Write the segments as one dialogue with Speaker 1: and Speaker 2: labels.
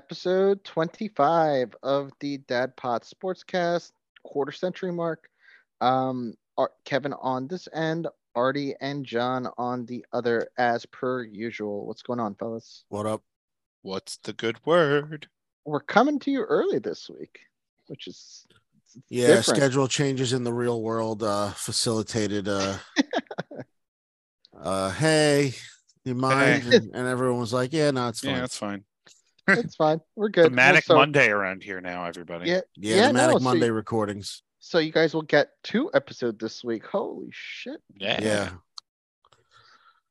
Speaker 1: episode 25 of the Dad Pod Sportscast quarter century mark. Um, Ar- Kevin on this end, Artie and John on the other, as per usual. What's going on, fellas?
Speaker 2: What up?
Speaker 3: What's the good word?
Speaker 1: We're coming to you early this week, which is it's
Speaker 2: Yeah,
Speaker 1: different.
Speaker 2: schedule changes in the real world uh facilitated uh uh hey, you mind? And, and everyone was like, Yeah, no, it's fine.
Speaker 3: Yeah,
Speaker 2: Yeah,
Speaker 3: that's fine.
Speaker 1: It's fine. We're good.
Speaker 3: Thematic
Speaker 1: so,
Speaker 3: Monday around here now, everybody.
Speaker 1: Yeah.
Speaker 2: the
Speaker 1: no,
Speaker 2: Manic
Speaker 1: so you-
Speaker 2: Monday recordings.
Speaker 1: So you guys will get two episode this week. Holy shit.
Speaker 3: Yeah.
Speaker 2: Yeah.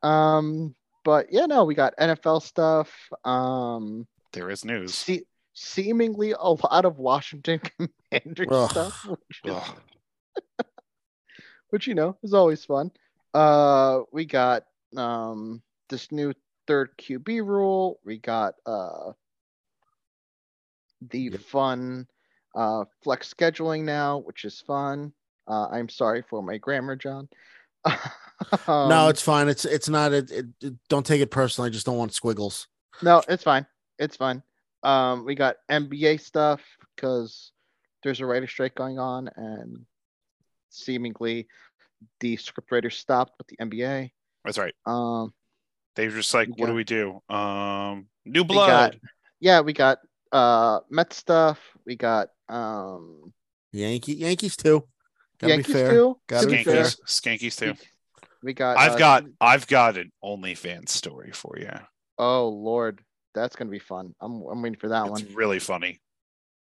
Speaker 1: Um, but yeah, no, we got NFL stuff. Um,
Speaker 3: There is news.
Speaker 1: se- seemingly a lot of Washington Commander
Speaker 2: Ugh.
Speaker 1: stuff, which, is,
Speaker 3: Ugh.
Speaker 1: which you know is always fun. Uh, we got um this new third QB rule. We got uh the
Speaker 2: Yep.
Speaker 1: fun uh flex scheduling now, which is fun. Uh, I'm sorry for my grammar, John.
Speaker 2: no,
Speaker 1: Um,
Speaker 2: it's fine. It's it's not it, it, it- don't take it personally. I just don't want squiggles.
Speaker 1: No, it's fine. It's fine. Um, we got NBA stuff because there's a writer strike going on, and seemingly the script writers stopped with the NBA.
Speaker 3: That's right.
Speaker 1: Um,
Speaker 3: They were just like, what
Speaker 1: Yeah.
Speaker 3: do we do? Um, new
Speaker 1: We got-
Speaker 3: blood.
Speaker 1: yeah, we got uh Mets stuff. We got um
Speaker 2: Yankee Yankees too. Gotta
Speaker 1: Yankees
Speaker 2: be fair.
Speaker 1: too.
Speaker 2: Gotta be
Speaker 1: be fair.
Speaker 3: Skankies. Skankies too.
Speaker 1: We got. uh,
Speaker 3: I've got I've got an OnlyFans story for you.
Speaker 1: Oh Lord, that's gonna be fun. I'm I'm waiting for that
Speaker 3: It's
Speaker 1: one.
Speaker 3: really funny.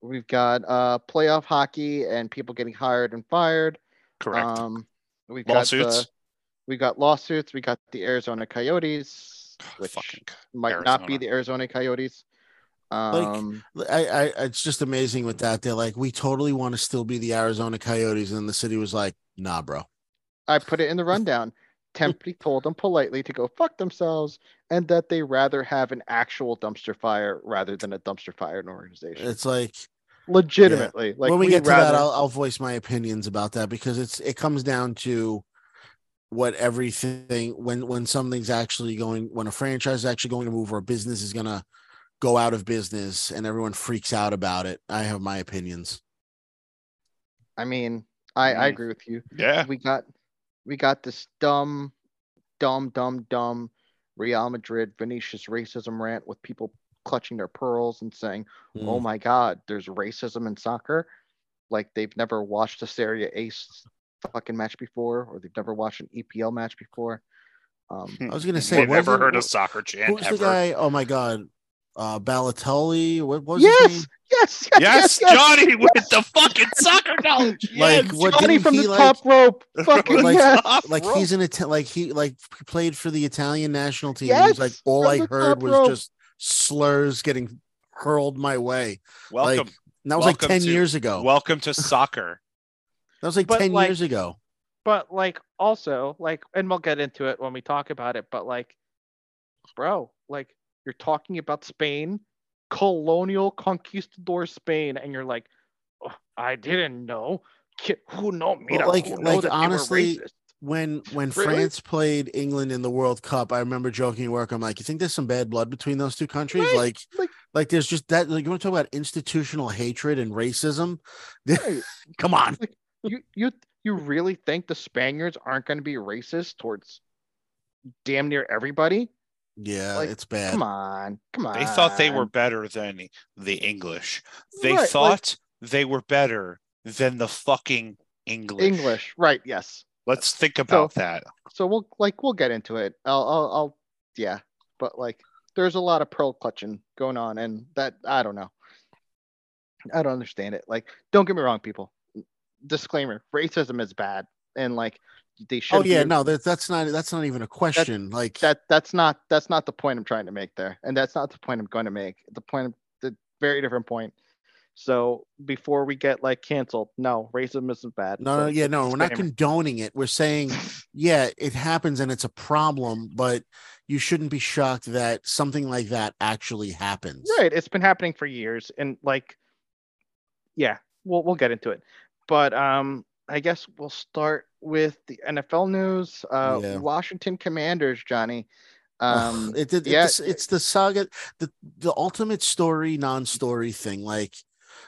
Speaker 1: We've got uh playoff hockey and people getting hired and fired.
Speaker 3: Correct.
Speaker 1: Um, we've Got the,
Speaker 3: Lawsuits.
Speaker 1: we got lawsuits. We got the Arizona Coyotes, which
Speaker 3: Fucking
Speaker 1: might not be
Speaker 3: Arizona.
Speaker 1: the Arizona Coyotes. Um,
Speaker 2: I, I it's just amazing with that. They're like, we totally want to still be the Arizona Coyotes, and the city was like, nah, bro.
Speaker 1: I put it in the rundown. Tempe told them politely to go fuck themselves and that they rather have an actual dumpster fire rather than a dumpster fire in an organization.
Speaker 2: It's like
Speaker 1: Legitimately, like
Speaker 2: when we
Speaker 1: we'd
Speaker 2: get to
Speaker 1: rather,
Speaker 2: that, I'll, I'll voice my opinions about that because it's it comes down to what everything when when something's actually going when a franchise is actually going to move or a business is gonna go out of business and everyone freaks out about it. I have my opinions.
Speaker 1: I mean, I, I
Speaker 2: Mm.
Speaker 3: Mhm.
Speaker 1: agree with you.
Speaker 3: Yeah.
Speaker 1: we got we got this dumb, dumb, dumb, dumb Real Madrid Venetius racism rant with people clutching their pearls and saying,
Speaker 3: Hmm.
Speaker 1: "Oh
Speaker 2: Mm.
Speaker 1: my God, there's racism in soccer," like they've never watched a Serie A s- fucking match before, or they've never watched an EPL match before. Um,
Speaker 2: I was gonna say,
Speaker 3: I've
Speaker 2: what is
Speaker 3: never
Speaker 2: it-
Speaker 3: heard of
Speaker 2: what-
Speaker 3: soccer chant
Speaker 2: Who's
Speaker 3: ever.
Speaker 2: the guy? Oh my god, uh, Balotelli. What, what was his name?
Speaker 1: yes, yes, yes,
Speaker 3: Yes,
Speaker 1: yes, yes,
Speaker 3: Johnny with the fucking soccer knowledge.
Speaker 2: Like,
Speaker 3: Yes,
Speaker 2: what
Speaker 1: Johnny
Speaker 2: didn't
Speaker 1: from
Speaker 2: he,
Speaker 1: the
Speaker 2: like-
Speaker 1: top rope. Fucking
Speaker 2: Like-
Speaker 1: yes.
Speaker 3: Off
Speaker 2: Like
Speaker 3: road.
Speaker 2: he's an Ita- like he like he played for the Italian national team. He
Speaker 1: Yes,
Speaker 2: was like all
Speaker 1: from
Speaker 2: I
Speaker 1: the top
Speaker 2: heard was
Speaker 1: row.
Speaker 2: just slurs getting hurled my way.
Speaker 3: welcome.
Speaker 2: Like, And that was
Speaker 3: Welcome
Speaker 2: like 10
Speaker 3: to-
Speaker 2: years ago.
Speaker 3: Welcome to soccer.
Speaker 2: that was like
Speaker 4: But,
Speaker 2: 10
Speaker 4: like-
Speaker 2: years ago.
Speaker 4: but like also like and we'll get into it when we talk about it but like bro like you're talking about spain colonial conquistador spain and you're like "Oh, i didn't know Ki- who know me
Speaker 2: Well, like-
Speaker 4: like, know that
Speaker 2: like,
Speaker 4: they were
Speaker 2: honestly,
Speaker 4: racist?"
Speaker 2: When when
Speaker 1: Really?
Speaker 2: France played England in the World Cup, I remember joking at work. I'm like, you think there's some bad blood between those two countries?
Speaker 1: Right,
Speaker 2: Like,
Speaker 1: like-
Speaker 2: like, there's just that. Like, you want to talk about institutional hatred and racism?
Speaker 1: Right.
Speaker 2: Come on.
Speaker 1: you you you really think the Spaniards aren't going to be racist towards damn near everybody?
Speaker 2: Yeah,
Speaker 1: Like,
Speaker 2: it's bad.
Speaker 1: Come on, come on.
Speaker 3: They thought they
Speaker 2: Um,
Speaker 3: were better than the English. They
Speaker 1: Right, like-
Speaker 3: thought they were better than the fucking English.
Speaker 1: English, right? Yes.
Speaker 3: Let's think about that.
Speaker 1: So we'll like we'll get into it. I'll I'll, I'll yeah, but like there's a lot of pearl clutching going on, and that I don't know. I don't understand it. Like, don't get me wrong, people. Disclaimer: racism is bad, and like they should.
Speaker 2: Oh yeah, no, that, that's not that's not even a question. like
Speaker 1: that that's not that's not the point I'm trying to make there, and that's not the point I'm going to make. The point, the very different point. So before we get like canceled, no, racism isn't bad.
Speaker 2: no, no,
Speaker 1: So
Speaker 2: yeah, no, we're not
Speaker 1: disclaimer.
Speaker 2: condoning it. We're saying, yeah, it happens and it's a problem, but you shouldn't be shocked that something like that actually happens.
Speaker 1: Right, it's been happening for years, and like, yeah, we'll we'll get into it, but um, I guess we'll start with the NFL news. Uh,
Speaker 2: Yeah.
Speaker 1: Washington Commanders, Johnny. Um,
Speaker 2: it did.
Speaker 1: yeah.
Speaker 2: It's, it's the saga, the the ultimate story, non-story thing. Like,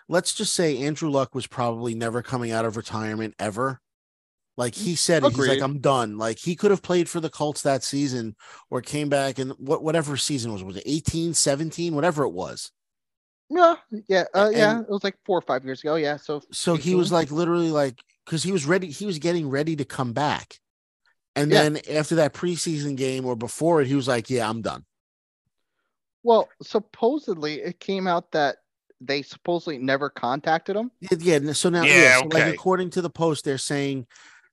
Speaker 2: let's just say Andrew Luck was probably never coming out of retirement ever. Like he said, it, he's
Speaker 1: Agreed.
Speaker 2: like, I'm done. Like he could have played for the Colts that season or came back and what whatever season was was it 18, 17, whatever it was.
Speaker 1: yeah, yeah, uh,
Speaker 2: And-
Speaker 1: yeah. It was like four or five years ago. Yeah, so
Speaker 2: So he
Speaker 1: Mm-hmm.
Speaker 2: was like literally like because he was ready, he was getting ready to come back. And
Speaker 1: Yeah.
Speaker 2: then after that preseason game or before it, he was like, Yeah, I'm done.
Speaker 1: well, supposedly it came out that they supposedly never contacted him.
Speaker 2: Yeah. yeah, So now,
Speaker 3: Yeah,
Speaker 2: yeah, so
Speaker 3: okay.
Speaker 2: like according to the post, they're saying,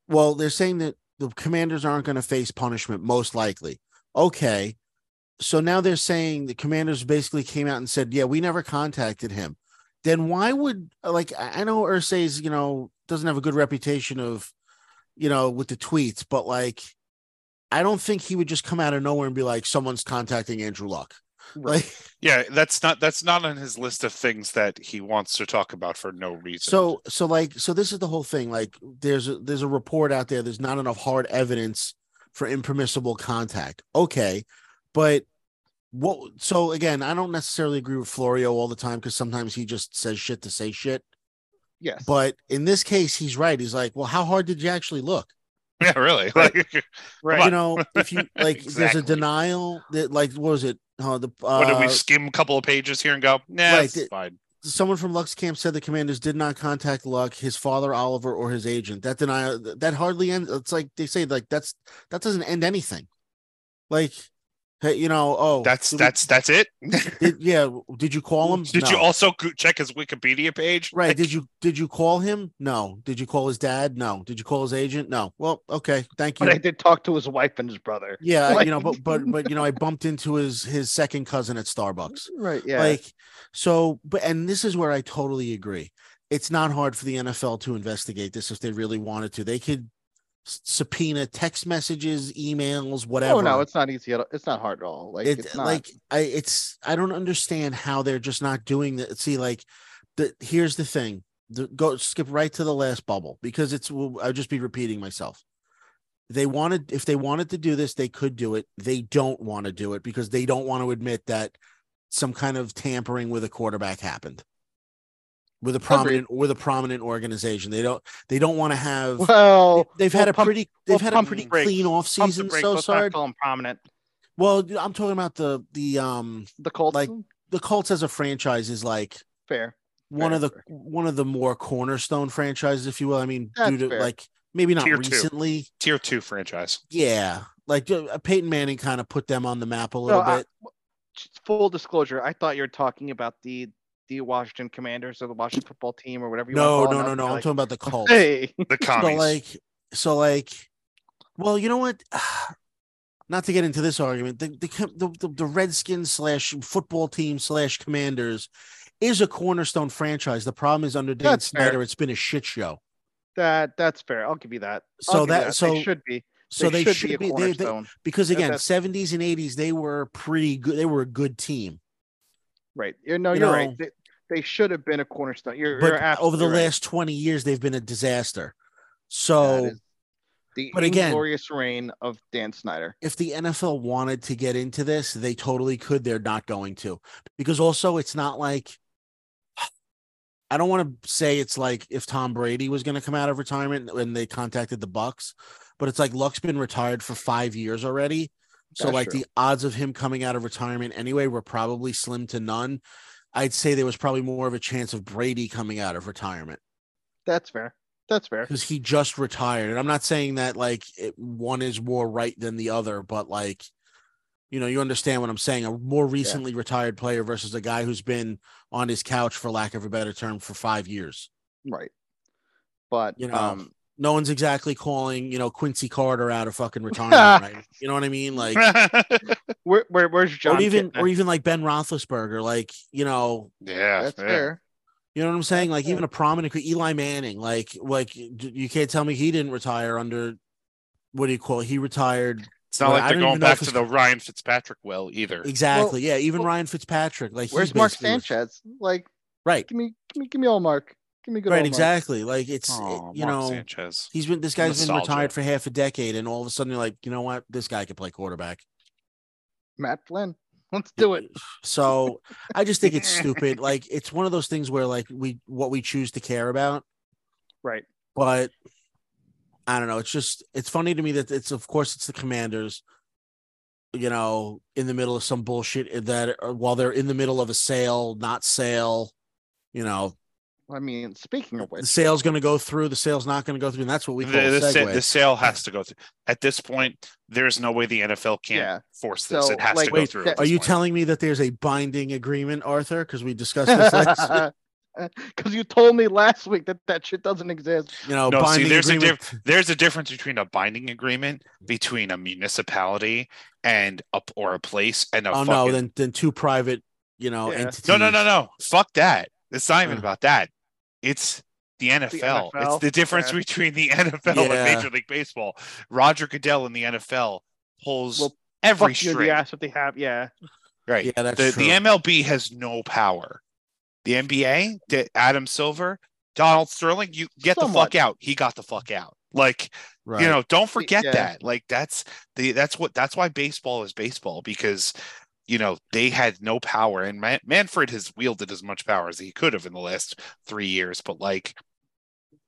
Speaker 2: well, they're saying that the commanders aren't going to face punishment, most likely. Okay. So now they're saying the commanders basically came out and said, yeah, we never contacted him. Then why would, like, I I know Ursay's, you know, doesn't have a good reputation of, you know, with the tweets, but like, I don't think he would just come out of nowhere and be like, someone's contacting Andrew Luck. Like,
Speaker 3: Yeah, that's not that's not on his list of things that he wants to talk about for no reason.
Speaker 2: so so like so this is the whole thing like there's a, there's a report out there there's not enough hard evidence for impermissible contact okay but what so again i don't necessarily agree with florio all the time because sometimes he just says shit to say shit
Speaker 1: Yes,
Speaker 2: but in this case he's right he's like well how hard did you actually look
Speaker 3: yeah, really.
Speaker 2: Right.
Speaker 3: Like,
Speaker 4: Right.
Speaker 2: you know if you like there's a
Speaker 3: Exactly.
Speaker 2: denial that like what was it uh, the
Speaker 3: what did we
Speaker 2: uh,
Speaker 3: skim a couple of pages here and go? Nah,
Speaker 2: Right,
Speaker 3: it's
Speaker 2: the-
Speaker 3: fine.
Speaker 2: someone from Lux Camp said the commanders did not contact Luck, his father Oliver, or his agent. That denial that hardly ends. It's like they say, like that's that doesn't end anything. Like, hey, you know, oh,
Speaker 3: That's
Speaker 2: did we-
Speaker 3: that's that's it.
Speaker 2: did- yeah. Did you call him?
Speaker 3: Did
Speaker 2: No.
Speaker 3: you also go- check his Wikipedia page?
Speaker 2: Right. Did you did you call him? No. Did you call his dad? No. Did you call his agent? No. Well, okay. Thank you.
Speaker 1: but I did talk to his wife and his brother.
Speaker 2: yeah,
Speaker 1: like-
Speaker 2: you know, but but but you know, I bumped into his his second cousin at Starbucks.
Speaker 1: Right. Yeah.
Speaker 2: Like, so, but, and this is where I totally agree. It's not hard for the NFL to investigate this if they really wanted to. They could s- subpoena text messages, emails, whatever.
Speaker 1: oh no, it's not easy at all. It's not hard at all. Like
Speaker 2: It-
Speaker 1: it's not.
Speaker 2: like I, it's, I don't understand how they're just not doing that. See, like, the, here's the thing. The, go skip right to the last bubble because it's, well, I'll just be repeating myself. They wanted, if they wanted to do this, they could do it. They don't want to do it because they don't want to admit that some kind of tampering with a quarterback happened with a prominent with a prominent organization. They don't they don't want to have
Speaker 1: well,
Speaker 2: they've
Speaker 4: well,
Speaker 2: had a
Speaker 4: pump-
Speaker 2: pretty they've
Speaker 4: well,
Speaker 2: had a
Speaker 4: pump
Speaker 2: pretty
Speaker 4: the brakes.
Speaker 2: clean off
Speaker 4: Pump the
Speaker 2: season
Speaker 4: brakes,
Speaker 2: so
Speaker 4: let's not
Speaker 2: sorry.
Speaker 4: call him prominent.
Speaker 2: Well, I'm talking about the the um
Speaker 1: the Colts.
Speaker 2: like- the Colts as a franchise is like
Speaker 1: fair.
Speaker 2: one
Speaker 1: Fair,
Speaker 2: of the
Speaker 1: fair.
Speaker 2: one of the more cornerstone franchises, if you will. I mean,
Speaker 1: That's
Speaker 2: due to
Speaker 1: fair.
Speaker 2: like maybe not
Speaker 3: Tier two.
Speaker 2: recently.
Speaker 3: Tier two franchise.
Speaker 2: Yeah. Like uh, Peyton Manning kind of put them on the map a little
Speaker 4: I-
Speaker 2: bit.
Speaker 4: Just full disclosure, I thought you were talking about the the Washington Commanders or the Washington football team or whatever you
Speaker 2: no,
Speaker 4: want to
Speaker 2: no,
Speaker 4: call
Speaker 2: no,
Speaker 4: them.
Speaker 2: no. I'm
Speaker 4: Like,
Speaker 2: talking about the Colts.
Speaker 4: Hey,
Speaker 3: The
Speaker 2: So
Speaker 3: commies.
Speaker 2: like, so like, well, you know what? Not to get into this argument, the the com- the, the, the Redskins slash football team slash Commanders is a cornerstone franchise. The problem is under Dan
Speaker 4: That's fair.
Speaker 2: Snyder, it's been a shit show.
Speaker 4: that that's fair. I'll give you that. I'll
Speaker 2: So
Speaker 4: give you
Speaker 2: that, so
Speaker 4: they should be.
Speaker 2: so they should, be,
Speaker 4: a
Speaker 2: they, they-
Speaker 4: cornerstone.
Speaker 2: because
Speaker 4: Yeah,
Speaker 2: again,
Speaker 4: that's-
Speaker 2: seventies and eighties they were pretty good. They were a good team,
Speaker 4: right. You're, no,
Speaker 2: you
Speaker 4: you're right.
Speaker 2: know,
Speaker 4: They, they should have been a cornerstone. You're, you're
Speaker 2: but over
Speaker 4: absolutely
Speaker 2: the
Speaker 4: right.
Speaker 2: last twenty years they've been a disaster.
Speaker 1: That
Speaker 2: So
Speaker 1: is the
Speaker 2: but again-
Speaker 1: glorious reign of Dan Snyder.
Speaker 2: if the NFL wanted to get into this, they totally could. They're not going to because also it's not like I don't want to say it's like if Tom Brady was going to come out of retirement when they contacted the Bucks, but it's like Luck's been retired for five years already. So
Speaker 1: That's
Speaker 2: like
Speaker 1: true.
Speaker 2: the odds of him coming out of retirement anyway were probably slim to none. I'd say there was probably more of a chance of Brady coming out of retirement
Speaker 4: That's fair. That's fair.
Speaker 2: because he just retired. And I'm not saying that like it, one is more right than the other, but like, you know, you understand what I'm saying. A more recently retired player versus a guy who's been on his couch, for lack of a better term, for five years.
Speaker 1: Right. But
Speaker 2: You know,
Speaker 1: um,
Speaker 2: No one's exactly calling, you know, Quincy Carter out of fucking retirement, right? You know what I mean? Like,
Speaker 4: Where, where, where's John?
Speaker 2: or even,
Speaker 4: Kitna?
Speaker 2: or even like Ben Roethlisberger, like, you know,
Speaker 3: yeah,
Speaker 1: that's
Speaker 3: yeah.
Speaker 1: fair.
Speaker 2: you know what I'm saying? Like,
Speaker 1: fair.
Speaker 2: even a prominent Eli Manning, like, like d- you can't tell me he didn't retire under. What do you call? It? He retired
Speaker 3: It's not
Speaker 2: Well, I
Speaker 3: like they're
Speaker 2: don't
Speaker 3: going
Speaker 2: even know
Speaker 3: back
Speaker 2: if
Speaker 3: to
Speaker 2: it's-
Speaker 3: the Ryan Fitzpatrick well either.
Speaker 2: Exactly. yeah. Even
Speaker 1: well,
Speaker 2: Ryan Fitzpatrick, like he
Speaker 1: Where's Mark
Speaker 2: basically was-
Speaker 1: Sanchez? Like,
Speaker 2: Right.
Speaker 1: give me, give me, give me all Mark. Give me good.
Speaker 2: right.
Speaker 1: old Mark.
Speaker 2: Exactly. Like it's it-
Speaker 3: Oh,
Speaker 2: you
Speaker 3: Mark
Speaker 2: know
Speaker 3: Sanchez.
Speaker 2: he's been this guy's been
Speaker 3: Nostalgia.
Speaker 2: retired for half a decade, and all of a sudden you're like, you know what, this guy could play quarterback.
Speaker 1: Matt Flynn. Let's do it.
Speaker 2: So I just think it's stupid. Like it's one of those things where like we what we choose to care about,
Speaker 4: Right.
Speaker 2: but I don't know. It's just it's funny to me that it's of course it's the commanders, you know, in the middle of some bullshit that or while they're in the middle of a sale, not sale, you know,
Speaker 1: I mean, speaking of
Speaker 2: the
Speaker 1: which,
Speaker 2: sale's going to go through, the sale's not going to go through, and that's what we call
Speaker 3: the,
Speaker 2: a
Speaker 3: the, sa-
Speaker 2: segue.
Speaker 3: the sale has to go through. At this point, there's no way the NFL can't
Speaker 1: Yeah.
Speaker 3: force this.
Speaker 1: So,
Speaker 3: it has
Speaker 1: like,
Speaker 3: to go
Speaker 1: wait,
Speaker 3: through.
Speaker 1: that-
Speaker 3: at
Speaker 2: Are
Speaker 3: this
Speaker 2: you
Speaker 3: point.
Speaker 2: telling me that there's a binding agreement, Arthur? Because we discussed this last week.
Speaker 1: because you told me last week that that shit doesn't exist.
Speaker 2: You know,
Speaker 3: No, see,
Speaker 2: binding
Speaker 3: there's a
Speaker 2: agreement.
Speaker 3: There's a difference between a binding agreement between a municipality and a p- or a place and a
Speaker 2: oh
Speaker 3: fucking
Speaker 2: no, then then two private, you know,
Speaker 4: Yeah. No, no,
Speaker 2: entities.
Speaker 3: No, no, no, no. Fuck that. It's not even
Speaker 2: Uh.
Speaker 3: about that. It's the NFL. It's
Speaker 4: NFL,
Speaker 3: the difference
Speaker 4: yeah.
Speaker 3: between the NFL
Speaker 2: Yeah.
Speaker 3: and Major League Baseball. Roger Goodell in the NFL pulls
Speaker 4: Well,
Speaker 3: every
Speaker 4: Fuck you in the
Speaker 3: string.
Speaker 4: ass if they have. Yeah.
Speaker 3: Right.
Speaker 2: Yeah, that's
Speaker 3: the,
Speaker 2: true.
Speaker 3: the MLB has no power. The NBA, the Adam Silver, Donald Sterling, you get
Speaker 1: Somewhat.
Speaker 3: the fuck out. He got the fuck out. Like,
Speaker 2: right.
Speaker 3: you know, don't forget
Speaker 1: yeah.
Speaker 3: that. Like that's the that's what that's why baseball is baseball because you know, they had no power and Man- Manfred has wielded as much power as he could have in the last 3 years, but like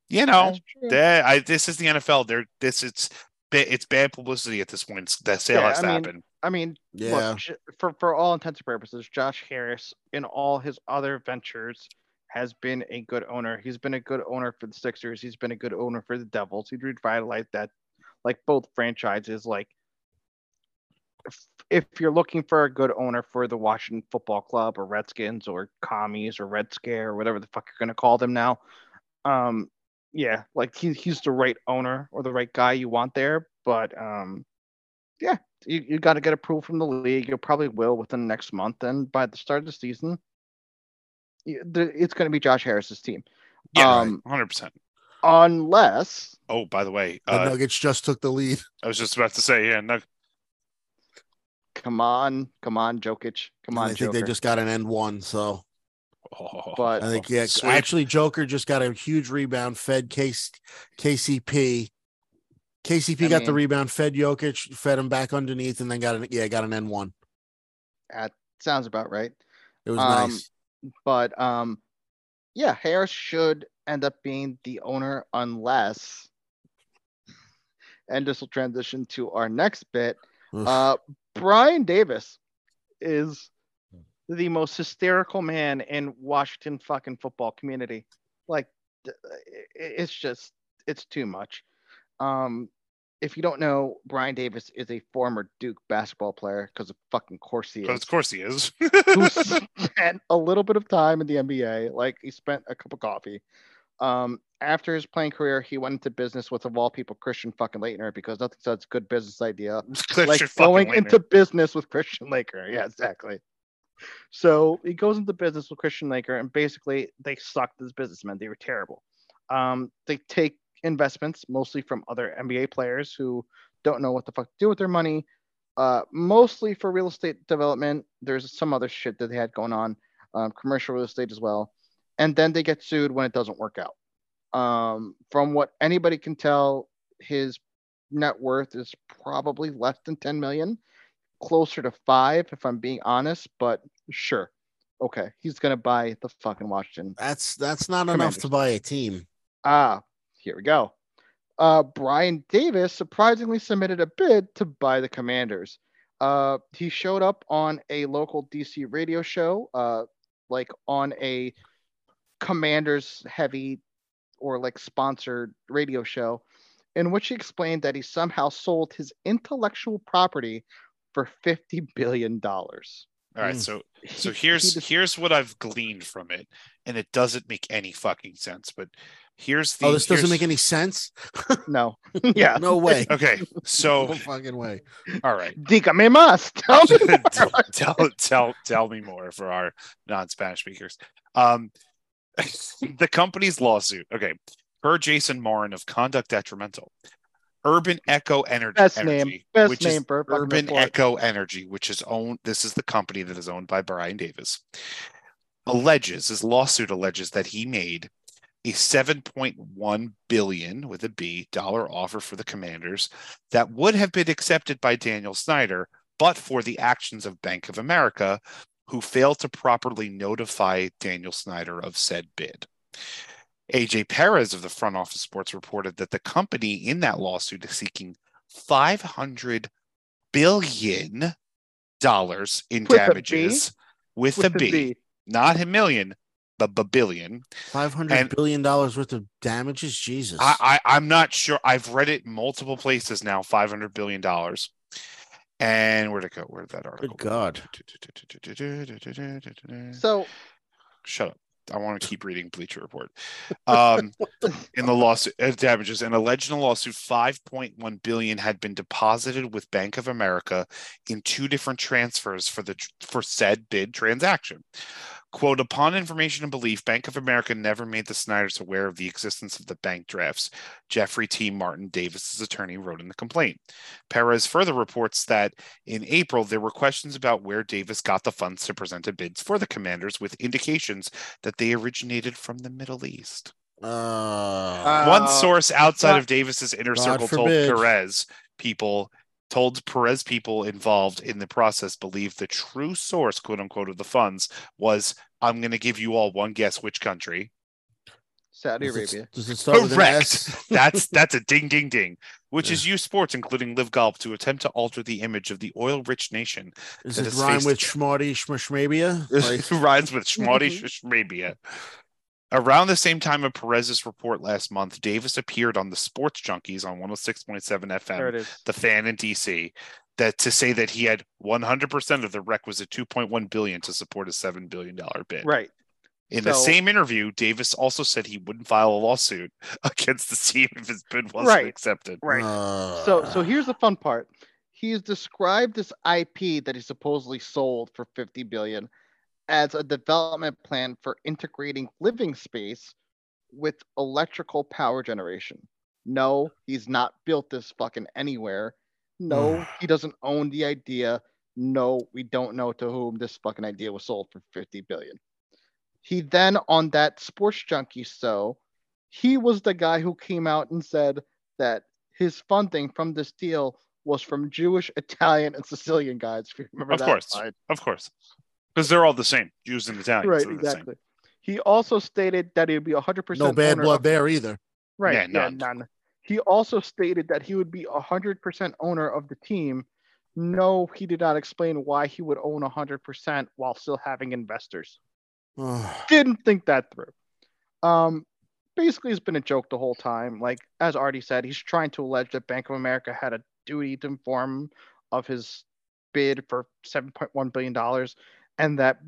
Speaker 3: you know,
Speaker 1: That's true.
Speaker 3: that I this is the NFL. They're this it's ba- it's bad publicity at this point. It's- That sale
Speaker 4: Yeah,
Speaker 3: has
Speaker 4: I
Speaker 3: to
Speaker 4: mean,
Speaker 3: happen.
Speaker 1: I mean,
Speaker 2: yeah,
Speaker 1: Look, sh- for for all intents and purposes, Josh Harris in all his other ventures has been a good owner. He's been a good owner for the Sixers. He's been a good owner for the Devils. He revitalized that, like both franchises. Like, if, if you're looking for a good owner for the Washington Football Club or Redskins or Commies or Red Scare or whatever the fuck you're gonna call them now, um, yeah, like he, he's the right owner or the right guy you want there. But um, yeah, you, you got to get approval from the league. You probably will within the next month. And by the start of the season, you- the- it's going to be Josh Harris's team.
Speaker 3: Yeah,
Speaker 1: um,
Speaker 3: 100%.
Speaker 1: Unless
Speaker 3: Oh, by the way,
Speaker 2: the
Speaker 3: uh,
Speaker 2: Nuggets just took the lead.
Speaker 3: I was just about to say, yeah, Nug-
Speaker 1: Come on, come on, Jokic. Come
Speaker 2: And
Speaker 1: on,
Speaker 2: I think
Speaker 1: Joker.
Speaker 2: they just got an end one. So
Speaker 3: oh,
Speaker 1: But-
Speaker 2: I think yeah,
Speaker 3: Sweep.
Speaker 2: actually Joker just got a huge rebound. Fed Case KCP. KCP
Speaker 1: I
Speaker 2: got the
Speaker 1: mean-
Speaker 2: rebound. Fed Jokic. Fed him back underneath, and then got an yeah, got an end one.
Speaker 1: Sounds about right.
Speaker 2: It was
Speaker 1: Um,
Speaker 2: nice.
Speaker 1: But um, yeah, Harris should end up being the owner unless. And this will transition to our next bit.
Speaker 2: Oof.
Speaker 1: Uh, Brian Davis is the most hysterical man in Washington fucking football community. Like, th- i- it's just, it's too much. Um, if you don't know, Brian Davis is a former Duke basketball player because of fucking course he is
Speaker 3: of course he is.
Speaker 1: who spent a little bit of time in the NBA. Like he spent a cup of coffee. Um, after his playing career, he went into business with, of all people, Christian fucking Leitner because nothing says good business idea
Speaker 3: Cliff
Speaker 1: like
Speaker 3: should fucking
Speaker 1: going
Speaker 3: win
Speaker 1: into
Speaker 3: it.
Speaker 1: business with Christian Laker. Yeah, exactly. So he goes into business with Christian Laker, and basically they sucked as businessmen. They were terrible. Um, they take investments mostly from other NBA players who don't know what the fuck to do with their money, uh, mostly for real estate development. There's some other shit that they had going on, um, commercial real estate as well. And then they get sued when it doesn't work out. Um, from what anybody can tell, his net worth is probably less than 10 million, closer to five, if I'm being honest, but sure. Okay. He's going to buy the fucking Washington.
Speaker 2: that's that's not enough
Speaker 1: Commanders.
Speaker 2: to buy a team.
Speaker 1: Ah, here we go. Uh, Brian Davis surprisingly submitted a bid to buy the Commanders. Uh, he showed up on a local DC radio show, uh, like on a Commanders heavy or like sponsored radio show, in which he explained that he somehow sold his intellectual property for $50 billion.
Speaker 3: All right,
Speaker 2: Mm.
Speaker 3: so so
Speaker 1: He-
Speaker 3: here's
Speaker 1: he just-
Speaker 3: here's what I've gleaned from it, and it doesn't make any fucking sense. But here's the
Speaker 2: Oh, this doesn't
Speaker 3: here's-
Speaker 2: make any sense.
Speaker 1: no, yeah,
Speaker 2: No way.
Speaker 3: Okay, so
Speaker 2: No fucking way.
Speaker 3: all right,
Speaker 1: dígame más. Tell me more.
Speaker 3: tell tell tell me more for our non-Spanish speakers. Um, the company's lawsuit. Okay, per Jason Morin of Conduct Detrimental, Urban Echo Ener-
Speaker 1: Best
Speaker 3: Energy,
Speaker 1: name, best
Speaker 3: which is
Speaker 1: name for a fucking
Speaker 3: Urban
Speaker 1: report.
Speaker 3: Echo Energy, which is owned, this is the company that is owned by Brian Davis, alleges, his lawsuit alleges that he made a 7.1 billion with a B dollar offer for the commanders that would have been accepted by Daniel Snyder, but for the actions of Bank of America, who failed to properly notify Daniel Snyder of said bid. AJ Perez of the Front Office Sports reported that the company in that lawsuit is seeking 500 billion dollars in
Speaker 4: With a B?
Speaker 3: damages with,
Speaker 4: the
Speaker 3: a B, not a million, but a billion.
Speaker 2: Five hundred
Speaker 3: And-
Speaker 2: billion dollars worth of damages. Jesus.
Speaker 3: I, I I'm not sure. I've read it multiple places now. 500 billion dollars. And where'd it go? Where'd that article?
Speaker 2: Good God.
Speaker 3: go?
Speaker 1: So
Speaker 3: shut up. I want to keep reading Bleacher Report. Um, in the lawsuit uh, damages, an alleged in a lawsuit, 5.1 billion had been deposited with Bank of America in two different transfers for the tr- for said bid transaction. Quote, upon information and belief, Bank of America never made the Snyders aware of the existence of the bank drafts. Jeffrey T. Martin, Davis's attorney, wrote in the complaint. Perez further reports that in April, there were questions about where Davis got the funds to present a bids for the commanders with indications that they originated from the Middle East.
Speaker 2: Uh,
Speaker 3: One
Speaker 4: Uh,
Speaker 3: source outside
Speaker 4: God-
Speaker 3: of Davis's inner
Speaker 2: God
Speaker 3: circle told
Speaker 2: forbid.
Speaker 3: Perez people told Perez people involved in the process believed the true source, quote unquote, of the funds was I'm gonna give you all one guess which country.
Speaker 1: Saudi
Speaker 2: does it-
Speaker 1: Arabia.
Speaker 2: does it start with an
Speaker 3: Correct.
Speaker 2: S?
Speaker 3: That's that's a ding ding ding, which is used sports, including Live Golf, to attempt to alter the image of the oil rich nation
Speaker 2: Does
Speaker 3: That
Speaker 2: it
Speaker 3: is
Speaker 2: rhyme
Speaker 3: faced-
Speaker 2: with schmarty schmashmabia? Like,
Speaker 3: Who rhymes with Schmaudy Schmabia. Around the same time of Perez's report last month, Davis appeared on the Sports Junkies on 106.7
Speaker 4: There
Speaker 3: FM,
Speaker 4: it is.
Speaker 3: the fan in DC, that to say that he had 100% of the requisite 2.1 billion to support a 7 billion dollar bid.
Speaker 4: Right.
Speaker 3: In the
Speaker 4: So-
Speaker 3: same interview, Davis also said he wouldn't file a lawsuit against the team if his bid wasn't
Speaker 4: Right.
Speaker 3: accepted.
Speaker 4: Right.
Speaker 2: uh,
Speaker 1: So so here's the fun part. He has described this IP that he supposedly sold for 50 billion as a development plan for integrating living space with electrical power generation. No, he's not built this fucking anywhere. No, he doesn't own the idea. No, we don't know to whom this fucking idea was sold for 50 billion. He then on that sports junkie so he was the guy who came out and said that his funding from this deal was from Jewish, Italian, and Sicilian guys. If you remember
Speaker 3: Of
Speaker 1: that
Speaker 3: course.
Speaker 1: slide.
Speaker 3: Of course. Because they're all the same. Jews and Italians
Speaker 1: Right,
Speaker 3: are the same.
Speaker 1: exactly. He also stated that he would be 100%
Speaker 2: no bad
Speaker 1: owner
Speaker 2: blood
Speaker 1: of-
Speaker 2: there either.
Speaker 1: Right, yeah,
Speaker 3: Yeah,
Speaker 1: none. He also stated that he would be 100% owner of the team. No, he did not explain why he would own 100% while still having investors.
Speaker 2: Oh,
Speaker 1: Didn't think that through. Um, basically, it's been a joke the whole time. Like, as Artie said, he's trying to allege that Bank of America had a duty to inform him of his bid for $7.1 billion and that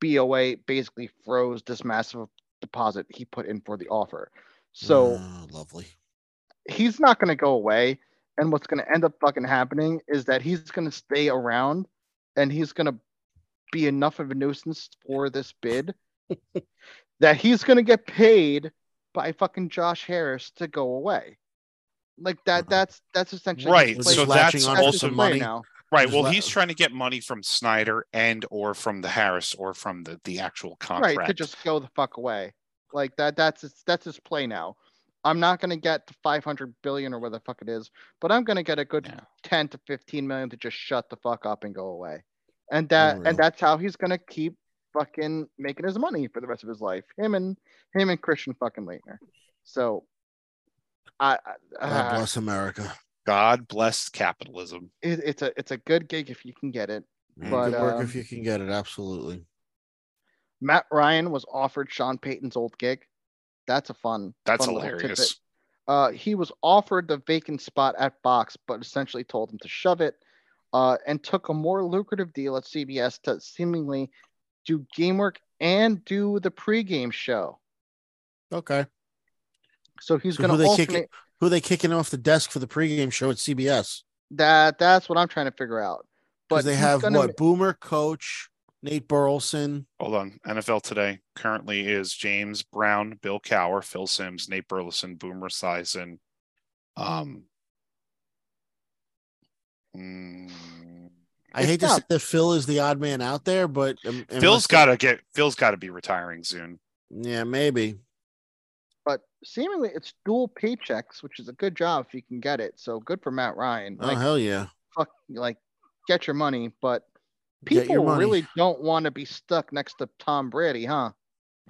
Speaker 1: BOA basically froze this massive deposit he put in for the offer. So
Speaker 2: oh, lovely.
Speaker 1: he's not going to go away. And what's going to end up fucking happening is that he's going to stay around and he's going to be enough of a nuisance for this bid that he's going to get paid by fucking Josh Harris to go away. Like that,
Speaker 2: Uh-huh.
Speaker 1: that's that's essentially
Speaker 3: Right,
Speaker 1: his
Speaker 2: We're
Speaker 3: so
Speaker 1: play-
Speaker 2: just
Speaker 3: that's
Speaker 2: latching on
Speaker 1: that's his
Speaker 2: to
Speaker 3: also
Speaker 2: some
Speaker 1: play
Speaker 2: money.
Speaker 1: now.
Speaker 3: Right.
Speaker 2: Just
Speaker 3: Well,
Speaker 2: let-
Speaker 3: he's trying to get money from Snyder and or from the Harris or from the the actual contract.
Speaker 1: right to just go the fuck away like that that's his, that's his play now i'm not going to get to 500 billion or where the fuck it is but i'm going to get a good
Speaker 3: Yeah.
Speaker 1: 10 to 15 million to just shut the fuck up and go away and that
Speaker 2: Unreal.
Speaker 1: and that's how he's going to keep fucking making his money for the rest of his life him and him and christian fucking leitner so i, I
Speaker 2: God
Speaker 1: uh,
Speaker 2: bless America.
Speaker 3: God bless capitalism.
Speaker 1: it, it's a it's a good gig if you can get it
Speaker 2: Good
Speaker 1: but,
Speaker 2: work
Speaker 1: um,
Speaker 2: if you can get it. Absolutely.
Speaker 1: matt ryan was offered sean payton's old gig that's a fun
Speaker 3: That's
Speaker 1: fun little tidbit.
Speaker 3: hilarious.
Speaker 1: Uh, he was offered the vacant spot at Fox, but essentially told him to shove it uh, and took a more lucrative deal at CBS to seemingly do game work and do the pregame show.
Speaker 2: Okay.
Speaker 1: So he's
Speaker 2: So
Speaker 1: going
Speaker 2: who
Speaker 1: to
Speaker 2: they kick
Speaker 1: alternate.
Speaker 2: Who they kicking off the desk for the pregame show at CBS?
Speaker 1: That that's what I'm trying to figure out. But
Speaker 2: Because they
Speaker 1: he's
Speaker 2: have
Speaker 1: gonna-
Speaker 2: what? Boomer coach Nate Burleson.
Speaker 3: Hold on. NFL today currently is James Brown, Bill Cower, Phil Sims, Nate Burleson, Boomer Sison. Um mm,
Speaker 2: I
Speaker 1: It's
Speaker 2: hate to
Speaker 1: not-
Speaker 2: say that Phil is the odd man out there, but um,
Speaker 3: Phil's
Speaker 2: unless-
Speaker 3: gotta get Phil's gotta be retiring soon.
Speaker 2: Yeah, maybe.
Speaker 1: But seemingly it's dual paychecks, which is a good job if you can get it. So good for Matt Ryan.
Speaker 2: Oh
Speaker 1: Like
Speaker 2: hell yeah!
Speaker 1: fuck, like get your money, but
Speaker 2: Get your
Speaker 1: people
Speaker 2: money.
Speaker 1: really don't want to be stuck next to Tom Brady, huh?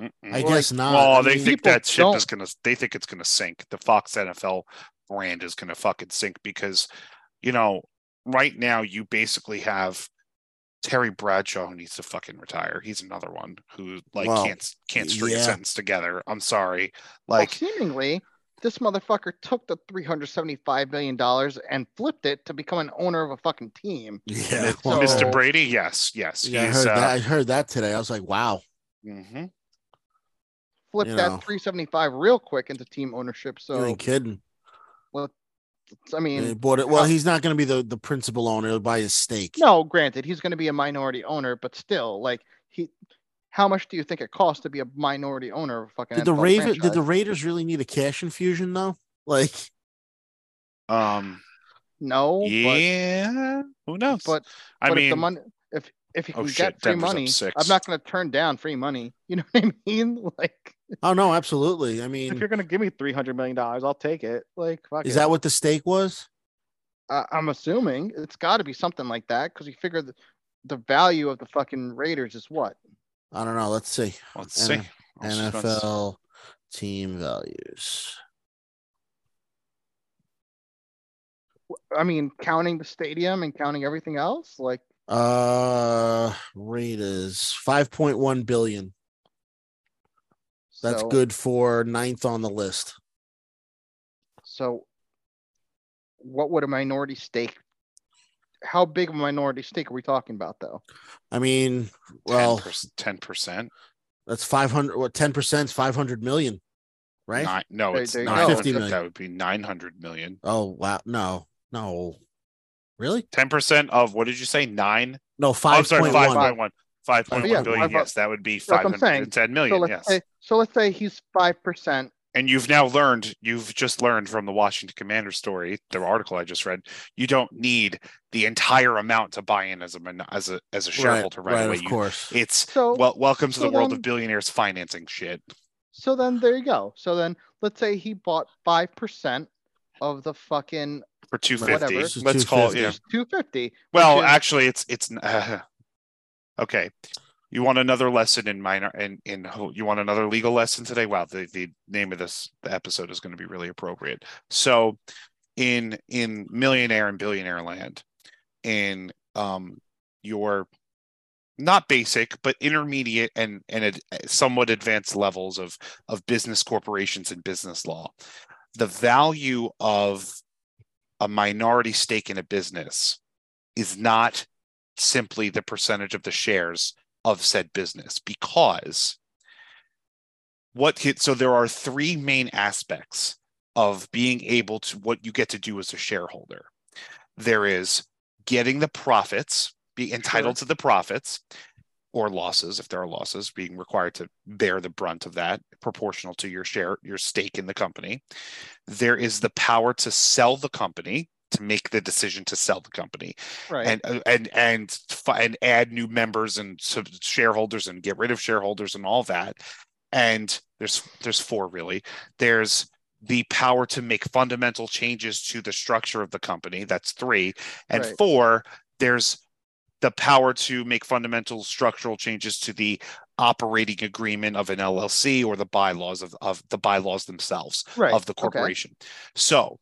Speaker 3: Mm-mm.
Speaker 2: I
Speaker 1: Like,
Speaker 2: guess not.
Speaker 3: oh,
Speaker 2: I
Speaker 3: they
Speaker 2: mean,
Speaker 3: think
Speaker 1: Uh, people
Speaker 3: that ship
Speaker 1: don't-
Speaker 3: is gonna. They think it's gonna sink. The Fox NFL brand is gonna fucking sink because, you know, right now you basically have Terry Bradshaw who needs to fucking retire. He's another one who like
Speaker 2: Well,
Speaker 3: can't can't string a
Speaker 2: yeah.
Speaker 3: sentence together. I'm sorry,
Speaker 1: Well,
Speaker 3: like
Speaker 1: seemingly, this motherfucker took the three hundred seventy-five million dollars and flipped it to become an owner of a fucking team.
Speaker 2: yeah.
Speaker 1: Well,
Speaker 3: Mr.
Speaker 1: so-
Speaker 3: Brady. Yes, yes,
Speaker 2: Yeah, I
Speaker 3: he's,
Speaker 2: heard
Speaker 3: uh,
Speaker 2: that. I heard that today. I was like, wow.
Speaker 3: mhm.
Speaker 1: Flipped
Speaker 2: You know.
Speaker 1: that three seventy-five real quick into team ownership.
Speaker 2: you
Speaker 1: So
Speaker 2: ain't kidding.
Speaker 1: I
Speaker 2: And they
Speaker 1: mean,
Speaker 2: bought it. Well,
Speaker 1: how-
Speaker 2: he's not going to be the, the principal owner. He'll buy his stake.
Speaker 1: no, granted, he's going to be a minority owner, but still, like he, how much do you think it costs to be a minority owner of a fucking?
Speaker 2: Did the
Speaker 1: NFL
Speaker 2: Raven? Did
Speaker 1: franchise?
Speaker 2: the Raiders really need a cash infusion though? Like,
Speaker 3: Um,
Speaker 1: no?
Speaker 3: yeah. Who
Speaker 1: But,
Speaker 3: knows?
Speaker 1: but
Speaker 3: I
Speaker 1: but
Speaker 3: mean,
Speaker 1: if the money, if if you
Speaker 3: Oh,
Speaker 1: can
Speaker 3: shit,
Speaker 1: get free
Speaker 3: Denver's up
Speaker 1: money,
Speaker 3: six.
Speaker 1: I'm not going to turn down free money. You know what I mean? Like,
Speaker 2: oh no, absolutely. I
Speaker 4: If
Speaker 2: mean,
Speaker 4: you're gonna give me three hundred million dollars, I'll take it. Like, fuck
Speaker 2: is
Speaker 4: it.
Speaker 2: that what the stake was?
Speaker 1: I I'm assuming it's got to be something like that because you figure the, the value of the fucking Raiders is what?
Speaker 2: I don't know. Let's see.
Speaker 3: Let's
Speaker 2: N-
Speaker 3: see. I was just about to say-
Speaker 2: NFL team values.
Speaker 1: I mean, counting the stadium and counting everything else, like
Speaker 2: Uh, Raiders five point one billion. That's
Speaker 1: so-
Speaker 2: good for ninth on the list.
Speaker 1: So, what would a minority stake? How big of a minority stake are we talking about, though?
Speaker 2: I mean, well,
Speaker 3: 10%.
Speaker 2: that's five hundred. What ten percent? Five hundred million, right?
Speaker 3: Nine, no,
Speaker 1: There-
Speaker 3: it's
Speaker 1: there you
Speaker 2: go. 50
Speaker 3: 950 million.
Speaker 2: million.
Speaker 3: That would be 900 million.
Speaker 2: Oh wow, no, no, really?
Speaker 3: 10% of what did you say? Nine?
Speaker 2: No,
Speaker 3: Oh, I'm
Speaker 2: five
Speaker 3: sorry,
Speaker 2: point
Speaker 3: 5.1.
Speaker 2: one.
Speaker 3: 5.1 5.1
Speaker 1: Yeah,
Speaker 3: billion,
Speaker 1: five-
Speaker 3: Yes, that would be
Speaker 1: That's what I'm saying.
Speaker 3: 510
Speaker 1: So
Speaker 3: million.
Speaker 1: let's
Speaker 3: Oh, Yes.
Speaker 1: say, so let's say he's five percent.
Speaker 3: and you've now learned, you've just learned from the Washington Commander story, the article I just read, you don't need the entire amount to buy in as a mon- as a as a shareholder right, away.
Speaker 2: Of
Speaker 3: You-
Speaker 2: course.
Speaker 3: it's
Speaker 1: So
Speaker 3: well, welcome to
Speaker 1: so
Speaker 3: the world
Speaker 1: then-
Speaker 3: of billionaires financing shit.
Speaker 1: so then there you go. So then let's say he bought five percent of the fucking
Speaker 3: For
Speaker 1: Whatever.
Speaker 3: 250.
Speaker 1: It's
Speaker 3: Let's call it,
Speaker 2: 250.
Speaker 3: Oh, yeah.
Speaker 1: two fifty.
Speaker 3: Well,
Speaker 1: is-
Speaker 3: actually, it's it's uh, okay. You want another lesson in minor in in ho- you want another legal lesson today? Wow, the the name of this episode is going to be really appropriate. So, in in millionaire and billionaire land, in um your not basic but intermediate and and ad- somewhat advanced levels of of business corporations and business law, the value of a minority stake in a business is not simply the percentage of the shares of said business because what hit so there are three main aspects of being able to what you get to do as a shareholder there is getting the profits be entitled to the profits or losses if there are losses being required to bear the brunt of that proportional to your share your stake in the company there is the power to sell the company to make the decision to sell the company
Speaker 1: right.
Speaker 3: and uh, and and fi- and add new members and sub- shareholders and get rid of shareholders and all that and there's there's four really there's the power to make fundamental changes to the structure of the company that's three and
Speaker 1: Right.
Speaker 3: four there's the power to make fundamental structural changes to the operating agreement of an LLC or the bylaws of, of the bylaws themselves
Speaker 1: right.
Speaker 3: of the
Speaker 1: okay.
Speaker 3: corporation. So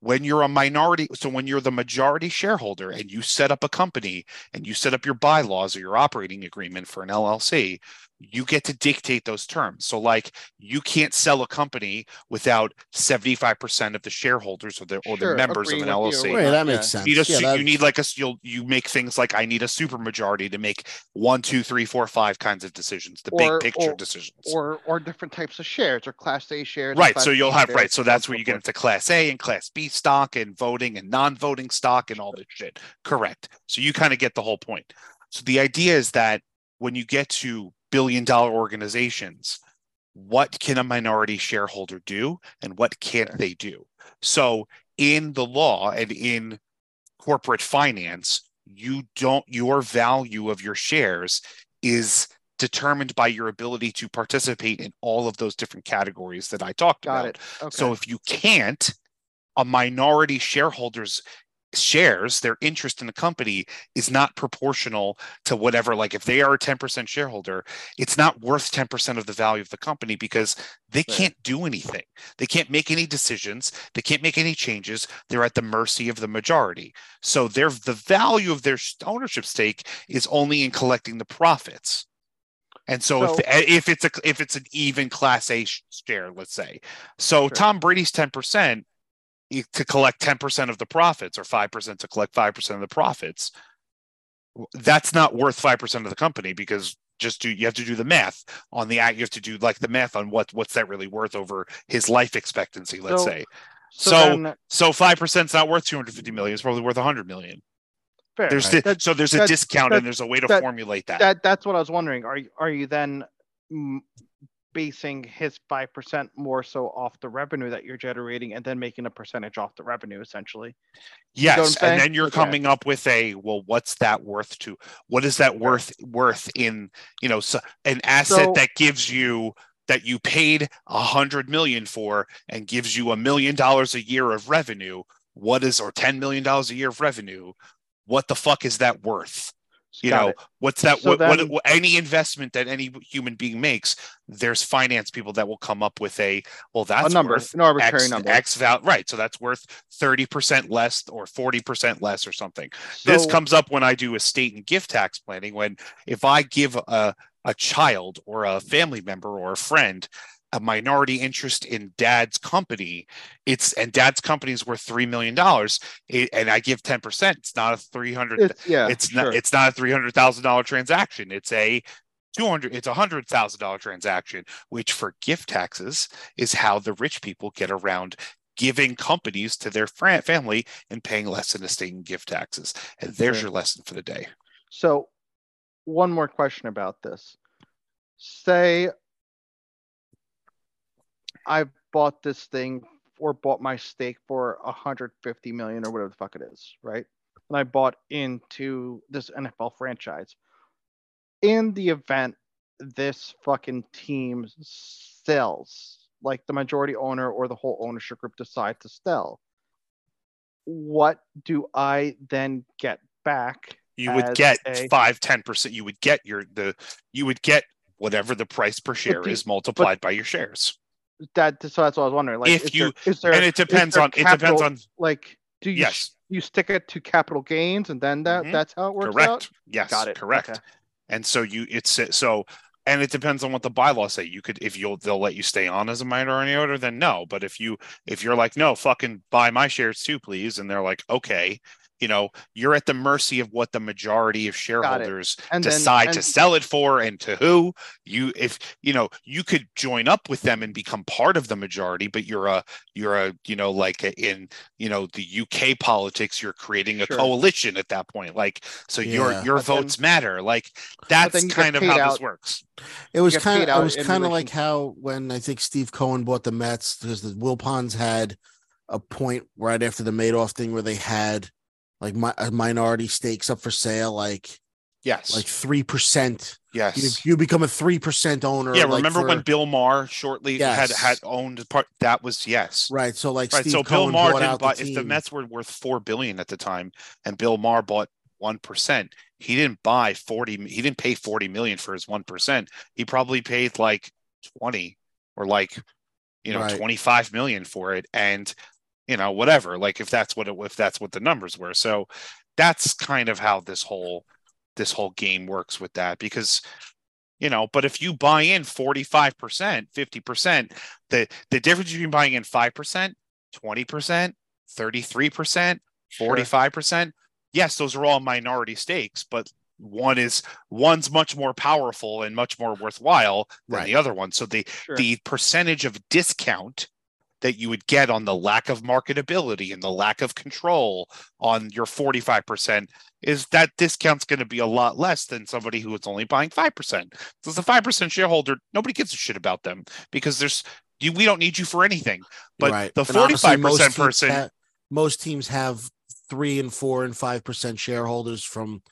Speaker 3: when you're a minority, so when you're the majority shareholder and you set up a company and you set up your bylaws or your operating agreement for an LLC, you get to dictate those terms. So, like, you can't sell a company without 75% of the shareholders or the, or
Speaker 1: Sure,
Speaker 3: the members of
Speaker 1: agreeing
Speaker 3: an
Speaker 1: with you or
Speaker 3: LLC.
Speaker 2: Right, that
Speaker 1: Yeah.
Speaker 2: makes sense.
Speaker 3: You need, a
Speaker 2: yeah,
Speaker 3: su-
Speaker 2: that-
Speaker 3: you need like a s- you'll you make things like I need a supermajority to make one, two, three, four, five kinds of decisions, the
Speaker 1: Or-
Speaker 3: big picture
Speaker 1: or-
Speaker 3: decisions
Speaker 1: Or or different types of shares or class A shares. and
Speaker 3: right
Speaker 1: class
Speaker 3: so
Speaker 1: B
Speaker 3: you'll have
Speaker 1: shares
Speaker 3: right so
Speaker 1: and on
Speaker 3: that's where
Speaker 1: so
Speaker 3: you get
Speaker 1: forth.
Speaker 3: into class a and class b stock and voting and non-voting stock and all this shit correct so you kind of get the whole point so the idea is that when you get to billion dollar organizations what can a minority shareholder do and what can't
Speaker 1: Sure.
Speaker 3: they do so in the law and in corporate finance you don't your value of your shares is determined by your ability to participate in all of those different categories that I talked
Speaker 1: Got
Speaker 3: about.
Speaker 1: it. Okay.
Speaker 3: So if you can't, a minority shareholder's shares, their interest in the company is not proportional to whatever. Like if they are a 10% shareholder, it's not worth 10% of the value of the company because they
Speaker 1: Right.
Speaker 3: can't do anything. They can't make any decisions. They can't make any changes. They're at the mercy of the majority. So their the value of their sh- ownership stake is only in collecting the profits. And so,
Speaker 4: So-
Speaker 3: if, if it's a if it's an even Class A sh- share, let's say, so
Speaker 4: Sure.
Speaker 3: Tom Brady's ten percent eh, to collect ten percent of the profits, or five percent to collect five percent of the profits. w- That's not worth five percent of the company because just do you have to do the math on the act. You have to do like the math on what what's that really worth over his life expectancy, let's
Speaker 4: So-
Speaker 3: say.
Speaker 4: So,
Speaker 3: So-
Speaker 4: then,
Speaker 3: So five percent's not worth two hundred fifty million. It's probably worth hundred million.
Speaker 4: fair.
Speaker 3: There's
Speaker 2: Right.
Speaker 3: the- so there's a
Speaker 4: that-
Speaker 3: discount
Speaker 4: that-
Speaker 3: and there's a way to
Speaker 4: that-
Speaker 3: formulate that.
Speaker 4: that that's what I was wondering. Are you are you then mm, basing his five percent more so off the revenue that you're generating, and then making a percentage off the revenue essentially? know what I'm
Speaker 3: Yes,
Speaker 4: saying?
Speaker 3: and then you're
Speaker 4: Okay.
Speaker 3: coming up with a well, what's that worth to? What is that worth worth in you know so, an asset
Speaker 4: So-
Speaker 3: that gives you that you paid a hundred million for and gives you a million dollars a year of revenue? What is or ten million dollars a year of revenue? What the fuck is that worth? You
Speaker 4: Got
Speaker 3: know
Speaker 4: it.
Speaker 3: what's that?
Speaker 4: So
Speaker 3: what, what-
Speaker 4: then-
Speaker 3: what any investment that any human being makes, there's finance people that will come up with a well, that's
Speaker 4: a number,
Speaker 3: worth
Speaker 4: an arbitrary
Speaker 3: X,
Speaker 4: number.
Speaker 3: X val right. So that's worth 30% less or 40% less or something.
Speaker 4: so,
Speaker 3: this comes up when I do estate and gift tax planning. When if I give a, a child or a family member or a friend a minority interest in dad's company, it's and dad's company is worth three million dollars, and I give 10%, it's not a 300
Speaker 4: It's-
Speaker 1: yeah,
Speaker 3: it's
Speaker 1: sure.
Speaker 3: not it's not a three hundred thousand dollar transaction. It's a two hundred it's a hundred thousand dollar transaction, which for gift taxes is how the rich people get around giving companies to their fran- family and paying less in estate and gift taxes. And there's
Speaker 1: Sure.
Speaker 3: your lesson for the day.
Speaker 4: so
Speaker 1: one more question about this. Say I bought this thing or bought my stake for 150 million or whatever the fuck it is, right? And I bought into this NFL franchise. In the event this fucking team sells, like the majority owner or the whole ownership group decide to sell, what do I then get back?
Speaker 3: You would
Speaker 1: As
Speaker 3: get
Speaker 1: a-
Speaker 3: five, ten percent. You would get your the you would get whatever the price per share
Speaker 1: the-
Speaker 3: is multiplied by your shares.
Speaker 1: That so that's what I was wondering. Like,
Speaker 3: If
Speaker 1: is
Speaker 3: you-
Speaker 1: there, is there
Speaker 3: and it depends
Speaker 1: there
Speaker 3: on it depends
Speaker 1: capital-
Speaker 3: on
Speaker 1: like do you
Speaker 3: yes,
Speaker 1: you stick it to capital gains and then that
Speaker 3: Mhm.
Speaker 1: that's how it works
Speaker 3: correct.
Speaker 1: out
Speaker 3: Yes,
Speaker 1: Got it.
Speaker 3: correct.
Speaker 1: Okay.
Speaker 3: and so you it's so and it depends on what the bylaws say you could if you'll they'll let you stay on as a minority owner then no but if you if you're like no fucking buy my shares too please and they're like okay you know you're at the mercy of what the majority of shareholders
Speaker 1: and then
Speaker 3: decide
Speaker 1: and,
Speaker 3: to sell it for and to who you if you know you could join up with them and become part of the majority but you're a you're a you know like a, in you know the UK politics you're creating a
Speaker 1: Sure.
Speaker 3: coalition at that point like so
Speaker 2: Yeah.
Speaker 3: your your
Speaker 1: But then-
Speaker 3: votes matter like
Speaker 1: then
Speaker 3: that's
Speaker 1: you get
Speaker 3: kind of
Speaker 1: paid
Speaker 3: how
Speaker 1: out.
Speaker 3: this works
Speaker 2: It was
Speaker 1: get
Speaker 2: kind
Speaker 1: paid
Speaker 2: of I
Speaker 1: out
Speaker 2: was
Speaker 1: in
Speaker 2: kind of
Speaker 1: relation-
Speaker 2: like how when I think Steve Cohen bought the Mets because the Wilpons had a point right after the Madoff thing where they had like mi- uh, minority stakes up for sale, like
Speaker 3: yes
Speaker 2: like three percent. You,
Speaker 3: yes
Speaker 2: you become a three percent owner.
Speaker 3: yeah
Speaker 2: like,
Speaker 3: remember when
Speaker 2: for-
Speaker 3: Bill Maher shortly
Speaker 2: Yes.
Speaker 3: had had owned part that was yes
Speaker 2: right? So like
Speaker 3: right
Speaker 2: Steve
Speaker 3: so
Speaker 2: Cohen
Speaker 3: Bill Maher
Speaker 2: bought out
Speaker 3: didn't buy
Speaker 2: the
Speaker 3: if the
Speaker 2: team.
Speaker 3: Mets were worth 4 billion at the time and Bill Maher bought 1% he didn't buy 40 m- he didn't pay 40 million for his 1% he probably paid like 20 or like you know
Speaker 2: Right.
Speaker 3: 25 million for it and you know whatever like if that's what it if that's what the numbers were so that's kind of how this whole this whole game works with that because you know but if you buy in 45% 50% the the difference between buying in 5% 20% 33% 45% yes those are all minority stakes but one is one's much more powerful and much more worthwhile than
Speaker 2: Right.
Speaker 3: the other one so the
Speaker 4: sure.
Speaker 3: the percentage of discount that you would get on the lack of marketability and the lack of control on your 45% is that discount's going to be a lot less than somebody who is only buying 5%. So as a 5% shareholder, nobody gives a shit about them because there's you, we don't need you for anything. But
Speaker 2: right.
Speaker 3: the
Speaker 2: And honestly,
Speaker 3: 45%
Speaker 2: most teams
Speaker 3: person-
Speaker 2: ha- most teams have three and four and five percent shareholders from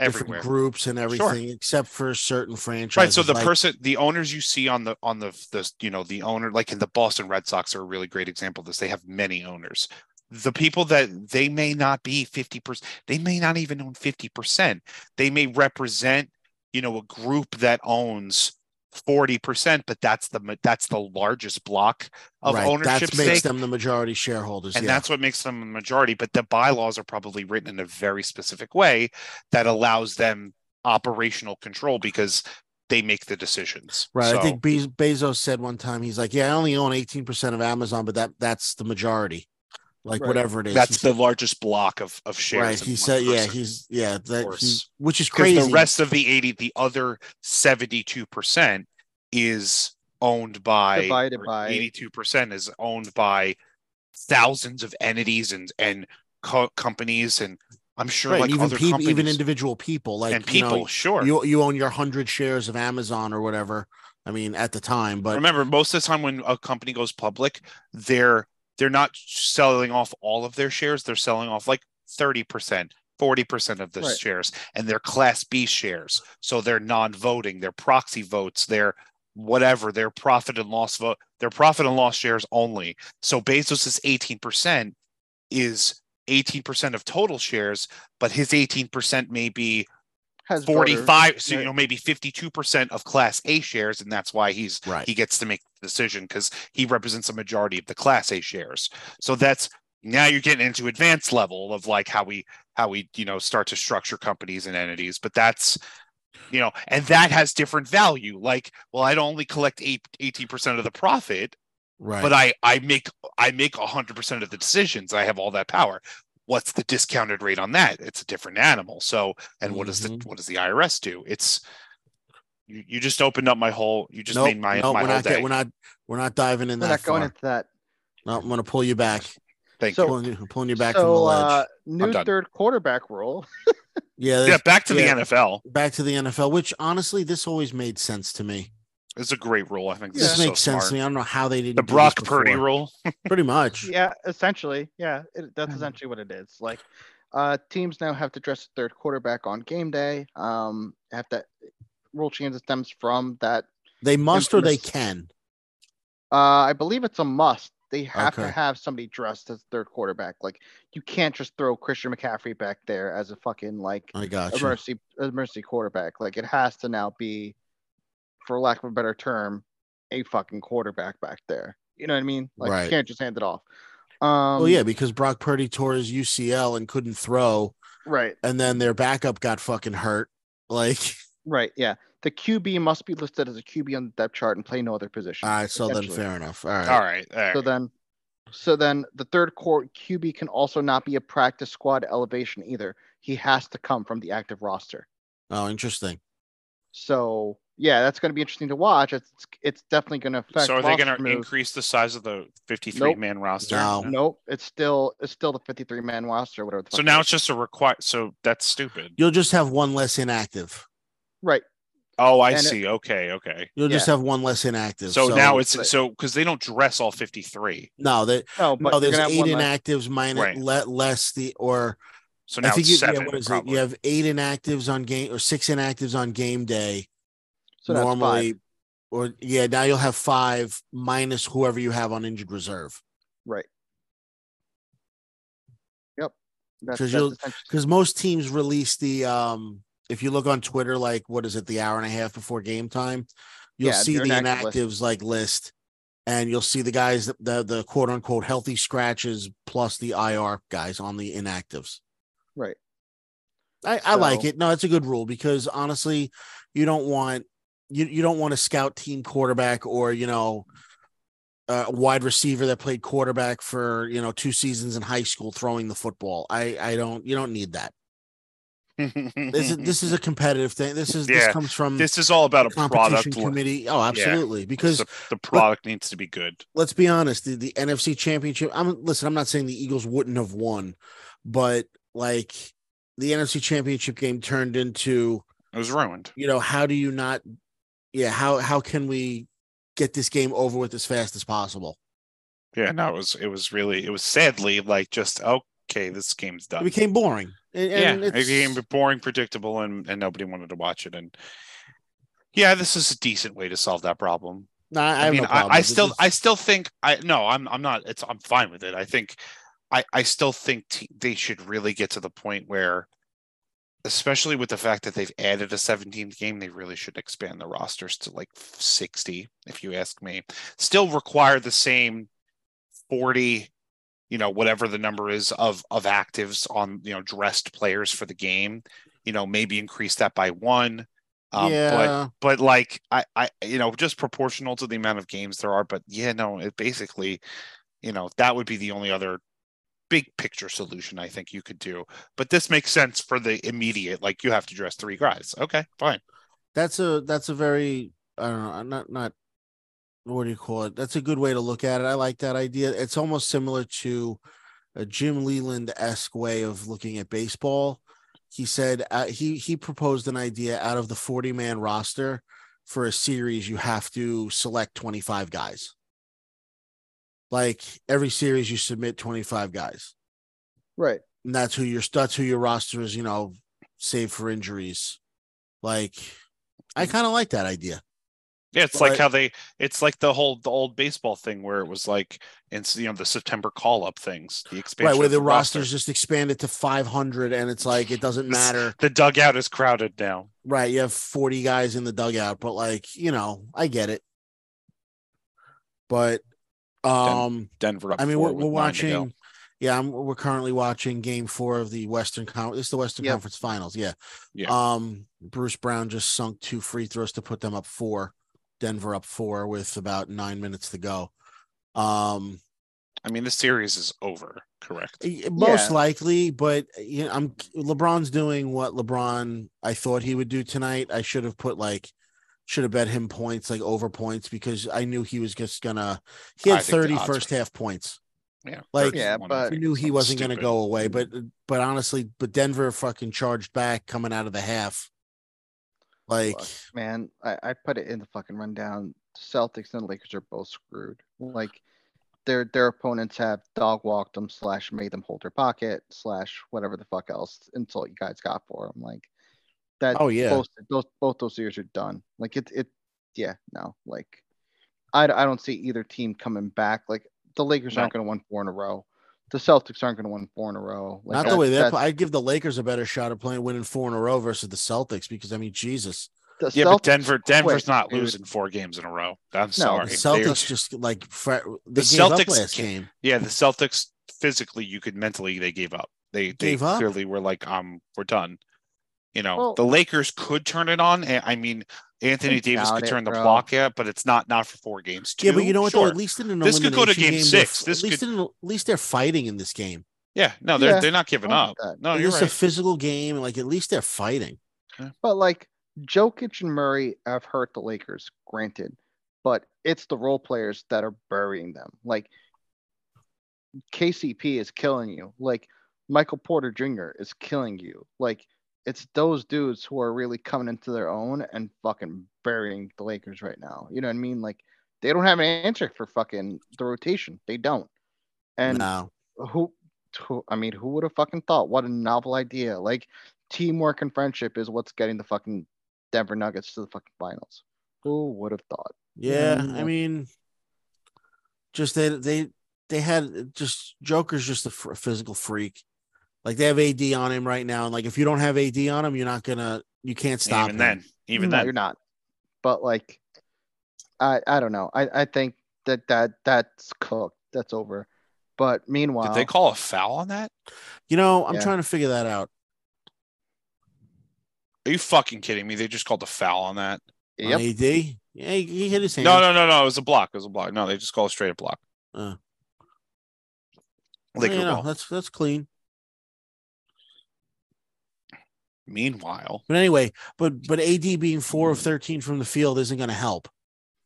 Speaker 3: everywhere.
Speaker 2: different groups and everything, except for certain franchises.
Speaker 3: Right. So the
Speaker 2: like-
Speaker 3: person, the owners you see on the on the the you know the owner, like in the Boston Red Sox, are a really great example of this. They have many owners. the people that they may not be 50%, they may not even own 50%. They may represent, you know, a group that owns 40%, but that's the ma- that's the largest block of ownership
Speaker 2: that makes
Speaker 3: stake.
Speaker 2: them the majority shareholders.
Speaker 3: and
Speaker 2: yeah.
Speaker 3: that's what makes them the majority, but the bylaws are probably written in a very specific way that allows them operational control because they make the decisions.
Speaker 2: Right.
Speaker 3: So,
Speaker 2: I think Be- Bezos said one time, he's like, yeah, I only own 18% of Amazon, but that that's the majority. Like
Speaker 4: Right.
Speaker 2: whatever it is. He's-
Speaker 3: that's the largest block of of shares.
Speaker 2: right.
Speaker 3: in
Speaker 2: He
Speaker 3: one
Speaker 2: said, yeah,
Speaker 3: person.
Speaker 2: he's, yeah, that, he,
Speaker 3: course.
Speaker 2: which is
Speaker 3: because
Speaker 2: crazy.
Speaker 3: the rest of the 80 the other 72% is owned by
Speaker 1: Divided
Speaker 3: or
Speaker 1: by-
Speaker 3: 82% is owned by thousands of entities and and co- companies and i'm sure
Speaker 2: right.
Speaker 3: like
Speaker 2: even
Speaker 3: other
Speaker 2: people,
Speaker 3: companies
Speaker 2: even individual people, like
Speaker 3: and people
Speaker 2: you, know,
Speaker 3: sure
Speaker 2: you, you own your hundred shares of Amazon or whatever. I mean, at the time, but
Speaker 3: remember most of the time when a company goes public they're they're not selling off all of their shares they're selling off like 30% 40% of the
Speaker 1: Right.
Speaker 3: shares and they're class b shares so they're non-voting they're proxy votes they're whatever their profit and loss vote their profit and loss shares only so bezos is 18% is 18% of total shares but his 18% may be
Speaker 1: Has voter-
Speaker 3: 45 so you
Speaker 1: yeah.
Speaker 3: know maybe 52% of class a shares and that's why he's
Speaker 2: right.
Speaker 3: he gets to make the decision because he represents a majority of the class a shares so that's now you're getting into advanced level of like how we how we you know start to structure companies and entities but that's you know and that has different value like well i don't only collect eight, 18% of the profit
Speaker 2: right.
Speaker 3: but i i make i make 100% of the decisions i have all that power what's the discounted rate on that it's a different animal so and what does
Speaker 2: Mhm.
Speaker 3: the what does the irs do it's you, you just opened up my whole you just
Speaker 2: Nope,
Speaker 3: made my,
Speaker 2: nope,
Speaker 3: my
Speaker 2: we're
Speaker 3: whole
Speaker 2: not
Speaker 3: day
Speaker 2: get- we're not, we're not diving in
Speaker 1: We're
Speaker 2: that
Speaker 1: not going
Speaker 2: far.
Speaker 1: into that.
Speaker 2: No, I'm going to pull you back.
Speaker 3: Thank
Speaker 1: So-
Speaker 3: you.
Speaker 2: pulling, you- pulling you back
Speaker 1: so
Speaker 2: from the ledge.
Speaker 1: uh, new
Speaker 3: done.
Speaker 1: third quarterback rule.
Speaker 2: yeah.
Speaker 3: Yeah,
Speaker 2: that's-
Speaker 3: back to
Speaker 2: yeah.
Speaker 3: the NFL.
Speaker 2: Back to the NFL, which honestly, this always made sense to me.
Speaker 3: It's a great rule. I think this
Speaker 2: This
Speaker 3: is
Speaker 2: makes
Speaker 3: so
Speaker 2: sense to me. I
Speaker 3: smart.
Speaker 2: don't know how they didn't.
Speaker 3: The
Speaker 2: do this
Speaker 3: Brock Purdy
Speaker 2: before.
Speaker 3: rule.
Speaker 2: pretty much.
Speaker 1: Yeah, essentially. Yeah, it,
Speaker 2: Mm.
Speaker 1: that's essentially what it is. Like, uh, teams now have to dress the third quarterback on game day. Um, have that rule change that stems from that.
Speaker 2: They must or they
Speaker 1: infamous-
Speaker 2: can.
Speaker 1: Uh, I believe it's a must. They have to
Speaker 2: Okay.
Speaker 1: have somebody dressed as third quarterback. Like, you can't just throw Christian McCaffrey back there as a fucking like
Speaker 2: I got you.
Speaker 1: emergency emergency quarterback. Like, it has to now be, for lack of a better term, a fucking quarterback back there. You know what I mean? Like,
Speaker 2: Right.
Speaker 1: you can't just hand it off. Um,
Speaker 2: well, yeah, because Brock Purdy tore his UCL and couldn't throw,
Speaker 1: Right.
Speaker 2: and then their backup got fucking hurt. Like,
Speaker 1: Right. Yeah. The QB must be listed as a QB on the depth chart and play no other position.
Speaker 2: all right, so then
Speaker 1: essentially.
Speaker 2: fair enough. All right,
Speaker 3: All right. all right.
Speaker 1: So then, so then the third court QB can also not be a practice squad elevation either. He has to come from the active roster.
Speaker 2: Oh, interesting.
Speaker 1: So yeah, that's going to be interesting to watch. It's it's, it's definitely going to affect.
Speaker 3: so are they
Speaker 1: roster
Speaker 3: going to
Speaker 1: moves.
Speaker 3: increase the size of the 53 man roster?
Speaker 2: No.
Speaker 1: Nope. It's still it's still the 53 man roster. Whatever. The
Speaker 3: So
Speaker 1: fuck
Speaker 3: now
Speaker 1: it
Speaker 3: it's
Speaker 1: is.
Speaker 3: just a require. So that's stupid.
Speaker 2: You'll just have one less inactive.
Speaker 1: right.
Speaker 3: Oh, I
Speaker 1: And it-
Speaker 3: see. okay. Okay.
Speaker 2: You'll just have one less inactive.
Speaker 3: So, now it's
Speaker 1: but-
Speaker 3: so because they don't dress all 53.
Speaker 2: no that
Speaker 1: No, but
Speaker 2: no.
Speaker 1: you're
Speaker 2: There's
Speaker 1: gonna have
Speaker 2: eight
Speaker 1: one less-
Speaker 2: inactives minus
Speaker 3: Right.
Speaker 2: le- less the or
Speaker 3: So
Speaker 2: I
Speaker 3: now
Speaker 2: think
Speaker 3: it's
Speaker 2: you, yeah,
Speaker 3: seven.
Speaker 2: what is it?
Speaker 3: probably.
Speaker 2: You have eight inactives on game or six inactives on game day.
Speaker 1: so that's
Speaker 2: normally,
Speaker 1: five.
Speaker 2: or yeah, now you'll have five minus whoever you have on injured reserve.
Speaker 1: Right. Yep. That's,
Speaker 2: 'Cause
Speaker 1: that's
Speaker 2: you'll-
Speaker 1: essentially-
Speaker 2: because most teams release the um if you look on twitter like what is it the hour and a half before game time you'll
Speaker 1: Yeah,
Speaker 2: see the
Speaker 1: their
Speaker 2: inactives
Speaker 1: inactive list.
Speaker 2: like list and you'll see the guys that the, the quote unquote healthy scratches plus the ir guys on the inactives
Speaker 1: Right.
Speaker 2: i, I like
Speaker 1: So-
Speaker 2: it no it's a good rule because honestly you don't want you, you don't want a scout team quarterback or you know a wide receiver that played quarterback for you know two seasons in high school throwing the football i i don't you don't need that this is this is a competitive thing. This is this
Speaker 3: Yeah,
Speaker 2: comes from
Speaker 3: This is all about a
Speaker 2: the competition
Speaker 3: product. li-
Speaker 2: committee. Oh, absolutely. Because
Speaker 3: The, the product needs to be good.
Speaker 2: let's be honest, the, the NFC championship. I'm listen, I'm not saying the Eagles wouldn't have won, but like the NFC championship game turned into,
Speaker 3: It was ruined.
Speaker 2: you know, how do you not yeah, how how can we get this game over with as fast as possible?
Speaker 3: Yeah, no, it was it was really it was sadly like just okay, this game's
Speaker 2: It
Speaker 3: done.
Speaker 2: became boring. And, and
Speaker 3: yeah, it
Speaker 2: it's-
Speaker 3: became boring, predictable, and and nobody wanted to watch it. And yeah, this is a decent way to solve that problem.
Speaker 2: Nah, I,
Speaker 3: I,
Speaker 2: have
Speaker 3: mean,
Speaker 2: no
Speaker 3: I,
Speaker 2: problem
Speaker 3: I
Speaker 2: with it.
Speaker 3: still
Speaker 2: This-
Speaker 3: I still think I no, I'm I'm not. It's I'm fine with it. I think I I still think te- they should really get to the point where, especially with the fact that they've added a 17th game, they really should expand the rosters to like 60, if you ask me. Still require the same 40, you know, whatever the number is of of actives on you know dressed players for the game. You know, maybe increase that by one. Um, But
Speaker 2: yeah,
Speaker 3: but like I, I you know just proportional to the amount of games there are but yeah no it basically you know that would be the only other big picture solution i think you could do but this makes sense for the immediate like you have to dress three guys okay fine
Speaker 2: that's a that's a very I don't know, not not what do you call it? That's a good way to look at it. I like that idea. It's almost similar to a Jim Leland esque way of looking at baseball. He said uh, he he proposed an idea out of the forty man roster for a series. You have to select twenty five guys. Like every series, you submit twenty five guys
Speaker 1: Right.
Speaker 2: and that's who your that's who your roster is. You know, save for injuries. Like, I kind of like that idea.
Speaker 3: yeah it's
Speaker 2: But-
Speaker 3: like how they it's like the whole the old baseball thing where it was like it's you know the september call up things the expansion
Speaker 2: right, where
Speaker 3: of
Speaker 2: the
Speaker 3: roster.
Speaker 2: rosters just expanded to 500, and it's like it doesn't
Speaker 3: This-
Speaker 2: matter.
Speaker 3: the dugout is crowded now
Speaker 2: Right, you have 40 guys in the dugout, but like you know, I get it. But, um,
Speaker 3: denver up
Speaker 2: I mean,
Speaker 3: four
Speaker 2: we're,
Speaker 3: with
Speaker 2: we're
Speaker 3: nine to go.
Speaker 2: watching. Yeah, I'm, we're currently watching Game Four of the Western Conference. It's the Western
Speaker 1: Yep.
Speaker 2: Conference Finals. Yeah.
Speaker 3: Yeah.
Speaker 2: Um, Bruce Brown just sunk two free throws to put them up four. Denver up four with about nine minutes to go. Um,
Speaker 3: i mean the series is over correct
Speaker 2: y- most
Speaker 1: Yeah.
Speaker 2: likely, but you know, I'm LeBron's doing what LeBron I thought he would do tonight. I should have put like should have bet him points like over points because I knew he was just gonna he
Speaker 3: I
Speaker 2: had
Speaker 3: think the
Speaker 2: 30
Speaker 3: odds
Speaker 2: first
Speaker 3: were-
Speaker 2: half points.
Speaker 3: yeah
Speaker 2: Like-
Speaker 1: Yeah,
Speaker 3: one
Speaker 1: but-
Speaker 2: we
Speaker 3: thing
Speaker 2: knew
Speaker 3: or
Speaker 2: he
Speaker 3: something
Speaker 2: wasn't going to
Speaker 3: stupid.
Speaker 2: go away. But but honestly, but Denver fucking charged back coming out of the half. Like
Speaker 1: Fuck, man, I, I put it in the fucking rundown. Celtics and Lakers are both screwed. Like their their opponents have dog walked them slash made them hold their pocket slash whatever the fuck else insult you guys got for them. Like that.
Speaker 2: Oh, yeah.
Speaker 1: both those both those years are done. Like it it yeah no like I I don't see either team coming back. Like the Lakers aren't going to win four in a row. The Celtics aren't going to win four in a row. Like,
Speaker 2: not the way they're.
Speaker 1: that.
Speaker 2: pl- I'd give the Lakers a better shot of playing winning four in a row versus the Celtics because I mean Jesus,
Speaker 1: the
Speaker 3: Yeah,
Speaker 1: Celtics-
Speaker 3: but Denver Denver's
Speaker 1: quit,
Speaker 3: not
Speaker 1: dude.
Speaker 3: losing four games in a row. I'm
Speaker 2: the
Speaker 3: sorry. They're-
Speaker 2: Celtics just like fra- they
Speaker 3: The
Speaker 2: gave up
Speaker 3: Celtics
Speaker 2: last
Speaker 3: ca-
Speaker 2: game.
Speaker 3: yeah, the Celtics physically, you could mentally, they gave up. They they
Speaker 2: Gave up?
Speaker 3: clearly were like, um, we're done. You know,
Speaker 1: Well-
Speaker 3: the Lakers could turn it on. A- I mean, Anthony
Speaker 1: I
Speaker 3: Davis
Speaker 1: doubt
Speaker 3: could
Speaker 1: it,
Speaker 3: turn the
Speaker 1: bro.
Speaker 3: block out, but it's not not for four games.
Speaker 2: Yeah, but
Speaker 3: Two?
Speaker 2: you know what? Though,
Speaker 3: Sure.
Speaker 2: at least in an
Speaker 3: This could go to
Speaker 2: elimination
Speaker 3: game
Speaker 2: they're
Speaker 3: six.
Speaker 2: f-
Speaker 3: This
Speaker 2: at least in, at least they're fighting in this game.
Speaker 3: Yeah, no, they're
Speaker 1: Yeah,
Speaker 3: they're not
Speaker 2: Oh
Speaker 3: giving
Speaker 1: I'll
Speaker 3: up.
Speaker 1: do that.
Speaker 3: No,
Speaker 2: It
Speaker 3: Oh, you're
Speaker 2: is a
Speaker 3: right.
Speaker 2: physical game. Like at least they're fighting.
Speaker 1: But like Jokic and Murray have hurt the Lakers, granted, but it's the role players that are burying them. Like KCP is killing you. Like Michael Porter Jr. is killing you. Like it's those dudes who are really coming into their own and fucking burying the Lakers right now. You know what I mean? Like they don't have an answer for fucking the rotation. They don't. And
Speaker 2: no,
Speaker 1: who, who I mean, who would have fucking thought? What a novel idea! Like teamwork and friendship is what's getting the fucking Denver Nuggets to the fucking finals. Who would have thought?
Speaker 2: Yeah,
Speaker 1: Yeah.
Speaker 2: I mean, just they they they had just Joker's just a, f- a physical freak. Like they have AD on him right now, and like if you don't have AD on him, you're not gonna you can't stop
Speaker 3: Even
Speaker 2: him.
Speaker 3: then, even
Speaker 1: no,
Speaker 3: then,
Speaker 1: you're not. But like, I I don't know. I I think that that that's cooked. That's over. But meanwhile,
Speaker 3: did they call a foul on that?
Speaker 2: You know, I'm
Speaker 1: Yeah.
Speaker 2: trying to figure that out.
Speaker 3: Are you fucking kidding me? They just called a foul on that.
Speaker 2: On
Speaker 1: yep,
Speaker 2: AD, yeah, he, he hit his hand.
Speaker 3: No, no, no, no. It was a block. It was a block. No, they just called a straight up block.
Speaker 2: Uh.
Speaker 3: Laker
Speaker 2: You know,
Speaker 3: ball.
Speaker 2: that's that's clean.
Speaker 3: Meanwhile,
Speaker 2: But anyway, but but AD being four of thirteen from the field isn't gonna help.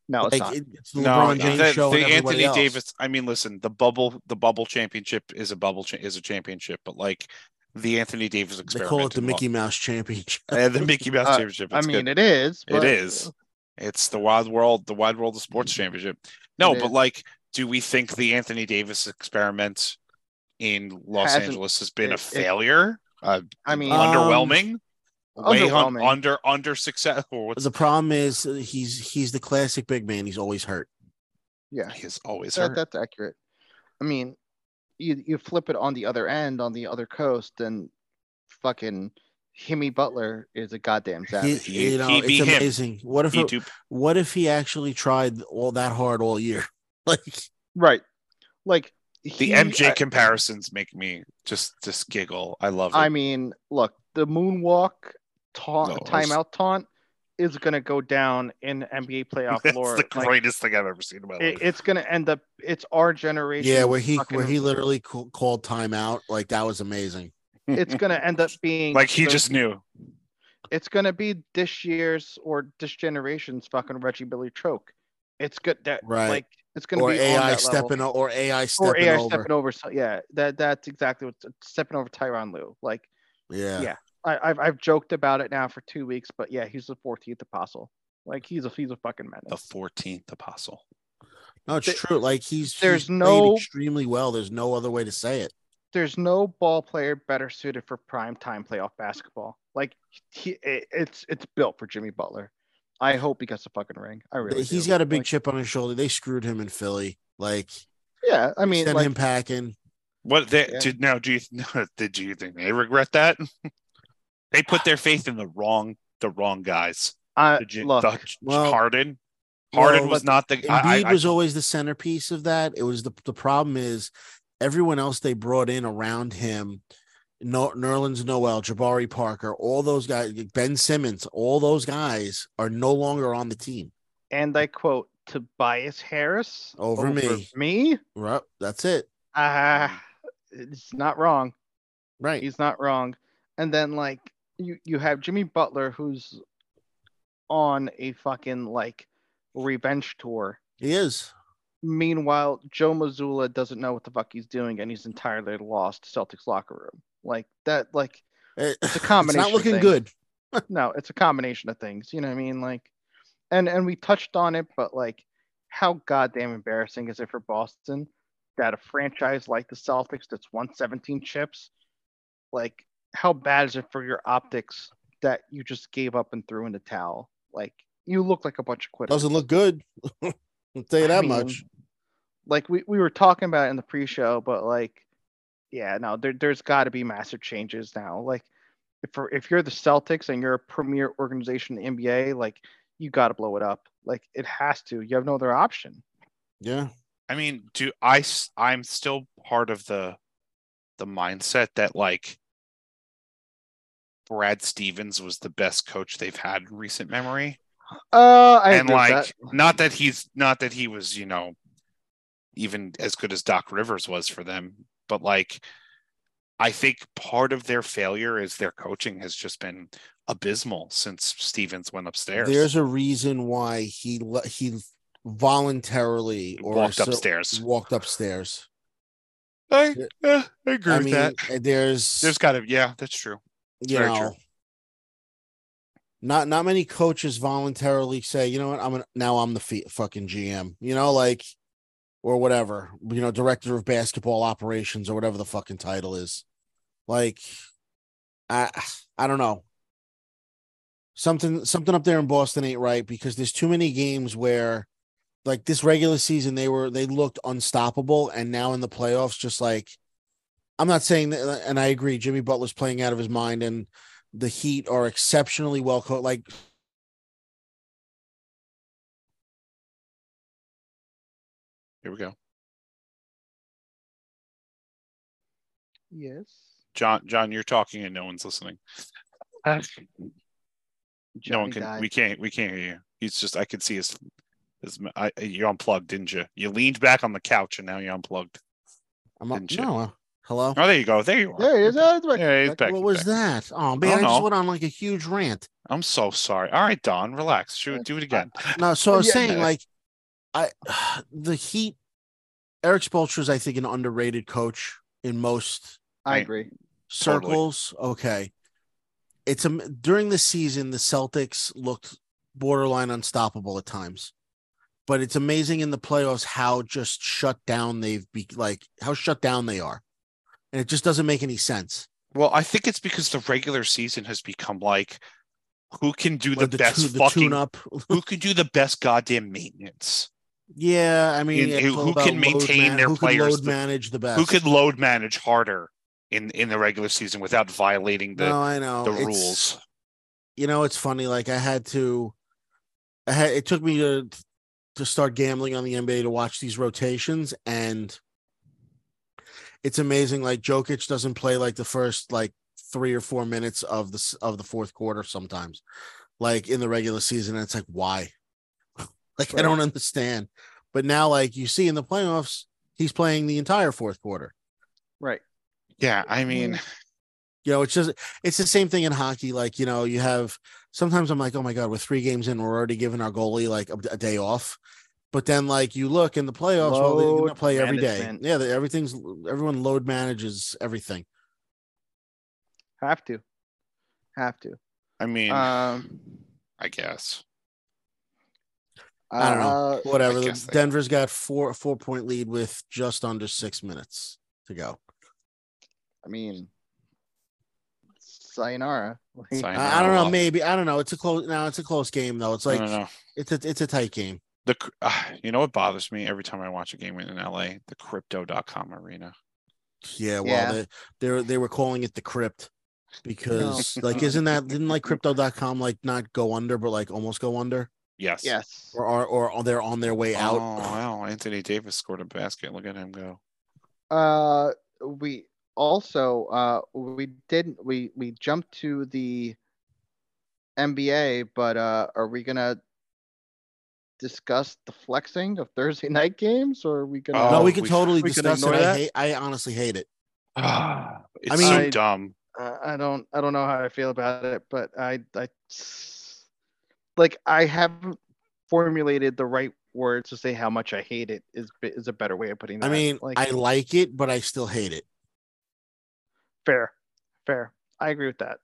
Speaker 1: no, it's
Speaker 2: like
Speaker 1: not.
Speaker 2: it- it's the
Speaker 3: no,
Speaker 2: LeBron
Speaker 3: the,
Speaker 2: James show.
Speaker 3: the
Speaker 2: and everybody
Speaker 3: Anthony
Speaker 2: else.
Speaker 3: Davis. I mean, listen, the bubble, the bubble championship is a bubble cha- is a championship, but like the Anthony Davis
Speaker 2: They
Speaker 3: experiment.
Speaker 2: call it the
Speaker 3: in
Speaker 2: Mickey Mouse Championship.
Speaker 3: law- uh, the Mickey Mouse
Speaker 1: Uh,
Speaker 3: championship.
Speaker 1: I
Speaker 3: It's
Speaker 1: mean, it
Speaker 3: good.
Speaker 1: uh, is.
Speaker 3: it
Speaker 1: but-
Speaker 3: is. It's the wild world, the wide world of sports championship. No,
Speaker 1: Mm. It
Speaker 3: but
Speaker 1: is.
Speaker 3: like, do we think the Anthony Davis experiment in Los
Speaker 1: Hasn't-
Speaker 3: Angeles has been
Speaker 1: it- it-
Speaker 3: a failure? uh,
Speaker 1: I mean,
Speaker 2: Uh,
Speaker 3: underwhelming. Way un-
Speaker 1: underwhelming.
Speaker 3: under under successful. What's
Speaker 2: The problem is uh, he's he's the classic big man. He's always hurt.
Speaker 1: yeah,
Speaker 3: he's always
Speaker 1: that,
Speaker 3: hurt.
Speaker 1: that's accurate. I mean, you you flip it on the other end on the other coast and fucking Himmy Butler is a goddamn
Speaker 2: He-
Speaker 1: savage.
Speaker 3: he-
Speaker 2: you know,
Speaker 3: he
Speaker 2: it's
Speaker 3: beat him.
Speaker 2: amazing. What if
Speaker 3: He
Speaker 2: it,
Speaker 3: do-
Speaker 2: what if he actually tried all that hard all year? Like
Speaker 1: Right. Like
Speaker 3: the
Speaker 1: he-
Speaker 3: MJ
Speaker 1: I-
Speaker 3: comparisons make me just just giggle. I love it.
Speaker 1: I mean, look, the moonwalk taunt,
Speaker 3: No, that's-
Speaker 1: timeout taunt is gonna go down in NBA playoff
Speaker 3: That's
Speaker 1: lore.
Speaker 3: the
Speaker 1: Like,
Speaker 3: greatest thing I've ever seen in my
Speaker 1: it-
Speaker 3: life.
Speaker 1: it's gonna end up. It's our generation.
Speaker 2: yeah, where he where he
Speaker 1: fucking-
Speaker 2: literally ca- called timeout. Like that was amazing.
Speaker 1: It's gonna end up being
Speaker 3: like he
Speaker 1: the-
Speaker 3: just knew.
Speaker 1: It's gonna be this year's or this generation's fucking Reggie Billy choke. It's good that
Speaker 2: Right.
Speaker 1: like it's gonna
Speaker 2: Or
Speaker 1: be on
Speaker 2: AI
Speaker 1: that level.
Speaker 2: stepping o- or AI stepping
Speaker 1: or AI
Speaker 2: over.
Speaker 1: stepping over. So yeah, that that's exactly what stepping over Tyron Lou. Like
Speaker 2: yeah.
Speaker 1: Yeah. I, I've I've joked about it now for two weeks, but yeah, he's the 14th apostle. Like he's a he's a fucking
Speaker 3: The
Speaker 1: menace.
Speaker 3: 14th apostle.
Speaker 2: No, it's
Speaker 1: Th-
Speaker 2: true. Like he's
Speaker 1: there's
Speaker 2: he's played
Speaker 1: no-
Speaker 2: extremely well. There's no other way to say it.
Speaker 1: There's no ball player better suited for prime time playoff basketball. Like he, it, it's it's built for Jimmy Butler. I hope he gets a fucking ring. I really.
Speaker 2: He's
Speaker 1: He's
Speaker 2: got a big
Speaker 1: Like-
Speaker 2: chip on his shoulder. They screwed him in Philly. Like
Speaker 1: yeah, I mean,
Speaker 2: sent
Speaker 1: like,
Speaker 2: him packing.
Speaker 3: What they
Speaker 1: Yeah.
Speaker 3: did now? Do you did you think they regret that? they put their faith in the wrong the wrong guys.
Speaker 1: I,
Speaker 3: The, J-
Speaker 1: Uh, look,
Speaker 3: the J-
Speaker 2: Well-
Speaker 3: Harden. Harden
Speaker 2: Well,
Speaker 3: was not the. I,
Speaker 2: Embiid
Speaker 3: I,
Speaker 2: was always the centerpiece of that. It was the the problem is everyone else they brought in around him, no, Nerlens Noel, Jabari Parker, all those guys, Ben Simmons, all those guys are no longer on the team.
Speaker 1: and I quote Tobias Harris
Speaker 2: Over me.
Speaker 1: Me,
Speaker 2: Right? That's it.
Speaker 1: ah, it's not wrong.
Speaker 2: Right.
Speaker 1: He's not wrong. And then like you you have Jimmy Butler who's on a fucking like revenge tour.
Speaker 2: He is.
Speaker 1: Meanwhile, Joe Missoula doesn't know what the fuck he's doing and he's entirely lost Celtics locker room. Like that like
Speaker 2: It- Eh, It's
Speaker 1: a combination
Speaker 2: not looking
Speaker 1: thing.
Speaker 2: good.
Speaker 1: no, it's a combination of things, you know what I mean? Like and and we touched on it, but like how goddamn embarrassing is it for Boston that a franchise like the Celtics that's won 17 chips, like how bad is it for your optics that you just gave up and threw in the towel? Like you look like a bunch of quitters.
Speaker 2: Doesn't look good. I'll tell you
Speaker 1: I
Speaker 2: that
Speaker 1: mean,
Speaker 2: much.
Speaker 1: Like we, we were talking about it in the pre-show, but like, yeah, no, there, there's got to be massive changes now. Like if for if you're the Celtics and you're a premier organization in the NBA, like you got to blow it up. Like it has to. You have no other option.
Speaker 2: Yeah.
Speaker 3: I mean, do I? s- I'm still part of the the mindset that like Brad Stevens was the best coach they've had in recent memory.
Speaker 1: Uh, I
Speaker 3: and
Speaker 1: agree with
Speaker 3: like
Speaker 1: that.
Speaker 3: not that he's not that he was you know even as good as doc rivers was for them but like i think part of their failure is their coaching has just been abysmal since stevens went upstairs
Speaker 2: There's a reason why he le- he voluntarily or
Speaker 3: walked
Speaker 2: so-
Speaker 3: upstairs
Speaker 2: Walked upstairs.
Speaker 3: I, eh, I agree
Speaker 2: I
Speaker 3: with
Speaker 2: mean, eh,
Speaker 3: that
Speaker 2: there's
Speaker 3: there's gotta yeah that's true
Speaker 2: you
Speaker 3: Very
Speaker 2: know,
Speaker 3: true.
Speaker 2: not not many coaches voluntarily say, you know what, I'm gonna, now I'm the fe- fucking GM, you know, like or whatever, you know, director of basketball operations or whatever the fucking title is. Like, I I don't know. Something something up there in Boston ain't right because there's too many games where, like this regular season, they were they looked unstoppable, and now in the playoffs, just like I'm not saying that, uh, and I agree. Jimmy Butler's playing out of his mind, and the Heat are exceptionally well coached. Like
Speaker 3: here we go
Speaker 1: Yes.
Speaker 3: john john you're talking and no one's listening no one
Speaker 1: Johnny
Speaker 3: can
Speaker 1: died.
Speaker 3: we can't we can't hear you he's just i could see his his I, you unplugged didn't you you leaned back on the couch and now you're unplugged
Speaker 2: I'm not,
Speaker 3: Didn't you?
Speaker 2: no, uh, hello.
Speaker 3: Oh, there you go. There you are.
Speaker 1: There he is. Oh, it's back.
Speaker 3: Yeah, he's back.
Speaker 2: What
Speaker 3: he's
Speaker 2: was
Speaker 3: back.
Speaker 2: that? Oh man, I,
Speaker 3: I don't know.
Speaker 2: just went on like a huge rant.
Speaker 3: I'm so sorry. All right, Don, relax. Shoot, do it again.
Speaker 2: No,
Speaker 3: Oh,
Speaker 2: so I was
Speaker 1: Yeah.
Speaker 2: saying like, I the Heat, Eric Spoelstra is I think an underrated coach in most
Speaker 1: I agree.
Speaker 3: Totally.
Speaker 2: circles. Okay, it's a during the season the Celtics looked borderline unstoppable at times, but it's amazing in the playoffs how just shut down they've be like how shut down they are, and it just doesn't make any sense.
Speaker 3: Well, I think it's because the regular season has become like who can do the,
Speaker 2: Like
Speaker 3: best
Speaker 2: tu-
Speaker 3: fucking
Speaker 2: up,
Speaker 3: who can do the best goddamn maintenance.
Speaker 2: Yeah, I mean,
Speaker 3: And
Speaker 2: it's
Speaker 3: who-
Speaker 2: all
Speaker 3: who
Speaker 2: about
Speaker 3: can
Speaker 2: load
Speaker 3: maintain their
Speaker 2: who can
Speaker 3: players
Speaker 2: load
Speaker 3: the-
Speaker 2: manage the best?
Speaker 3: Who could load manage harder in in the regular season without violating the
Speaker 2: no, I know
Speaker 3: the
Speaker 2: It's-
Speaker 3: rules?
Speaker 2: You know, it's funny. Like I had to, I had it took me to to start gambling on the NBA to watch these rotations, and it's amazing. Like Jokic doesn't play like the first like three or four minutes of the s- of the fourth quarter sometimes, like in the regular season. And it's like why? like I
Speaker 4: Right.
Speaker 2: don't understand. But now, like you see in the playoffs, he's playing the entire fourth quarter.
Speaker 4: Right.
Speaker 3: Yeah, I mean,
Speaker 2: You know, it's just it's the same thing in hockey. Like you know, you have sometimes I'm like, oh my god, we're three games in, we're already giving our goalie like a, a day off. But then like you look in the playoffs, well, they're gonna
Speaker 4: Load
Speaker 2: play every day.
Speaker 4: management.
Speaker 2: Yeah, they- everything's everyone load manages everything.
Speaker 4: Have to. Have to.
Speaker 3: I mean,
Speaker 1: uh,
Speaker 4: Um,
Speaker 3: I guess.
Speaker 2: I don't know.
Speaker 1: Uh,
Speaker 2: Whatever.
Speaker 3: I guess they-
Speaker 2: Denver's got four four point lead with just under six minutes to go.
Speaker 1: I mean, sayonara. Like,
Speaker 3: Sayonara. I
Speaker 2: I, I don't
Speaker 3: know.
Speaker 2: know. Maybe I don't know. It's a close. Now it's a close game though. It's
Speaker 3: Like,
Speaker 2: like
Speaker 3: I don't know.
Speaker 2: it's a it's a tight game.
Speaker 3: The cr- ah, you know what bothers me every time I watch a game in LA, the crypto.com arena.
Speaker 2: Yeah, well,
Speaker 1: Yeah.
Speaker 2: They, they were- they were calling it the crypt because like isn't that didn't like crypto.com like not go under but like almost go under
Speaker 3: Yes.
Speaker 1: yes.
Speaker 2: or are or, they're on their way
Speaker 3: Oh
Speaker 2: out.
Speaker 3: wow, Anthony Davis scored a basket. Look at him go.
Speaker 1: Uh, we also uh we didn't we we jumped to the NBA, but uh, are we gonna discuss the flexing of Thursday night games, or are we gonna?
Speaker 3: Oh,
Speaker 2: no, we can
Speaker 3: we-
Speaker 2: totally
Speaker 1: we can
Speaker 2: discuss it.
Speaker 1: ignore
Speaker 2: I
Speaker 1: that?
Speaker 2: hate I honestly hate it.
Speaker 3: it's
Speaker 2: mean-
Speaker 3: so
Speaker 1: I-
Speaker 3: dumb.
Speaker 1: I I don't I don't know how I feel about it, but I I like I haven't formulated the right words to say how much I hate it is b- is a better way of putting that.
Speaker 2: I mean,
Speaker 1: like
Speaker 2: I like it but I still hate it.
Speaker 1: fair, fair. I agree with that.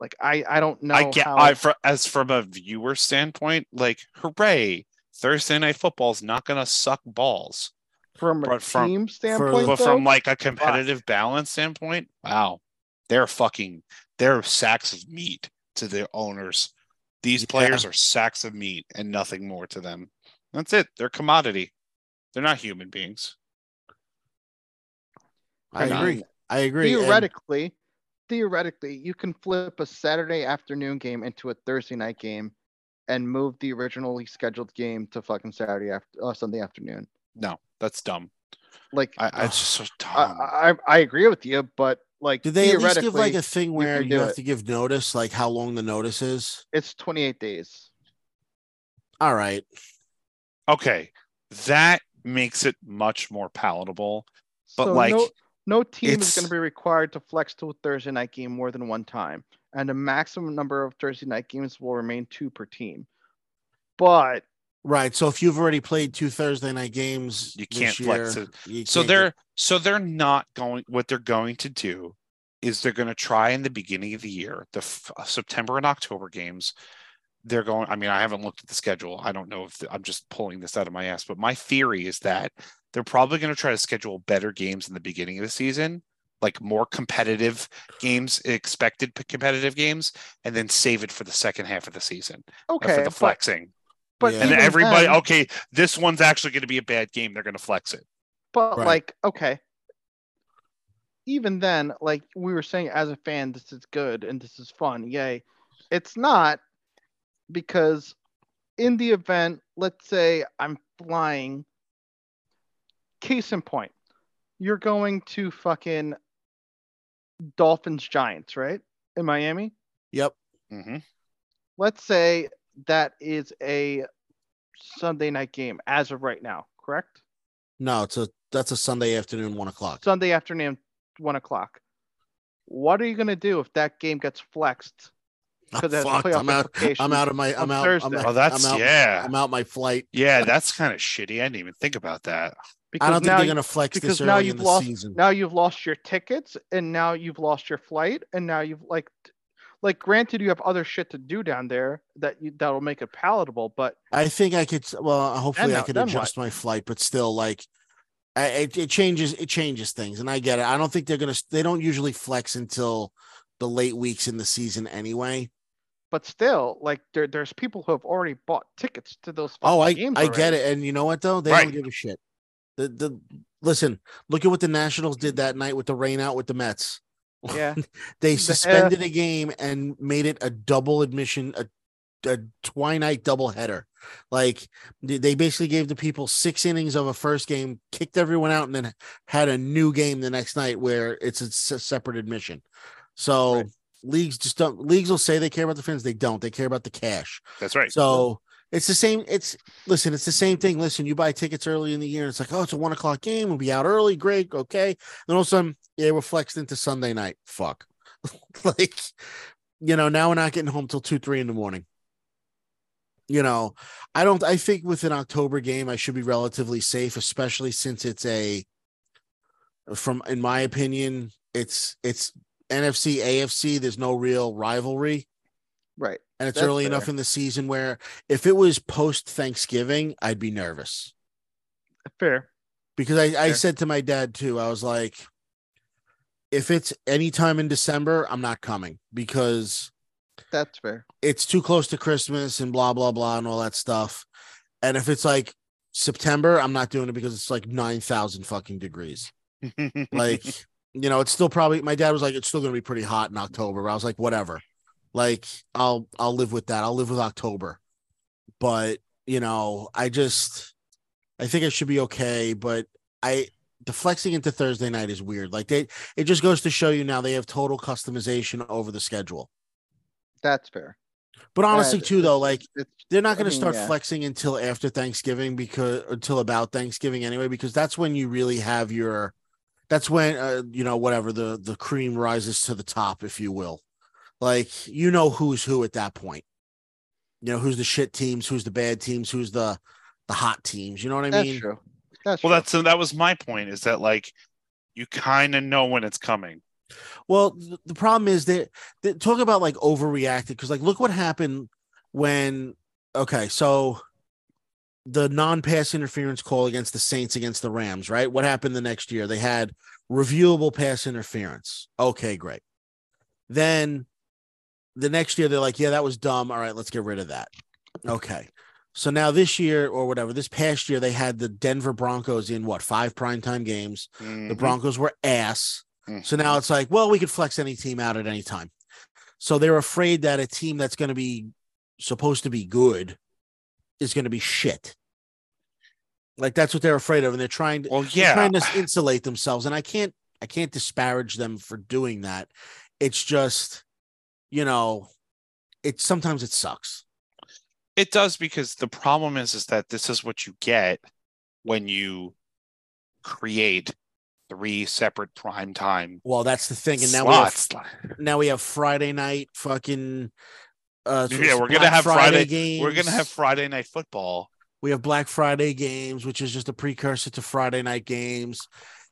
Speaker 1: Like I I don't know.
Speaker 3: I get
Speaker 1: how
Speaker 3: I for, as from a viewer standpoint, like hooray, Thursday night football's not gonna suck balls.
Speaker 1: from a
Speaker 3: but from-
Speaker 1: team
Speaker 2: Like,
Speaker 3: But
Speaker 1: standpoint.
Speaker 3: from
Speaker 1: though,
Speaker 3: like a competitive balance standpoint, wow. They're fucking they're sacks of meat to their owners. These
Speaker 2: Yeah.
Speaker 3: players are sacks of meat and nothing more to them. That's it. They're commodity. They're not human beings.
Speaker 2: I
Speaker 1: I
Speaker 2: agree.
Speaker 1: mean,
Speaker 2: I agree. and-
Speaker 1: theoretically, theoretically, you can flip a Saturday afternoon game into a Thursday night game, and move the originally scheduled game to fucking Saturday after uh, Sunday afternoon.
Speaker 3: No, that's dumb.
Speaker 1: Like
Speaker 3: I, I it's just so dumb.
Speaker 1: I, I I agree with you, but like
Speaker 2: do they at least
Speaker 1: theoretically,
Speaker 2: give like a thing where
Speaker 1: can
Speaker 2: you
Speaker 1: do
Speaker 2: have
Speaker 1: it.
Speaker 2: to give notice like how long the notice is?
Speaker 1: it's 28 days.
Speaker 2: All right.
Speaker 3: okay, that makes it much more palatable. But
Speaker 1: so
Speaker 3: like,
Speaker 1: no, no team is
Speaker 3: it's-
Speaker 1: going to be required to flex to a Thursday night game more than one time, and the maximum number of Thursday night games will remain two per team. But
Speaker 2: Right. So if you've already played two Thursday night games,
Speaker 3: You
Speaker 2: this
Speaker 3: can't flex
Speaker 2: year,
Speaker 3: it.
Speaker 2: you
Speaker 3: so
Speaker 2: can't get-
Speaker 3: they're so they're not going. What they're going to do is they're going to try in the beginning of the year, the f- uh, September and October games. They're going. I mean, I haven't looked at the schedule. I don't know if the, I'm just pulling this out of my ass, but my theory is that they're probably going to try to schedule better games in the beginning of the season, like more competitive games, expected p- competitive games, and then save it for the second half of the season uh,
Speaker 1: okay,
Speaker 3: for the
Speaker 1: but,
Speaker 3: flexing.
Speaker 1: but
Speaker 2: Yeah.
Speaker 3: and
Speaker 1: even
Speaker 3: everybody
Speaker 1: then-
Speaker 3: okay this one's actually going to be a bad game they're going to flex it
Speaker 1: But
Speaker 2: Right.
Speaker 1: like, okay. Even then, like we were saying as a fan, this is good and this is fun. Yay. It's not because in the event, let's say I'm flying. Case in point, you're going to fucking Dolphins Giants, right? In Miami.
Speaker 2: Yep.
Speaker 3: Mhm.
Speaker 1: Let's say that is a Sunday night game as of right now, correct?
Speaker 2: No, it's a that's a Sunday afternoon, one o'clock.
Speaker 1: Sunday afternoon, one o'clock. What are you gonna do if that game gets flexed?
Speaker 2: I'm,
Speaker 1: Because it has
Speaker 2: fucked.
Speaker 1: playoff
Speaker 2: I'm out. I'm
Speaker 1: implications
Speaker 2: out of my.
Speaker 1: on
Speaker 2: I'm out. I'm
Speaker 1: Thursday.
Speaker 2: out
Speaker 3: oh that's
Speaker 2: I'm out,
Speaker 3: yeah
Speaker 2: I'm out my flight.
Speaker 3: yeah that's kind of shitty i didn't even think about that
Speaker 1: Because
Speaker 2: I don't think
Speaker 1: now,
Speaker 2: they're
Speaker 1: you-
Speaker 2: gonna flex this
Speaker 1: because
Speaker 2: early
Speaker 1: now
Speaker 2: in
Speaker 1: you've
Speaker 2: the
Speaker 1: lost-
Speaker 2: season.
Speaker 1: now you've lost your tickets, and now you've lost your flight, and now you've like, t- like granted you have other shit to do down there that you that'll make it palatable, but
Speaker 2: I think I could. Well, hopefully
Speaker 1: Then
Speaker 2: I
Speaker 1: what-
Speaker 2: could
Speaker 1: then what?
Speaker 2: adjust my flight, but still, like, I, it, it changes. It changes things, and I get it. I don't think they're gonna. They don't usually flex until the late weeks in the season anyway.
Speaker 4: But still, like there, there's people who have already bought tickets to those.
Speaker 2: Oh, I,
Speaker 4: fucking games
Speaker 2: I get
Speaker 4: already.
Speaker 2: it. And you know what though? They
Speaker 3: Right.
Speaker 2: don't give a shit. The the listen, look at what the Nationals did that night with the rain out with the Mets.
Speaker 4: Yeah,
Speaker 2: They suspended a game and made it a double admission, a a twilight double header. Like they they basically gave the people six innings of a first game, kicked everyone out, and then had a new game the next night where it's a s- separate admission. So
Speaker 4: Right.
Speaker 2: leagues just don't. Leagues will say they care about the fans. They don't. They care about the cash.
Speaker 3: That's right.
Speaker 2: So it's the same. It's listen. It's the same thing. Listen, you buy tickets early in the year. It's like, oh, it's a one o'clock game. We'll be out early. Great. Okay. Then all of a sudden, yeah, we're flexed into Sunday night. Fuck. like, you know, now we're not getting home till two, three in the morning. You know, I don't. I think with an October game, I should be relatively safe, especially since it's a. From in my opinion, it's it's NFC AFC. There's no real rivalry
Speaker 1: Right.
Speaker 2: and it's
Speaker 1: That's
Speaker 2: early enough
Speaker 1: fair.
Speaker 2: in the season where if it was post Thanksgiving, I'd be nervous
Speaker 4: fair.
Speaker 2: because I, I
Speaker 4: Fair.
Speaker 2: said to my dad too, I was like, if it's any time in December, I'm not coming because
Speaker 1: That's fair.
Speaker 2: it's too close to Christmas and blah blah blah and all that stuff. And if it's like September, I'm not doing it because it's like nine thousand fucking degrees. Like you know, it's still probably my dad was like, it's still gonna be pretty hot in October. I was like, whatever. Like I'll I'll live with that. I'll live with October. But you know, I just I think I should be okay. But I the flexing into Thursday night is weird. Like they it just goes to show you now they have total customization over the schedule.
Speaker 1: That's fair.
Speaker 2: But honestly,
Speaker 1: That-
Speaker 2: too though, like
Speaker 1: It's
Speaker 2: they're not
Speaker 1: I
Speaker 2: going to
Speaker 1: mean,
Speaker 2: start
Speaker 1: yeah.
Speaker 2: flexing until after Thanksgiving because until about Thanksgiving anyway because that's when you really have your that's when uh, you know whatever the the cream rises to the top if you will. Like you know who's who at that point. You know who's the shit teams, who's the bad teams, who's the the hot teams, you know what I
Speaker 1: that's
Speaker 2: mean?
Speaker 1: true. That's
Speaker 3: well,
Speaker 1: true.
Speaker 3: that's so that was my point is that like you kind of know when it's coming.
Speaker 2: Well, th- the problem is that, that talk about like overreacting because like look what happened when okay, so the non-pass interference call against the Saints against the Rams, right? What happened the next year? They had reviewable pass interference. Okay, great. Then the next year they're like, yeah, that was dumb. All right, let's get rid of that. Okay. So now this year or whatever, this past year they had the Denver Broncos in what, five primetime games. The
Speaker 3: Mhm.
Speaker 2: Broncos were ass.
Speaker 3: Mhm.
Speaker 2: So now it's like, well, we could flex any team out at any time. So they're afraid that a team that's going to be supposed to be good is going to be shit. Like that's what they're afraid of, and they're trying to
Speaker 3: Well,
Speaker 2: they're
Speaker 3: yeah.
Speaker 2: trying to insulate themselves. And I can't I can't disparage them for doing that. It's just, you know, it sometimes it sucks.
Speaker 3: It does because the problem is is that this is what you get when you create three separate prime time
Speaker 2: Well, that's the thing. And now we have
Speaker 3: slots.
Speaker 2: now we have Friday night fucking. Uh,
Speaker 3: Yeah, we're gonna
Speaker 2: Black
Speaker 3: have Friday-
Speaker 2: games.
Speaker 3: We're gonna have Friday night football.
Speaker 2: We have Black Friday games, which is just a precursor to Friday night games.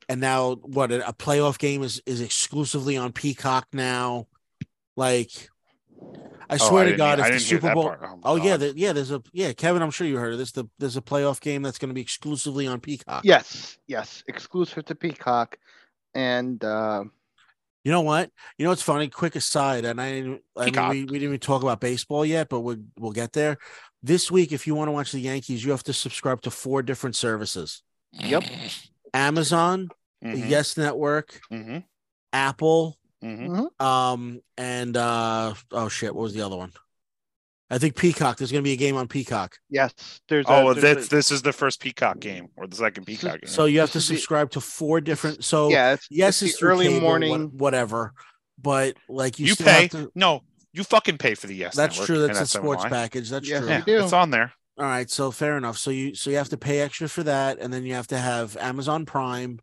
Speaker 2: And now what a a playoff game is is exclusively on Peacock now. Like I
Speaker 3: Oh,
Speaker 2: swear to
Speaker 3: didn't
Speaker 2: God,
Speaker 3: hear-
Speaker 2: if
Speaker 3: I
Speaker 2: the
Speaker 3: didn't hear
Speaker 2: Super
Speaker 3: that
Speaker 2: Bowl
Speaker 3: part. my
Speaker 2: Oh yeah,
Speaker 3: God.
Speaker 2: the, yeah, there's a yeah, Kevin, I'm sure you heard of this. The, there's a playoff game that's gonna be exclusively on Peacock.
Speaker 1: yes, yes, exclusive to Peacock, and uh,
Speaker 2: You know what? You know what's funny? Quick aside, and I, didn't- I mean,
Speaker 3: Peacock.
Speaker 2: we, we didn't even talk about baseball yet, but we'll we'll get there. This week, if you want to watch the Yankees, you have to subscribe to four different services:
Speaker 1: yep,
Speaker 2: Amazon, the
Speaker 3: Mhm,
Speaker 2: Yes Network,
Speaker 3: mhm,
Speaker 2: Apple,
Speaker 3: mhm.
Speaker 2: um, and uh, oh shit, what was the other one? I think Peacock. There's gonna be a game on Peacock,
Speaker 1: yes. There's
Speaker 3: Oh,
Speaker 1: a,
Speaker 3: well,
Speaker 1: there's
Speaker 3: that's
Speaker 1: a-
Speaker 3: this is the first Peacock game or the second Peacock game.
Speaker 2: so you
Speaker 1: This
Speaker 2: have to
Speaker 1: is the-
Speaker 2: subscribe to four different. So
Speaker 1: yeah. It's,
Speaker 2: yes,
Speaker 1: it's
Speaker 2: it's
Speaker 1: the early morning.
Speaker 2: whatever. But like you,
Speaker 3: You
Speaker 2: still
Speaker 3: pay.
Speaker 2: Have to,
Speaker 3: no, you fucking pay for the yes.
Speaker 2: that's
Speaker 3: Network,
Speaker 2: true.
Speaker 3: and
Speaker 2: That's a
Speaker 3: not gonna
Speaker 2: sports
Speaker 3: lie.
Speaker 2: package. That's
Speaker 1: Yes,
Speaker 2: true.
Speaker 1: we
Speaker 3: Yeah,
Speaker 1: do.
Speaker 3: it's on there.
Speaker 2: All right, so fair enough. So you so you have to pay extra for that, and then you have to have Amazon Prime,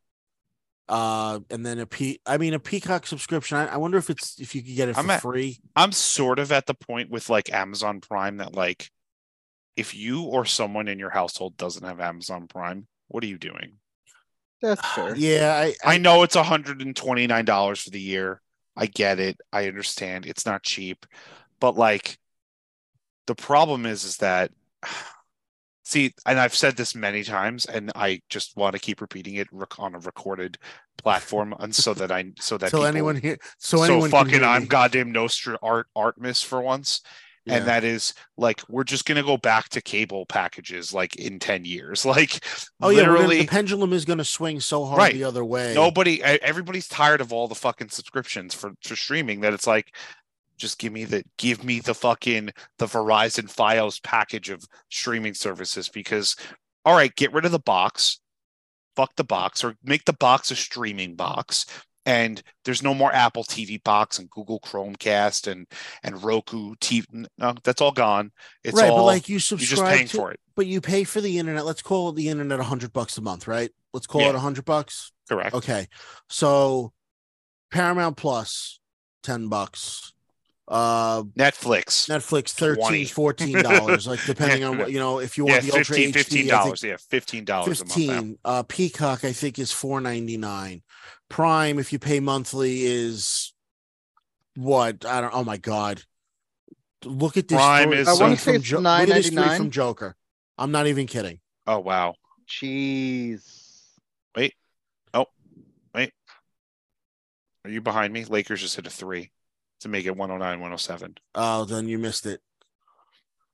Speaker 2: uh, and then a P. I mean, a Peacock subscription. I, I wonder if it's if you could get it for
Speaker 3: I'm at-
Speaker 2: free.
Speaker 3: I'm sort of at the point with like Amazon Prime that like if you or someone in your household doesn't have Amazon Prime, what are you doing?
Speaker 1: That's fair.
Speaker 2: Ah, Yeah, I,
Speaker 3: I know it's $129 for the year. I get it. I understand. It's not cheap. But like the problem is is that See, and I've said this many times, and I just want to keep repeating it rec- on a recorded platform, and so that I so that
Speaker 2: so
Speaker 3: people-
Speaker 2: anyone here, so,
Speaker 3: so,
Speaker 2: anyone, can
Speaker 3: fucking
Speaker 2: hear
Speaker 3: I'm
Speaker 2: me.
Speaker 3: goddamn Nostra art Artemis for once,
Speaker 2: Yeah.
Speaker 3: and that is like we're just gonna go back to cable packages like in ten years, like
Speaker 2: oh yeah, we're gonna,
Speaker 3: literally
Speaker 2: the pendulum is going to swing so hard
Speaker 3: Right.
Speaker 2: the other way.
Speaker 3: nobody e- everybody's tired of all the fucking subscriptions for, for streaming that it's like just give me the give me the fucking the verizon fios package of streaming services because all right get rid of the box fuck the box or make the box a streaming box and there's no more apple tv box and google chromecast and and roku tv no, that's all gone it's
Speaker 2: right,
Speaker 3: all
Speaker 2: but like you
Speaker 3: you're just
Speaker 2: subscribe
Speaker 3: paying
Speaker 2: to,
Speaker 3: for it
Speaker 2: but you pay for the internet. Let's call the internet a hundred bucks a month, right? Let's call
Speaker 3: Yeah.
Speaker 2: it a hundred bucks.
Speaker 3: correct
Speaker 2: Okay, so Paramount Plus, ten bucks. Uh,
Speaker 3: netflix
Speaker 2: Netflix 13
Speaker 3: 20.
Speaker 2: 14 dollars like depending on what you know if you want
Speaker 3: yeah
Speaker 2: the ultra
Speaker 3: 15
Speaker 2: HD, I think
Speaker 3: dollars yeah 15 dollars a month now.
Speaker 2: 15 uh peacock i think is 4.99 prime if you pay monthly is what i don't oh my god look at this
Speaker 3: Prime
Speaker 2: story
Speaker 3: is
Speaker 2: from
Speaker 3: I wanna
Speaker 1: say it's
Speaker 2: Jo- look at this story
Speaker 1: 9.99.
Speaker 2: from joker i'm not even kidding
Speaker 3: oh wow
Speaker 1: Jeez.
Speaker 3: Oh, Are you behind me? Lakers just hit a three to make it 109, 107.
Speaker 2: oh then you missed it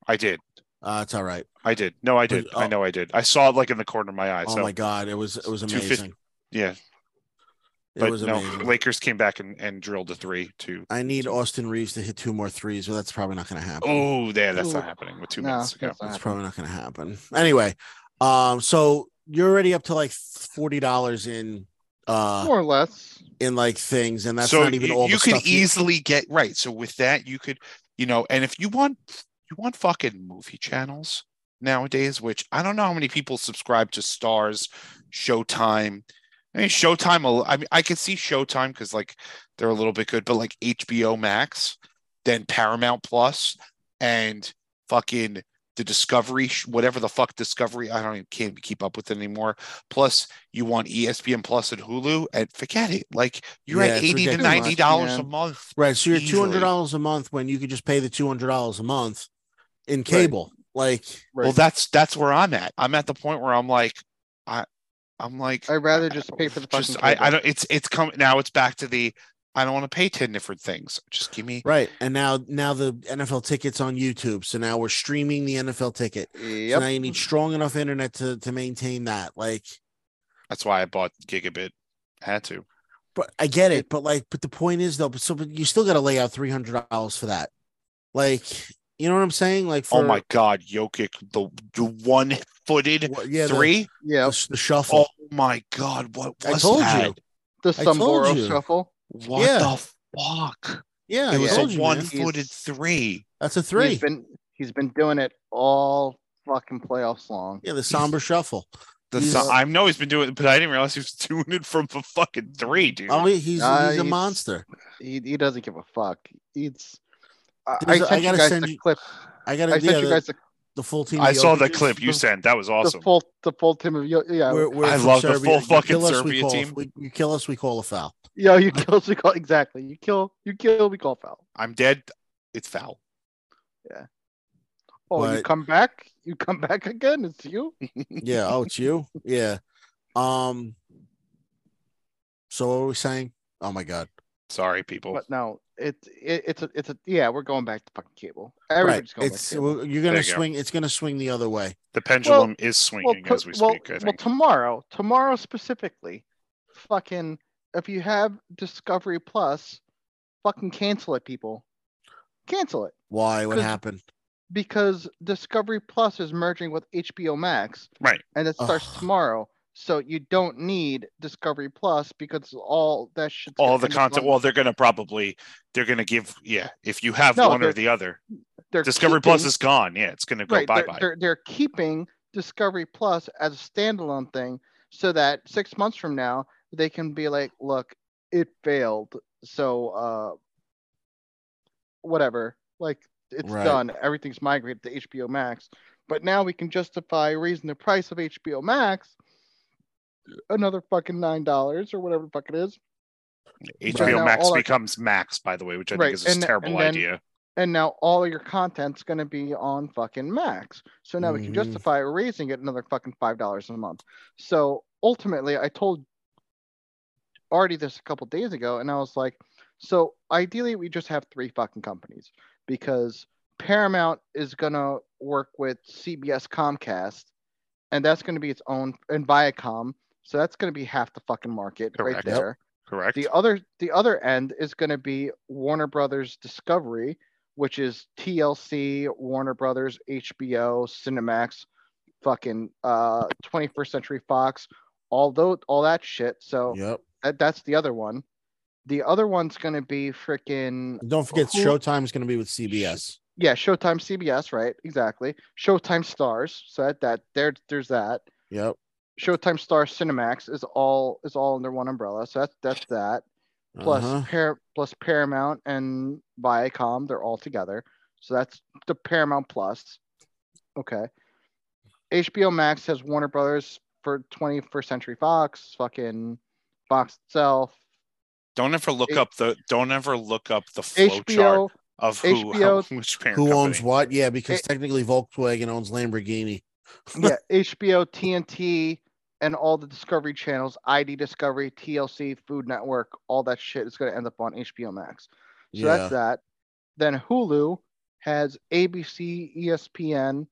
Speaker 3: I did.
Speaker 2: uh it's all right
Speaker 3: I did. No, I
Speaker 2: Was-
Speaker 3: did. I know I did. I saw it like in the corner of my eye.
Speaker 2: oh
Speaker 3: so
Speaker 2: my god it was it was
Speaker 3: 250
Speaker 2: amazing
Speaker 3: yeah,
Speaker 2: it
Speaker 3: but
Speaker 2: was
Speaker 3: no,
Speaker 2: amazing
Speaker 3: Lakers came back and, and drilled a three to.
Speaker 2: i need austin reeves to hit two more threes but that's probably not going to happen
Speaker 3: Oh, there. That's
Speaker 1: Ooh.
Speaker 3: not happening with two
Speaker 1: No,
Speaker 3: minutes to go.
Speaker 1: that's not
Speaker 2: It's
Speaker 1: happening.
Speaker 2: probably not going to happen. Anyway, um, so you're already up to like forty dollars in uh
Speaker 1: More or less.
Speaker 2: in like things, and that's
Speaker 3: so
Speaker 2: not even
Speaker 3: you,
Speaker 2: all
Speaker 3: you
Speaker 2: the
Speaker 3: could
Speaker 2: stuff
Speaker 3: easily get right. So with that, you could, you know, and if you want, you want fucking movie channels nowadays, which I don't know how many people subscribe to Stars, Showtime. I mean, Showtime. al- I mean, I could see Showtime because like they're a little bit good, but like HBO Max, then Paramount Plus, and fucking the Discovery, sh- whatever the fuck Discovery. I don't even can't keep up with it anymore. Plus, you want E ESPN Plus and Hulu, and forget it. Like you're
Speaker 2: Yeah,
Speaker 3: at
Speaker 2: it's
Speaker 3: eighty to
Speaker 2: ridiculous.
Speaker 3: ninety dollars
Speaker 1: Yeah.
Speaker 3: a month.
Speaker 2: right? So you're two
Speaker 3: easily.
Speaker 2: hundred dollars a month when you could just pay the two hundred dollars a month in cable. Like,
Speaker 3: Well, that's that's where I'm at. I'm at the point where I'm like, I, I'm like,
Speaker 1: I'd rather just pay for the fucking.
Speaker 3: just I, I
Speaker 1: cable.
Speaker 3: don't. It's it's come now. It's back to the. I don't want to pay ten different things. Just give me.
Speaker 2: right? And now now the NFL tickets on YouTube, so now we're streaming the NFL ticket. So
Speaker 1: Yep.
Speaker 2: now you
Speaker 3: Mm-hmm.
Speaker 2: need strong enough internet to to maintain that. Like,
Speaker 3: That's why I bought gigabit. Had to.
Speaker 2: But I get it. But like, but the point is though, but so but you still got to lay out three hundred dollars for that. Like, you know what I'm saying? Like, for,
Speaker 3: oh my god, Jokic, the, the one footed
Speaker 2: wha- yeah, the-
Speaker 3: three.
Speaker 2: the,
Speaker 1: Yeah.
Speaker 2: sh- the shuffle.
Speaker 3: Oh my god, what
Speaker 2: I
Speaker 3: was
Speaker 2: told
Speaker 3: that?
Speaker 2: you.
Speaker 1: The
Speaker 2: I told
Speaker 1: Sumboro
Speaker 2: you.
Speaker 1: shuffle.
Speaker 3: What
Speaker 2: Yeah.
Speaker 3: the fuck?
Speaker 2: yeah,
Speaker 3: it
Speaker 2: I
Speaker 3: was
Speaker 2: told
Speaker 3: a
Speaker 2: you, man.
Speaker 3: one-footed three.
Speaker 2: That's a
Speaker 1: He's
Speaker 2: three.
Speaker 1: been he's been doing it all fucking playoffs long.
Speaker 2: Yeah, the somber shuffle.
Speaker 3: The
Speaker 2: He's-
Speaker 3: so- I know he's been doing it, but I didn't realize he was doing it from the fucking three, dude.
Speaker 2: Oh, he- he's
Speaker 1: Nah,
Speaker 2: he's a
Speaker 1: he's-
Speaker 2: monster.
Speaker 1: He, he doesn't give a fuck. It's. I, I
Speaker 2: There's a- I
Speaker 1: sent you
Speaker 2: gotta
Speaker 1: guys
Speaker 2: send
Speaker 1: the
Speaker 2: you-
Speaker 1: clip.
Speaker 2: I got
Speaker 1: I
Speaker 2: to yeah,
Speaker 1: sent you
Speaker 2: the,
Speaker 1: guys the,
Speaker 2: the full team.
Speaker 3: I
Speaker 2: of
Speaker 3: saw the
Speaker 2: Jokic's.
Speaker 3: clip you sent. That was
Speaker 1: the
Speaker 3: awesome.
Speaker 1: full the full team of Yo- yeah
Speaker 2: We're, we're
Speaker 3: I
Speaker 2: from
Speaker 3: love the
Speaker 2: Serbia.
Speaker 3: full
Speaker 2: You
Speaker 3: fucking
Speaker 2: kill us, we
Speaker 3: Serbia
Speaker 2: call a-
Speaker 3: team.
Speaker 2: we- you kill us, we call a foul.
Speaker 1: yo you kill we call exactly you kill you kill we call foul.
Speaker 3: I'm dead. It's foul.
Speaker 1: Oh, you
Speaker 2: But-
Speaker 1: come back, you come back again. It's you.
Speaker 2: Yeah. Oh, it's you. Yeah. Um. So what were we saying? Oh my god.
Speaker 3: Sorry, people.
Speaker 1: But no, it's it, it's a it's a yeah. We're going back to fucking cable. Everybody's going
Speaker 2: It's
Speaker 1: back to cable.
Speaker 2: well, you're gonna
Speaker 3: There you go.
Speaker 2: swing. It's gonna swing the other way.
Speaker 3: the pendulum is
Speaker 1: Well,
Speaker 3: swinging
Speaker 1: put-
Speaker 3: as we
Speaker 1: well,
Speaker 3: speak. I
Speaker 1: well,
Speaker 3: think.
Speaker 1: tomorrow, tomorrow specifically, fucking if you have Discovery Plus, fucking cancel it, people. Cancel it
Speaker 2: Why? What
Speaker 1: 'Cause-
Speaker 2: happened?
Speaker 1: because Discovery Plus is merging with HBO Max.
Speaker 3: Right.
Speaker 1: And it starts
Speaker 2: Ugh.
Speaker 1: tomorrow. So you don't need Discovery Plus because all that shit's gonna
Speaker 3: All the
Speaker 1: end up
Speaker 3: content.
Speaker 1: on-
Speaker 3: Well, they're gonna probably. They're gonna give. Yeah. If you have
Speaker 1: No,
Speaker 3: one or
Speaker 1: they're-
Speaker 3: the other,
Speaker 1: they're
Speaker 3: Discovery Plus
Speaker 1: keeping-
Speaker 3: is gone. Yeah, it's gonna go
Speaker 1: right,
Speaker 3: bye
Speaker 1: they're,
Speaker 3: bye.
Speaker 1: They're, they're keeping Discovery Plus as a standalone thing so that six months from now they can be like, look, it failed. So uh whatever. Like it's
Speaker 2: Right.
Speaker 1: done. Everything's migrated to HBO Max. But now we can justify raising the price of HBO Max another fucking nine dollars or whatever the fuck it is.
Speaker 3: HBO
Speaker 1: Right now,
Speaker 3: Max
Speaker 1: all I-
Speaker 3: becomes Max, by the way, which I
Speaker 1: Right,
Speaker 3: think is a
Speaker 1: and-
Speaker 3: terrible
Speaker 1: and then-
Speaker 3: idea.
Speaker 1: and now all your content's going to be on fucking Max. So now we can
Speaker 2: Mhm.
Speaker 1: justify raising it another fucking five dollars a month. So ultimately, I told Artie this a couple days ago, and I was like, so ideally, we just have three fucking companies because Paramount is going to work with CBS Comcast, and that's going to be its own, and Viacom. So that's going to be half the fucking market right
Speaker 3: Correct.
Speaker 2: Yep.
Speaker 1: there.
Speaker 3: Correct.
Speaker 1: The other the other end is going to be Warner Brothers Discovery, which is TLC, Warner Brothers, HBO, Cinemax, fucking uh 21st Century Fox, all tho- all that shit. So
Speaker 2: Yep.
Speaker 1: that, that's the other one. The other one's going to be freaking
Speaker 2: Don't forget,
Speaker 1: Who-
Speaker 2: Showtime is going to be with CBS.
Speaker 1: yeah, Showtime CBS, right? Exactly. Showtime Stars. So that, that there there's that.
Speaker 2: Yep.
Speaker 1: Showtime Star Cinemax is all is all under one umbrella. So that's that's that. plus
Speaker 2: Uh-huh.
Speaker 1: Par- plus Paramount and Viacom, they're all together. So that's the Paramount Plus. Okay. HBO Max has Warner Brothers for 21st Century Fox, fucking Fox itself,
Speaker 3: don't ever look
Speaker 1: H-
Speaker 3: up the don't ever look up the flow chart
Speaker 1: HBO,
Speaker 3: of who
Speaker 1: HBO
Speaker 3: which parent
Speaker 2: Who
Speaker 3: company.
Speaker 2: owns what? Yeah, because
Speaker 1: It-
Speaker 2: technically Volkswagen owns Lamborghini.
Speaker 1: yeah, HBO, TNT, and all the Discovery channels, ID Discovery, TLC, Food Network, all that shit is going to end up on HBO Max. So
Speaker 2: yeah.
Speaker 1: that's that. Then Hulu has ABC, ESPN,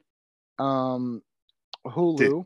Speaker 1: um, Hulu. and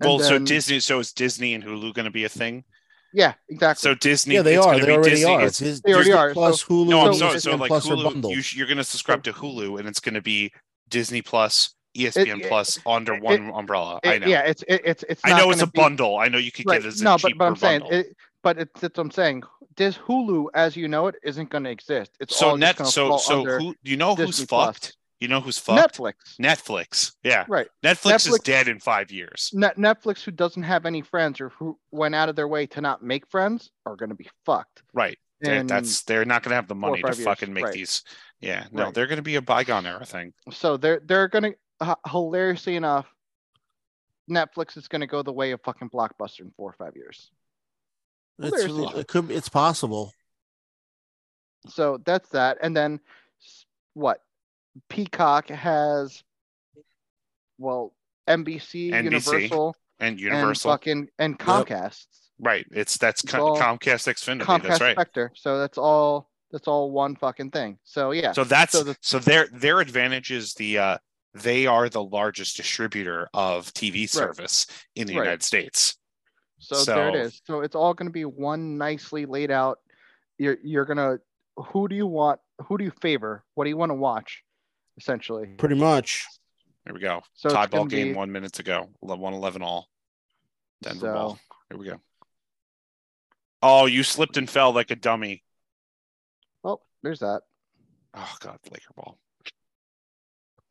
Speaker 3: Well, so
Speaker 1: then-
Speaker 3: Disney, so is Disney and Hulu going to be a thing?
Speaker 1: Yeah, exactly.
Speaker 3: So Disney,
Speaker 2: yeah, they
Speaker 3: it's
Speaker 2: are.
Speaker 3: gonna
Speaker 2: They
Speaker 3: be
Speaker 2: already
Speaker 3: Disney,
Speaker 2: are.
Speaker 3: it's-
Speaker 2: Dis-
Speaker 1: They already
Speaker 2: Disney
Speaker 1: are.
Speaker 2: Plus
Speaker 1: So-
Speaker 2: Hulu.
Speaker 3: no, I'm
Speaker 2: and
Speaker 3: sorry.
Speaker 2: ESPN
Speaker 3: So like
Speaker 2: Plus are
Speaker 3: Hulu,
Speaker 2: bundled.
Speaker 3: you sh- you're going to subscribe to Hulu, and it's going to be Disney Plus, E ESPN
Speaker 1: it-
Speaker 3: Plus under
Speaker 1: it-
Speaker 3: one umbrella. I
Speaker 1: It-
Speaker 3: know.
Speaker 1: Yeah, it's it, it's it's.
Speaker 3: I
Speaker 1: not
Speaker 3: know it's a
Speaker 1: gonna be-
Speaker 3: bundle. I know you could
Speaker 1: right,
Speaker 3: get it as a
Speaker 1: no, but
Speaker 3: cheaper
Speaker 1: but I'm saying
Speaker 3: bundle.
Speaker 1: it. But it's that's what I'm saying. This Hulu, as you know it, isn't going to exist. It's
Speaker 3: so
Speaker 1: all just
Speaker 3: net,
Speaker 1: gonna
Speaker 3: so
Speaker 1: fall
Speaker 3: so
Speaker 1: under
Speaker 3: who you know who's
Speaker 1: Disney Plus.
Speaker 3: fucked? You know who's fucked?
Speaker 1: Netflix.
Speaker 3: Netflix. Yeah.
Speaker 1: Right.
Speaker 3: Netflix, is
Speaker 1: Netflix-
Speaker 3: dead in five years.
Speaker 1: Net Netflix, who doesn't have any friends or who went out of their way to not make friends, are going to be fucked.
Speaker 3: Right. They're,
Speaker 1: And
Speaker 3: that's they're not gonna have the
Speaker 1: or
Speaker 3: money to
Speaker 1: five years,
Speaker 3: fucking make
Speaker 1: right.
Speaker 3: these. Yeah. No,
Speaker 1: Right.
Speaker 3: they're gonna be a bygone era thing.
Speaker 1: so they're they're gonna h- hilariously enough netflix is gonna go the way of fucking blockbuster in four or five years
Speaker 2: It's,
Speaker 1: there's-
Speaker 2: it could. It's possible.
Speaker 1: so that's that and then s- what peacock has well nbc,
Speaker 3: NBC,
Speaker 1: universal,
Speaker 3: And
Speaker 1: and
Speaker 3: Universal.
Speaker 1: fucking and
Speaker 2: Yep.
Speaker 1: comcast
Speaker 3: right. It's that's
Speaker 1: It's
Speaker 3: Com-
Speaker 1: all-
Speaker 3: Comcast Xfinity.
Speaker 1: comcast
Speaker 3: that's right.
Speaker 1: spectre so that's all that's all one fucking thing so yeah
Speaker 3: So that's
Speaker 1: So
Speaker 3: so,
Speaker 1: the-
Speaker 3: their their advantage is the uh they are the largest distributor of TV service in the
Speaker 1: Right.
Speaker 3: United States.
Speaker 1: So, there it
Speaker 3: So-
Speaker 1: is. So it's all going to be one nicely laid out. You're you're gonna who do you want? Who do you favor? What do you want to watch? Essentially.
Speaker 2: Pretty much.
Speaker 3: There we go.
Speaker 1: So it's
Speaker 3: Tie ball
Speaker 1: gonna
Speaker 3: game
Speaker 1: be-
Speaker 3: one minute to go. Le- 111 all. Denver
Speaker 1: So-
Speaker 3: ball. Here we go. Oh, you slipped and fell like a dummy.
Speaker 1: Well, there's that.
Speaker 3: Oh God, Laker ball.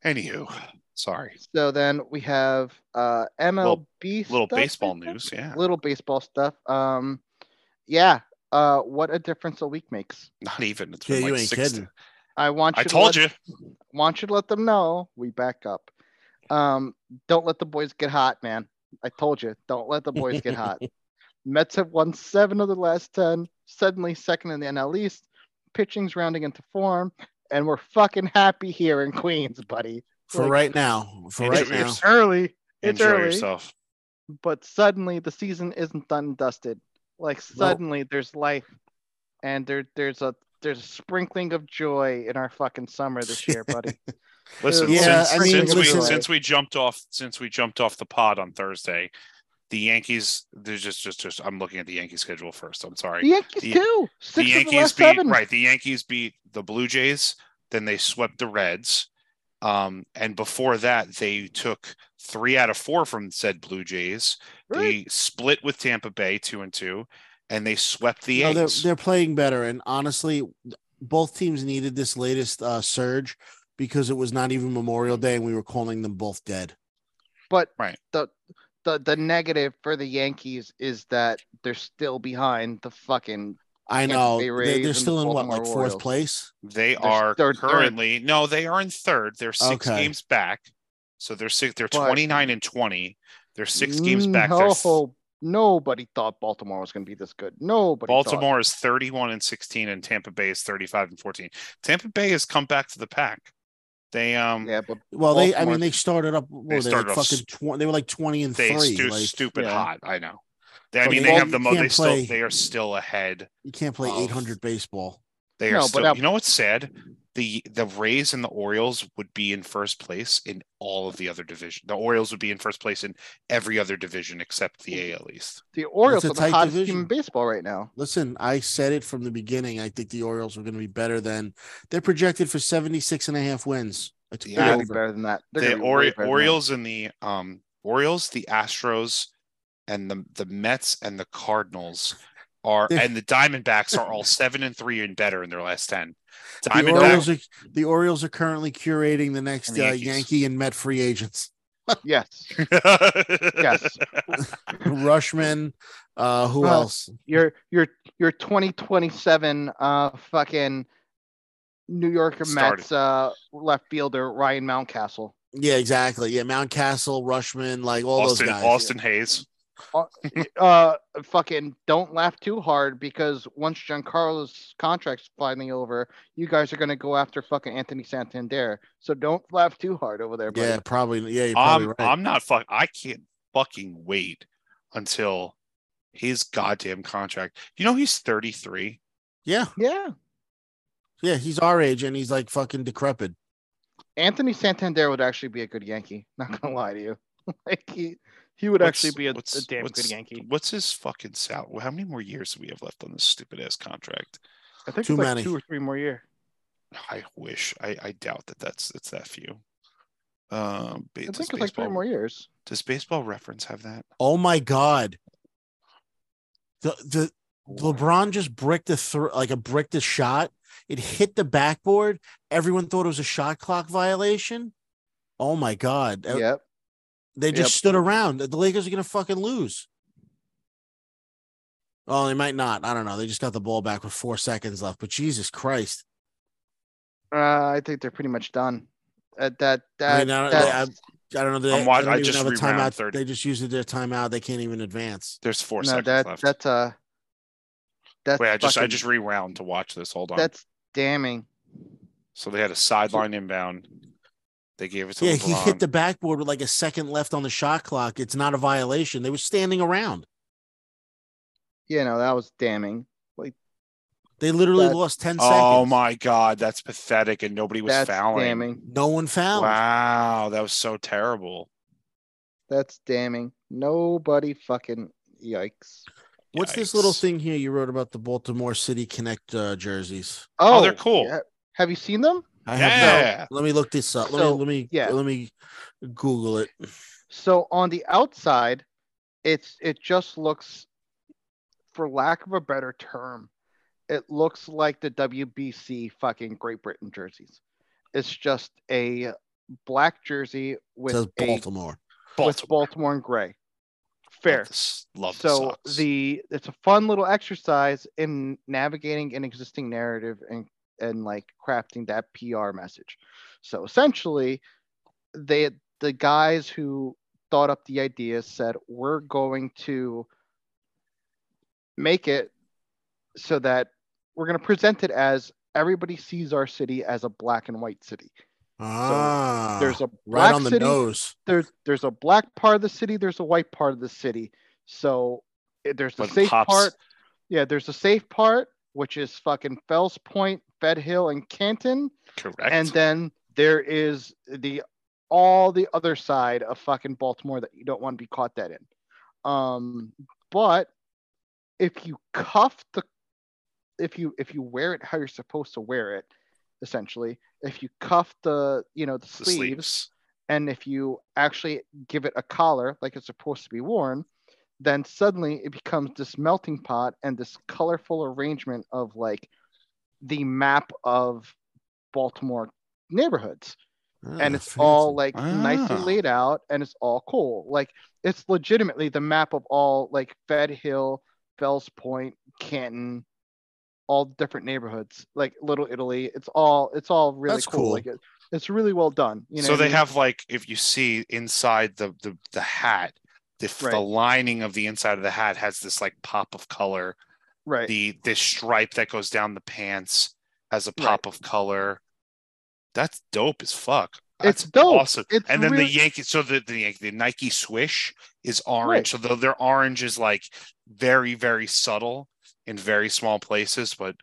Speaker 3: Anywho, sorry.
Speaker 1: So then we have uh MLB
Speaker 3: Little- Little
Speaker 1: stuff, I
Speaker 3: baseball
Speaker 1: think?
Speaker 3: news. Yeah.
Speaker 1: Little baseball stuff. Um, yeah. Uh, what a difference a week makes.
Speaker 3: Not even. It's
Speaker 2: Yeah,
Speaker 3: been
Speaker 2: you
Speaker 3: like
Speaker 2: ain't
Speaker 3: six.
Speaker 2: kidding.
Speaker 1: I want you.
Speaker 3: I
Speaker 1: to
Speaker 3: told
Speaker 1: let-
Speaker 3: you.
Speaker 1: Want you to let them know we back up. Um, don't let the boys get hot, man. I told you. Don't let the boys get hot. Mets have won seven of the last ten. Suddenly second in the NL East. Pitching's rounding into form, and we're fucking happy here in Queens, buddy.
Speaker 2: For
Speaker 1: Like-
Speaker 2: right now. For
Speaker 3: Enjoy
Speaker 2: right now.
Speaker 3: yourself.
Speaker 1: Early, it's
Speaker 3: Enjoy
Speaker 1: early.
Speaker 3: yourself.
Speaker 1: but suddenly the season isn't done and dusted. Like
Speaker 2: Well-
Speaker 1: suddenly there's life, and there there's a there's a sprinkling of joy in our fucking summer this year, buddy.
Speaker 3: Listen,
Speaker 2: Yeah,
Speaker 3: since,
Speaker 2: I mean,
Speaker 3: since we
Speaker 2: listen-
Speaker 3: since we jumped off since we jumped off the pod on Thursday, the Yankees. There's just just just. I'm looking at the Yankee schedule first. I'm
Speaker 1: The
Speaker 3: sorry.
Speaker 1: Yankees
Speaker 3: The-
Speaker 1: too.
Speaker 3: The
Speaker 1: Six of the
Speaker 3: Yankees
Speaker 1: last
Speaker 3: beat
Speaker 1: seven.
Speaker 3: right. The Yankees beat the Blue Jays. Then they swept the Reds. Um, and before that, they took three out of four from said Blue Jays.
Speaker 1: Right.
Speaker 3: They split with Tampa Bay two and two, and they swept the
Speaker 2: No, they're,
Speaker 3: Yankees.
Speaker 2: they're playing better. And honestly, both teams needed this latest uh, surge because it was not even Memorial Day and we were calling them both dead.
Speaker 1: But
Speaker 3: Right.
Speaker 1: the the the negative for the Yankees is that they're still behind the fucking
Speaker 2: I
Speaker 1: Tampa
Speaker 2: know.
Speaker 1: Bay
Speaker 2: They're,
Speaker 1: Rays
Speaker 2: they're
Speaker 1: and
Speaker 2: still in what,
Speaker 1: Baltimore
Speaker 2: like
Speaker 1: Orioles.
Speaker 2: fourth place?
Speaker 3: They
Speaker 1: They're
Speaker 3: are
Speaker 1: they're third.
Speaker 3: currently no, they are in third. They're six
Speaker 2: Okay.
Speaker 3: games back. So they're six. They're
Speaker 1: But-
Speaker 2: Mm, oh,
Speaker 3: twenty nine and twenty. They're six games back. They're
Speaker 1: No,
Speaker 3: s-
Speaker 1: Nobody thought Baltimore was going to be this good. Nobody. thought-
Speaker 3: Baltimore is 31 and 16 and Tampa Bay is 35 and 14. Tampa Bay has come back to the pack. They um
Speaker 1: Yeah, but
Speaker 2: Well, they I
Speaker 1: Baltimore-
Speaker 2: mean they started up. What
Speaker 3: They
Speaker 2: were they like
Speaker 3: started off
Speaker 2: fucking twenty. They were like twenty and
Speaker 3: they
Speaker 2: three.
Speaker 3: stu-
Speaker 2: like,
Speaker 3: stupid
Speaker 1: yeah.
Speaker 3: hot. I know. They, I
Speaker 2: So
Speaker 3: mean
Speaker 2: they
Speaker 3: they have the
Speaker 2: can't
Speaker 3: most they still
Speaker 2: play-
Speaker 3: they are still ahead.
Speaker 2: you can't play
Speaker 3: Oh.
Speaker 2: eight hundred baseball.
Speaker 3: They are
Speaker 1: No, but
Speaker 3: still
Speaker 1: that-
Speaker 3: you know what's sad? The the Rays and the Orioles would be in first place in all of the other division. The Orioles would be in first place in every other division except
Speaker 1: Mm-hmm.
Speaker 3: the AL East.
Speaker 1: the Orioles
Speaker 2: a
Speaker 1: are the
Speaker 2: tight
Speaker 1: hottest
Speaker 2: division.
Speaker 1: team in baseball right now.
Speaker 2: Listen, I said it from the beginning. I think the Orioles were going to be better than they're projected for 76 and a half wins. I took
Speaker 1: They're
Speaker 2: the
Speaker 3: Yeah.
Speaker 1: going to be
Speaker 2: over.
Speaker 1: better than that. They're
Speaker 3: the
Speaker 1: gonna be way
Speaker 3: Ori-
Speaker 1: better than that.
Speaker 3: Orioles and the um Orioles, the Astros, and the the Mets and the Cardinals are
Speaker 2: They're-
Speaker 3: and the Diamondbacks are all seven and three and better in their last ten.
Speaker 2: The
Speaker 3: Diamondbacks,
Speaker 2: Orioles, are, the Orioles are currently curating the next
Speaker 3: And the
Speaker 2: uh,
Speaker 3: Yankees.
Speaker 2: Yankee and Met free agents.
Speaker 1: Yes. Yes.
Speaker 2: Rushman, uh, who
Speaker 1: Well,
Speaker 2: else?
Speaker 1: your your your 2027 uh fucking New Yorker
Speaker 3: Started.
Speaker 1: Mets uh left fielder Ryan Mountcastle.
Speaker 2: Yeah, exactly. Yeah, Mountcastle, Rushman, like all
Speaker 3: Austin
Speaker 2: those guys.
Speaker 3: Austin Hayes.
Speaker 1: Uh fucking don't laugh too hard because once Giancarlo's contract's finally over, you guys are gonna go after fucking Anthony Santander. So don't laugh too hard over there, buddy.
Speaker 2: Yeah, probably. Yeah, you're probably
Speaker 3: I'm
Speaker 2: right.
Speaker 3: I'm not fuck. I can't fucking wait until his goddamn contract. You know he's thirty three.
Speaker 2: yeah,
Speaker 1: Yeah.
Speaker 2: yeah. He's our age and he's like fucking decrepit.
Speaker 1: Anthony Santander would actually be a good Yankee. Not gonna lie to you. like he he would actually be a, a damn good Yankee.
Speaker 3: What's his fucking salary? How many more years do we have left on this stupid ass contract?
Speaker 1: I think
Speaker 2: Too
Speaker 1: it's like
Speaker 2: many.
Speaker 1: two or three more year.
Speaker 3: I wish. I, I doubt that that's it's that few. Um, ba-
Speaker 1: I
Speaker 3: does
Speaker 1: think it's like
Speaker 3: baseball
Speaker 1: three more years.
Speaker 3: does baseball reference have that?
Speaker 2: Oh my god. The the LeBron just bricked a thr like a bricked a shot. It hit the backboard. Everyone thought it was a shot clock violation. Oh my god. Uh,
Speaker 1: Yep.
Speaker 2: They just
Speaker 1: Yep.
Speaker 2: stood around. The Lakers are gonna fucking lose. Oh, they might not. I don't know. They just got the ball back with four seconds left. But Jesus Christ.
Speaker 1: Uh, I think they're pretty much done. Uh, that that,
Speaker 2: I mean, I-
Speaker 1: that-
Speaker 2: I- I- I don't know. They,
Speaker 3: I'm wa-
Speaker 2: they don't
Speaker 3: I
Speaker 2: even
Speaker 3: just
Speaker 2: have a
Speaker 3: rewound
Speaker 2: timeout.
Speaker 3: 30.
Speaker 2: They just used their timeout. They can't even advance.
Speaker 3: There's four
Speaker 1: no,
Speaker 3: seconds
Speaker 1: that
Speaker 3: left.
Speaker 1: that's uh that's
Speaker 3: Wait, I just I
Speaker 1: fucking-
Speaker 3: just rewound to watch this. Hold on.
Speaker 1: that's damning.
Speaker 3: so they had a sideline inbound. They gave it to
Speaker 2: Yeah,
Speaker 3: LeBron.
Speaker 2: he hit the backboard with like a second left on the shot clock. It's not a violation. They were standing around.
Speaker 1: You know, that was damning.
Speaker 2: They literally
Speaker 1: That-
Speaker 2: lost 10 seconds.
Speaker 3: oh my god, that's pathetic, and nobody was
Speaker 1: That's
Speaker 3: fouling.
Speaker 1: damning.
Speaker 2: No one fouled.
Speaker 3: Wow, that was so terrible.
Speaker 1: That's damning. Nobody fucking yikes.
Speaker 2: What's this little
Speaker 3: Yikes.
Speaker 2: thing here you wrote about the Baltimore City Connect uh, jerseys?
Speaker 3: Oh, they're cool.
Speaker 1: yeah. Have you seen them?
Speaker 2: I
Speaker 3: yeah.
Speaker 2: have no. Let me look this up. Let
Speaker 1: So,
Speaker 2: me let me
Speaker 1: yeah.
Speaker 2: let me Google it.
Speaker 1: So on the outside, it's it just looks, for lack of a better term, it looks like the WBC fucking Great Britain jerseys. It's just a black jersey
Speaker 2: It
Speaker 1: with
Speaker 2: says
Speaker 1: a
Speaker 2: Baltimore.
Speaker 1: with Baltimore and gray. Fair.
Speaker 3: Love this- Love the
Speaker 1: so
Speaker 3: Sox.
Speaker 1: the it's a fun little exercise in navigating an existing narrative and and like crafting that PR message. So essentially, they the guys who thought up the idea said we're going to make it so that we're going to present it as everybody sees our city as a black and white city.
Speaker 2: Ah,
Speaker 1: There's a black
Speaker 2: right on the
Speaker 1: city
Speaker 2: nose.
Speaker 1: there's there's a black part of the city there's a white part of the city so eh, there's the
Speaker 3: Like
Speaker 1: safe
Speaker 3: cops.
Speaker 1: part yeah there's the safe part which is fucking fells point fed hill and canton
Speaker 3: correct.
Speaker 1: and then there is the all the other side of fucking baltimore that you don't want to be caught dead in um but if you cuff the if you if you wear it how you're supposed to wear it essentially if you cuff the you know the,
Speaker 3: the
Speaker 1: sleeves
Speaker 3: sleeves.
Speaker 1: and if you actually give it a collar like it's supposed to be worn then suddenly it becomes this melting pot and this colorful arrangement of like the map of baltimore neighborhoods and
Speaker 2: Ah,
Speaker 1: it's all
Speaker 2: fancy.
Speaker 1: like nicely
Speaker 3: Ah.
Speaker 1: laid out and it's all cool like it's legitimately the map of all like fed hill fells point canton all different neighborhoods like little italy it's all it's all really
Speaker 2: That's
Speaker 1: cool.
Speaker 2: cool.
Speaker 1: like it, it's really well done you know
Speaker 3: so
Speaker 1: what I
Speaker 3: they
Speaker 1: mean?
Speaker 3: have like if you see inside the the, the hat the, f-
Speaker 4: Right.
Speaker 3: the lining of the inside of the hat has this like pop of color.
Speaker 4: right.
Speaker 3: The this stripe that goes down the pants has a pop of color. That's dope as fuck. That's
Speaker 4: it's dope.
Speaker 3: awesome.
Speaker 4: It's
Speaker 3: And then
Speaker 4: really,
Speaker 3: the Yankee, so the the, Yankee, the Nike swish is orange. So though their orange is like very very subtle in very small places, but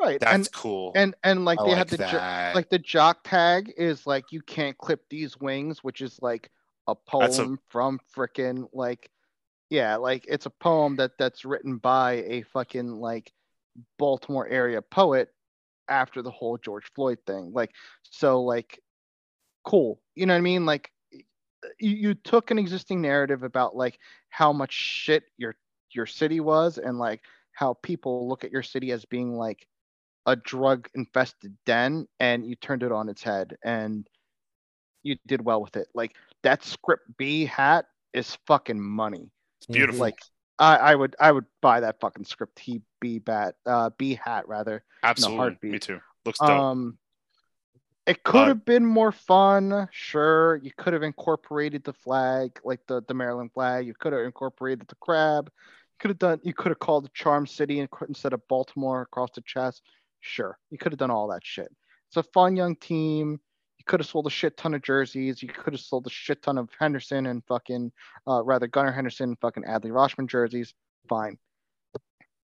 Speaker 4: right.
Speaker 3: that's
Speaker 4: and
Speaker 3: cool.
Speaker 4: and and like
Speaker 3: I
Speaker 4: they
Speaker 3: like
Speaker 4: had the jo-
Speaker 3: that.
Speaker 1: like the jock tag is like you can't clip these wings, which is like a
Speaker 3: That's a-
Speaker 1: poem from frickin' like yeah, like it's a poem that that's written by a fucking like Baltimore area poet after the whole George Floyd thing. Like so like cool. You know what I mean? Like y- you, you took an existing narrative about like how much shit your your city was and like how people look at your city as being like a drug infested den and you turned it on its head and you did well with it. Like that script B hat is fucking money.
Speaker 3: beautiful.
Speaker 1: Like I, I would I would buy that fucking script He B bat uh B hat rather.
Speaker 3: Absolutely,
Speaker 1: heartbeat.
Speaker 3: me too. Looks dope.
Speaker 1: Um, it could have been more fun, sure. You could have incorporated the flag, like the, the Maryland flag. You could have incorporated the crab. You could have done. You could have called it Charm City and cou- instead of Baltimore across the chest. Sure, you could have done all that shit. It's a fun young team. You could have sold a shit ton of jerseys. You could have sold a shit ton of Henderson and fucking, uh, rather Gunnar Henderson and fucking Adley Roshman jerseys. Fine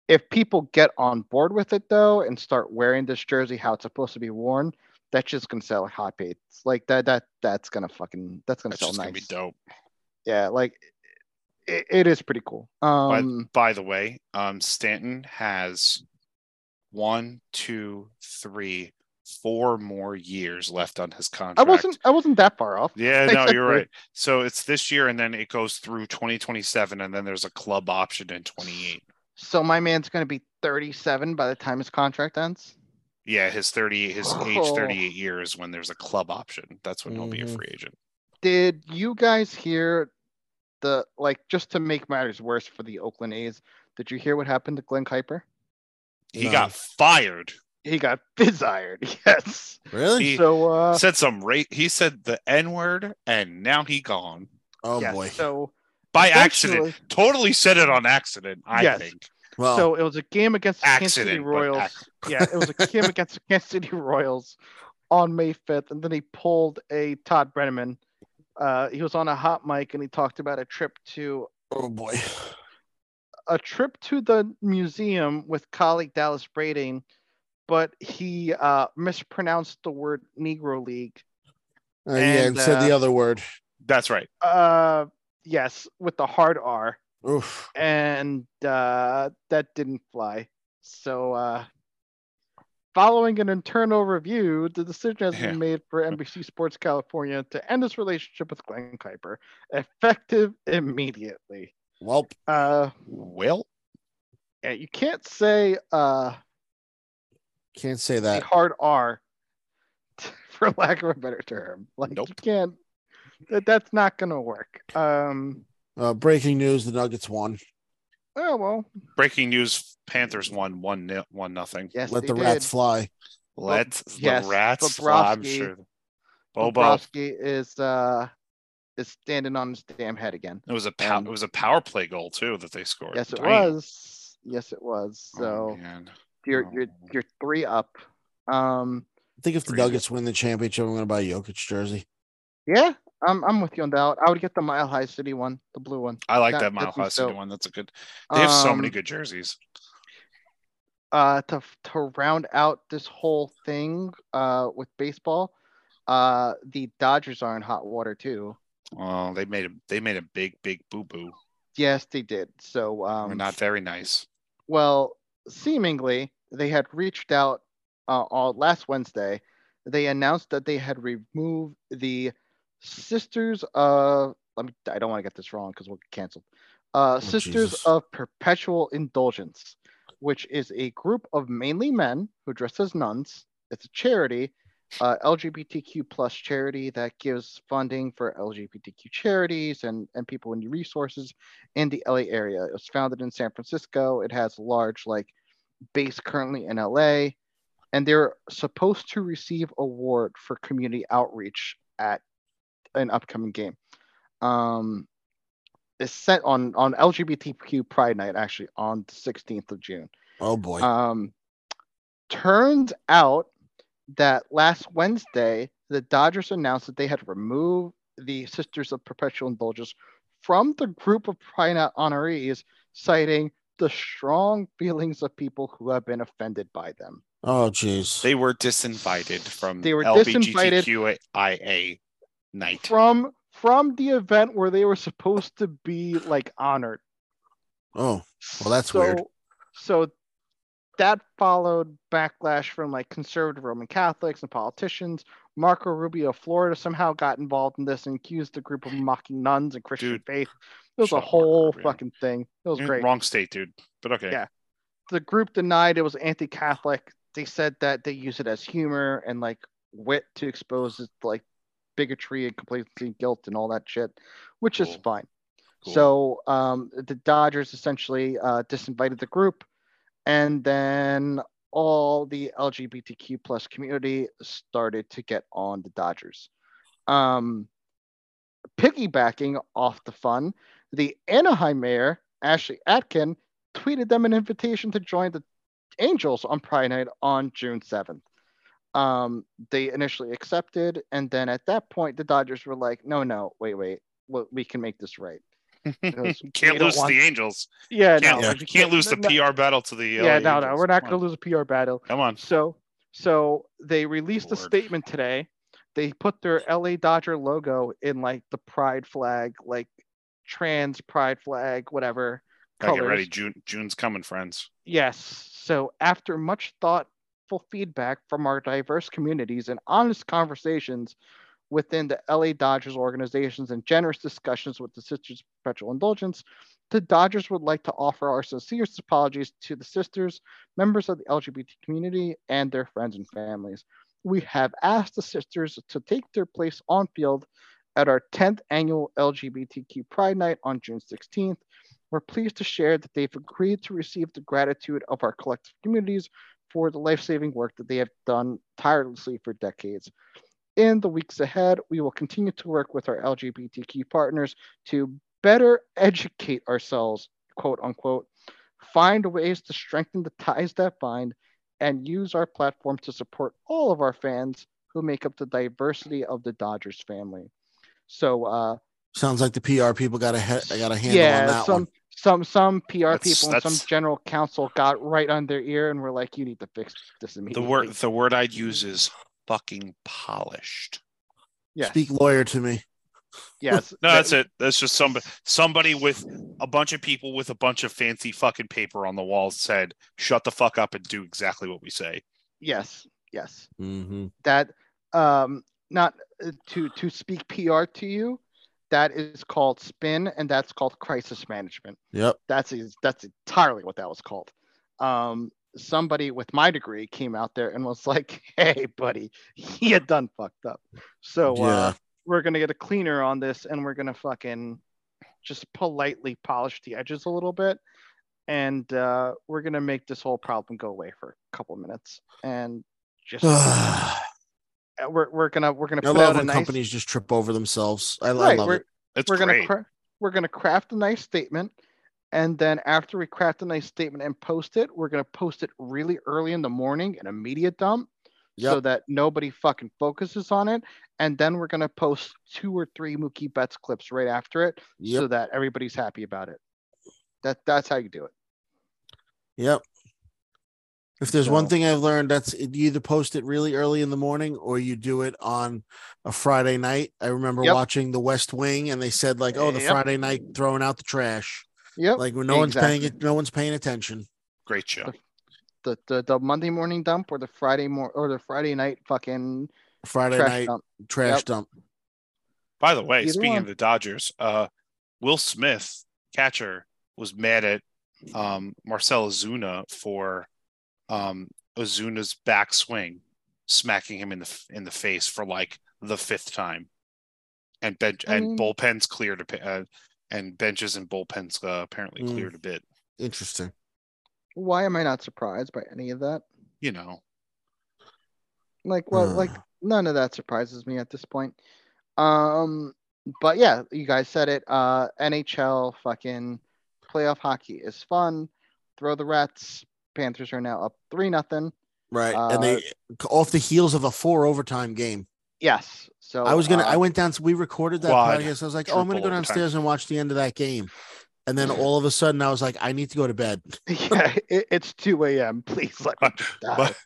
Speaker 1: if people get on board with it though and start wearing this jersey how it's supposed to be worn, that's just gonna sell like hot baits. Like that that that's gonna fucking that's gonna
Speaker 3: That's
Speaker 1: sell
Speaker 3: just
Speaker 1: nice.
Speaker 3: gonna be dope.
Speaker 1: Yeah, like it, it is pretty cool. Um,
Speaker 3: By the way, um, Stanton has one, two, three, four more years left on his
Speaker 1: I
Speaker 3: contract.
Speaker 1: wasn't I wasn't that far off.
Speaker 3: Yeah, no,
Speaker 1: Exactly.
Speaker 3: you're right. So it's this year, and then it goes through 2027, and then there's a club option in 28.
Speaker 1: So my man's gonna be 37 by the time his contract ends.
Speaker 3: Yeah, his 30, his age
Speaker 1: Oh. Mm-hmm.
Speaker 3: 38 years when there's a club option. That's when he'll be a
Speaker 2: Mhm.
Speaker 3: free agent.
Speaker 1: Did you guys hear the like just to make matters worse for the Oakland A's? Did you hear what happened to Glenn Kuiper?
Speaker 3: He
Speaker 2: No.
Speaker 3: got fired.
Speaker 1: He got fired. Yes.
Speaker 2: really?
Speaker 3: He
Speaker 1: So uh
Speaker 3: said some rate. He said the N word, and now he gone
Speaker 2: Oh
Speaker 1: yes,
Speaker 2: boy.
Speaker 1: So
Speaker 3: by accident.
Speaker 1: essentially-
Speaker 3: Totally said it on accident. I
Speaker 4: Yes.
Speaker 3: think.
Speaker 2: Well,
Speaker 4: so it was a game against the Kansas City
Speaker 3: Accident, but
Speaker 4: Royals.
Speaker 3: ac-
Speaker 4: yeah, it was a game against the Kansas City Royals on May 5th, and then he pulled a Todd Brenneman. Uh, he was on a hot mic and he talked about a trip to
Speaker 2: oh boy.
Speaker 4: a trip to the museum with colleague Dallas Brading, but he uh, mispronounced the word Negro League.
Speaker 2: Uh, yeah,
Speaker 4: And,
Speaker 2: and said the
Speaker 4: uh,
Speaker 2: other word.
Speaker 3: That's right.
Speaker 4: Uh, yes, with the hard R,
Speaker 2: Oof.
Speaker 4: and uh, that didn't fly. So, uh, following an internal review, the decision has
Speaker 3: Yeah.
Speaker 4: been made for NBC Sports California to end its relationship with Glenn Kuiper, effective immediately.
Speaker 2: Well,
Speaker 4: Uh,
Speaker 3: Well,
Speaker 4: yeah, you can't say uh,
Speaker 2: can't say
Speaker 4: a
Speaker 2: that.
Speaker 4: hard R, for lack of a better term. Like
Speaker 3: Nope.
Speaker 4: you can't. That, that's not gonna work. Um.
Speaker 2: Uh, breaking news: the Nuggets won.
Speaker 4: Oh well.
Speaker 3: breaking news: Panthers won one nil, one nothing.
Speaker 4: Yes.
Speaker 2: Let
Speaker 4: they
Speaker 2: the
Speaker 4: did.
Speaker 2: rats fly.
Speaker 3: Let's the
Speaker 4: yes,
Speaker 3: rats. fly, I'm
Speaker 4: Bobrovsky-
Speaker 3: sure. Bobo.
Speaker 1: Bobrovsky is uh is standing on his damn head again.
Speaker 3: It was a pow-
Speaker 1: Um,
Speaker 3: it was a power play goal too that they scored.
Speaker 1: Yes, it
Speaker 3: Damn.
Speaker 1: was. Yes, it was.
Speaker 3: Oh,
Speaker 1: So
Speaker 3: man.
Speaker 1: you're you're
Speaker 3: Oh.
Speaker 1: you're three up. Um,
Speaker 2: I think if the
Speaker 3: Crazy.
Speaker 2: Nuggets win the championship, I'm going to buy a Jokic jersey.
Speaker 1: yeah, I'm I'm with you on that. I would get the Mile High City one, the blue one.
Speaker 3: I like
Speaker 1: That-
Speaker 3: that,
Speaker 1: that
Speaker 3: Mile High
Speaker 1: seems
Speaker 3: City
Speaker 1: dope.
Speaker 3: one. That's a good. They have so many
Speaker 1: Um,
Speaker 3: good jerseys.
Speaker 1: uh to to round out this whole thing uh with baseball. Uh, the Dodgers are in hot water too.
Speaker 3: Oh, they made a they made a big big boo boo.
Speaker 1: Yes, they did. So um,
Speaker 3: We're not very nice.
Speaker 1: Well, seemingly they had reached out uh, on last Wednesday. They announced that they had removed the Sisters of. Let me. I don't want to get this wrong because we'll get canceled. Uh, Sisters
Speaker 2: Jesus.
Speaker 1: of Perpetual Indulgence, which is a group of mainly men who dress as nuns. It's a charity, uh, LGBTQ plus charity that gives funding for LGBTQ charities and and people who need resources in the LA area. It was founded in San Francisco. It has a large like base currently in LA, and they're supposed to receive award for community outreach at an upcoming game. Um, is set on on LGBTQ Pride Night actually on the 16th of June.
Speaker 2: Oh boy.
Speaker 1: Um, turns out that last Wednesday, the Dodgers announced that they had removed the Sisters of Perpetual Indulgence from the group of Pride Night honorees, citing the strong feelings of people who have been offended by them.
Speaker 2: oh jeez.
Speaker 3: They were disinvited from
Speaker 1: They were
Speaker 3: LGBTQIA night.
Speaker 1: From from the event where they were supposed to be like honored.
Speaker 2: Oh, Well, that's weird.
Speaker 1: So that followed backlash from like conservative Roman Catholics and politicians. Marco Rubio of Florida somehow got involved in this and accused the group of mocking nuns and Christian
Speaker 3: Dude,
Speaker 1: faith. It was a
Speaker 3: shut up, Marco
Speaker 1: whole
Speaker 3: Rubio.
Speaker 1: fucking thing. It was
Speaker 3: Mm,
Speaker 1: great.
Speaker 3: Wrong state, dude. But okay.
Speaker 1: Yeah. The group denied it was anti-Catholic. They said that they use it as humor and like wit to expose it like bigotry and complacency and guilt and all that shit, which is
Speaker 3: Cool.
Speaker 1: fine.
Speaker 3: cool.
Speaker 1: So um, the Dodgers essentially uh, disinvited the group, and then all the LGBTQ plus community started to get on the Dodgers. Um, piggybacking off the fun, the Anaheim mayor Ashley Atkin tweeted them an invitation to join the Angels on Pride Night on June seventh. Um, they initially accepted, and then at that point, the Dodgers were like, "No, no, wait, wait, we, we can make this right." Because we
Speaker 3: can't
Speaker 1: don't
Speaker 3: lose to
Speaker 1: want-
Speaker 3: the Angels.
Speaker 4: Yeah,
Speaker 3: Can't,
Speaker 4: no,
Speaker 2: yeah.
Speaker 4: like,
Speaker 3: you
Speaker 4: you
Speaker 3: can't lose the
Speaker 4: no,
Speaker 3: PR battle to the.
Speaker 4: yeah, no,
Speaker 3: LA
Speaker 4: no,
Speaker 3: Angels.
Speaker 4: we're not
Speaker 3: Come
Speaker 4: going to lose a PR battle.
Speaker 3: on. Come on.
Speaker 4: So, so they released a
Speaker 3: Lord.
Speaker 4: statement today. They put their LA Dodger logo in like the pride flag, like trans pride flag, whatever.
Speaker 3: Gotta get
Speaker 4: colors.
Speaker 3: ready. June, June's coming, friends.
Speaker 4: Yes. So, after much thoughtful feedback from our diverse communities and honest conversations within the LA Dodgers organizations and generous discussions with the Sisters of Perpetual Indulgence, the Dodgers would like to offer our sincerest apologies to the sisters, members of the LGBT community, and their friends and families. We have asked the sisters to take their place on field at our 10th annual LGBTQ Pride Night on June 16th. We're pleased to share that they've agreed to receive the gratitude of our collective communities for the life saving work that they have done tirelessly for decades. In the weeks ahead, we will continue to work with our LGBTQ partners to better educate ourselves, quote unquote, find ways to strengthen the ties that bind, and use our platform to support all of our fans who make up the diversity of the Dodgers family. So, uh,
Speaker 2: Sounds like the PR people got a he- got a handle on that
Speaker 4: some
Speaker 2: one.
Speaker 4: some some PR
Speaker 3: That's-
Speaker 4: people and
Speaker 3: that's-
Speaker 4: some general counsel got right on their ear and were like, "You need to fix this
Speaker 3: The
Speaker 4: immediately."
Speaker 3: word, the word I'd use is fucking polished.
Speaker 4: yes,
Speaker 2: Speak lawyer to me.
Speaker 1: yes,
Speaker 3: No,
Speaker 1: that-
Speaker 3: that's it. That's just somebody, somebody with a bunch of people with a bunch of fancy fucking paper on the wall said, "Shut the fuck up and do exactly what we say."
Speaker 1: Yes, yes.
Speaker 2: Mm-hmm.
Speaker 1: That um, not uh, to to speak PR to you. That is called spin, and that's called crisis management.
Speaker 2: Yep.
Speaker 1: that's is that's entirely what that was called. Um, somebody with my degree came out there and was like, "Hey, buddy, you done fucked up." So
Speaker 2: Yeah.
Speaker 1: uh, we're gonna get a cleaner on this, and we're gonna fucking just politely polish the edges a little bit, and uh, we're gonna make this whole problem go away for a couple minutes, and just uh,
Speaker 2: I
Speaker 1: we're, we're gonna we're gonna put
Speaker 2: love
Speaker 1: out a
Speaker 2: when
Speaker 1: nice
Speaker 2: companies just trip over themselves. I, I
Speaker 1: right.
Speaker 2: love
Speaker 1: we're,
Speaker 2: it.
Speaker 3: It's
Speaker 1: we're
Speaker 3: great.
Speaker 1: gonna cra- we're gonna craft a nice statement and then after we craft a nice statement and post it we're gonna post it really early in the morning in a media dump so
Speaker 2: Yep.
Speaker 1: that nobody fucking focuses on it and then we're gonna post two or three mookie bets clips right after it
Speaker 2: Yep.
Speaker 1: so that everybody's happy about it that that's how you do it
Speaker 2: Yep. If there's one
Speaker 1: So-
Speaker 2: thing I've learned, that's you either post it really early in the morning or you do it on a Friday night. I remember
Speaker 1: Yep.
Speaker 2: watching The West Wing, and they said like, "Oh, the
Speaker 1: Yep.
Speaker 2: Friday night throwing out the trash,"
Speaker 1: yep
Speaker 2: like when no one's paying
Speaker 1: Exactly.
Speaker 2: it, no one's paying attention.
Speaker 3: Great show.
Speaker 1: the, the the monday morning dump or the friday mor- or the friday night fucking
Speaker 2: Friday
Speaker 1: trash
Speaker 2: night
Speaker 1: dump
Speaker 2: trash
Speaker 1: Yep.
Speaker 2: dump.
Speaker 3: By the way,
Speaker 1: Either
Speaker 3: speaking
Speaker 1: one.
Speaker 3: of the Dodgers, uh, Will Smith, catcher, was mad at um, Marcel Ozuna for um, Ozuna's backswing, smacking him in the in the face for like the fifth time, and bench
Speaker 1: I
Speaker 3: and
Speaker 1: mean-
Speaker 3: bullpens cleared a, pa- uh, and benches and bullpens uh, apparently
Speaker 2: Mm.
Speaker 3: cleared a bit.
Speaker 2: Interesting.
Speaker 1: why am i not surprised by any of that
Speaker 3: You know,
Speaker 1: like what
Speaker 2: Huh.
Speaker 1: like none of that surprises me at this point um but yeah, you guys said it. Uh, NHL fucking playoff hockey is fun. Throw the rats. Panthers are now up three nothing.
Speaker 2: Right. and
Speaker 1: uh,
Speaker 2: they off the heels of a four overtime game.
Speaker 1: Yes. So
Speaker 2: I was gonna
Speaker 1: uh,
Speaker 2: I went down we recorded that
Speaker 3: Quad,
Speaker 2: podcast. I was like, oh, I'm gonna go
Speaker 3: triple overtime.
Speaker 2: downstairs and watch the end of that game. And then all of a sudden I was like, I need to go to bed.
Speaker 1: yeah, it, it's two a.m. Please let me just die.
Speaker 3: But-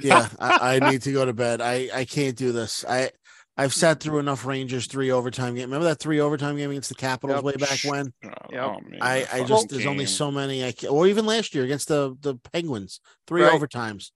Speaker 2: yeah I, I need to go to bed i i can't do this i i've sat through enough rangers three overtime game remember that three overtime game against the capitals
Speaker 4: Yep.
Speaker 2: way back when
Speaker 3: Oh,
Speaker 4: Yep.
Speaker 3: man,
Speaker 2: i
Speaker 3: that
Speaker 2: i
Speaker 3: fucking
Speaker 2: just there's only
Speaker 3: game.
Speaker 2: so many i can, or even last year against the the penguins three
Speaker 1: Right.
Speaker 2: overtimes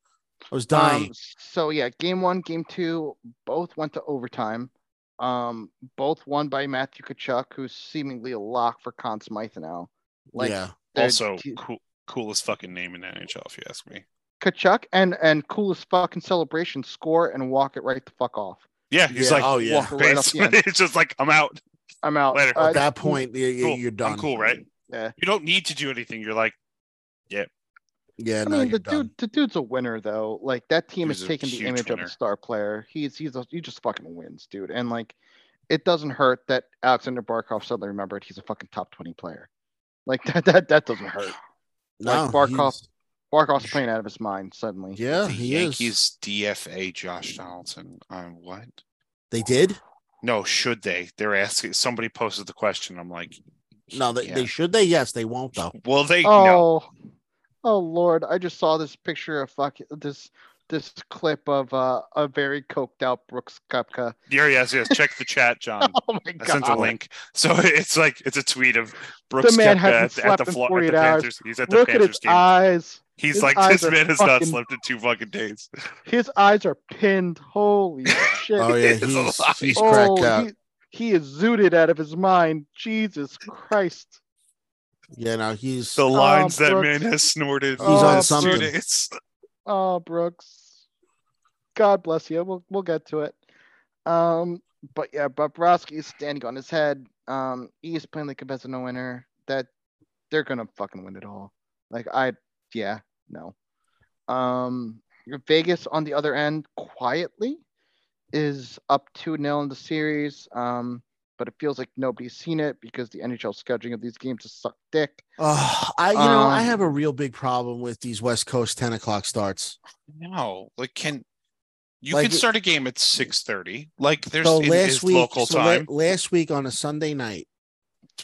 Speaker 2: i was dying
Speaker 1: Um, so yeah, game one, game two, both went to overtime. Um, both won by Matthew Kachuk, who's seemingly a lock for Conn Smythe now. Like
Speaker 2: yeah
Speaker 1: they're-
Speaker 3: also
Speaker 1: t-
Speaker 3: cool, coolest fucking name in NHL if you ask me.
Speaker 1: Kachuk and and coolest fucking celebration, score and walk it right the fuck off.
Speaker 3: Yeah, he's
Speaker 2: Yeah,
Speaker 3: like
Speaker 2: oh yeah
Speaker 1: walk
Speaker 2: at
Speaker 1: right off
Speaker 3: "Bitch."
Speaker 1: the end.
Speaker 3: it's just like I'm out.
Speaker 1: I'm out.
Speaker 3: Later.
Speaker 1: Uh,
Speaker 2: that point you, you,
Speaker 3: Cool.
Speaker 2: you're done
Speaker 3: I'm cool, right?
Speaker 1: Yeah.
Speaker 3: You don't need to do anything. You're like
Speaker 2: yeah
Speaker 1: I
Speaker 2: no,
Speaker 1: mean, the
Speaker 2: you're done.
Speaker 1: dude, the dude's a winner though. Like that team
Speaker 3: He's
Speaker 1: has
Speaker 3: a
Speaker 1: taken the
Speaker 3: huge
Speaker 1: image
Speaker 3: winner.
Speaker 1: of a star player. He's he's a, he just fucking wins, dude. And like, it doesn't hurt that Alexander Barkov suddenly remembered he's a fucking top twenty player. Like that that that doesn't hurt. like
Speaker 2: no,
Speaker 1: Barkov-
Speaker 2: he's-
Speaker 1: Barkov's playing out of his mind suddenly.
Speaker 2: yeah
Speaker 3: the
Speaker 2: he is
Speaker 3: Yankees DFA Josh Donaldson. I'm what?
Speaker 2: they did
Speaker 3: No, should they? They're asking. Somebody posted the question. I'm like,
Speaker 2: no they,
Speaker 3: Yeah.
Speaker 2: they should they yes they won't though
Speaker 3: well, they no.
Speaker 1: Oh, oh Lord! I just saw this picture of fuck this this clip of uh, a very coked out Brooks Koepka.
Speaker 3: Yeah, yes, yes. Check the chat, John.
Speaker 1: Oh my
Speaker 3: I
Speaker 1: god!
Speaker 3: sent a link. So it's like it's a tweet of Brooks
Speaker 1: The man
Speaker 3: Koepka
Speaker 1: hasn't
Speaker 3: at, at
Speaker 1: slept
Speaker 3: the
Speaker 1: in
Speaker 3: Flo- at
Speaker 1: 48
Speaker 3: the
Speaker 1: hours.
Speaker 3: Panthers. He's at the
Speaker 1: Look at his
Speaker 3: Panthers game.
Speaker 1: eyes.
Speaker 3: He's
Speaker 1: his
Speaker 3: like,
Speaker 1: eyes
Speaker 3: this
Speaker 1: are
Speaker 3: man has not
Speaker 1: fucking-
Speaker 3: slept in two fucking days.
Speaker 1: His eyes are pinned. Holy shit!
Speaker 2: oh yeah
Speaker 3: is a
Speaker 2: he's,
Speaker 3: lie.
Speaker 2: he's
Speaker 1: Oh,
Speaker 2: cracked out
Speaker 1: he, he is zooted out of his mind. Jesus Christ!
Speaker 2: yeah no he's
Speaker 3: The lines that
Speaker 1: Oh, Brooks.
Speaker 3: man has snorted.
Speaker 1: He's on
Speaker 3: for two
Speaker 2: something.
Speaker 3: days.
Speaker 1: Oh, Brooks. God bless you. We'll we'll get to it. Um, but yeah, Bobrovsky is standing on his head. Um, he is playing like a Vezina winner. That they're gonna fucking win it all. Like I, yeah, no. Um, Vegas on the other end quietly is up two 0 in the series. Um, but it feels like nobody's seen it because the NHL scheduling of these games has sucked dick.
Speaker 2: Oh, I you know I
Speaker 1: Um,
Speaker 2: have a real big problem with these West Coast ten o'clock starts.
Speaker 3: No, like can you
Speaker 2: Like-
Speaker 3: can start a game at six thirty? Like there's
Speaker 2: So
Speaker 3: it
Speaker 2: last
Speaker 3: is
Speaker 2: week,
Speaker 3: local
Speaker 2: so la-
Speaker 3: time.
Speaker 2: last week on a Sunday night,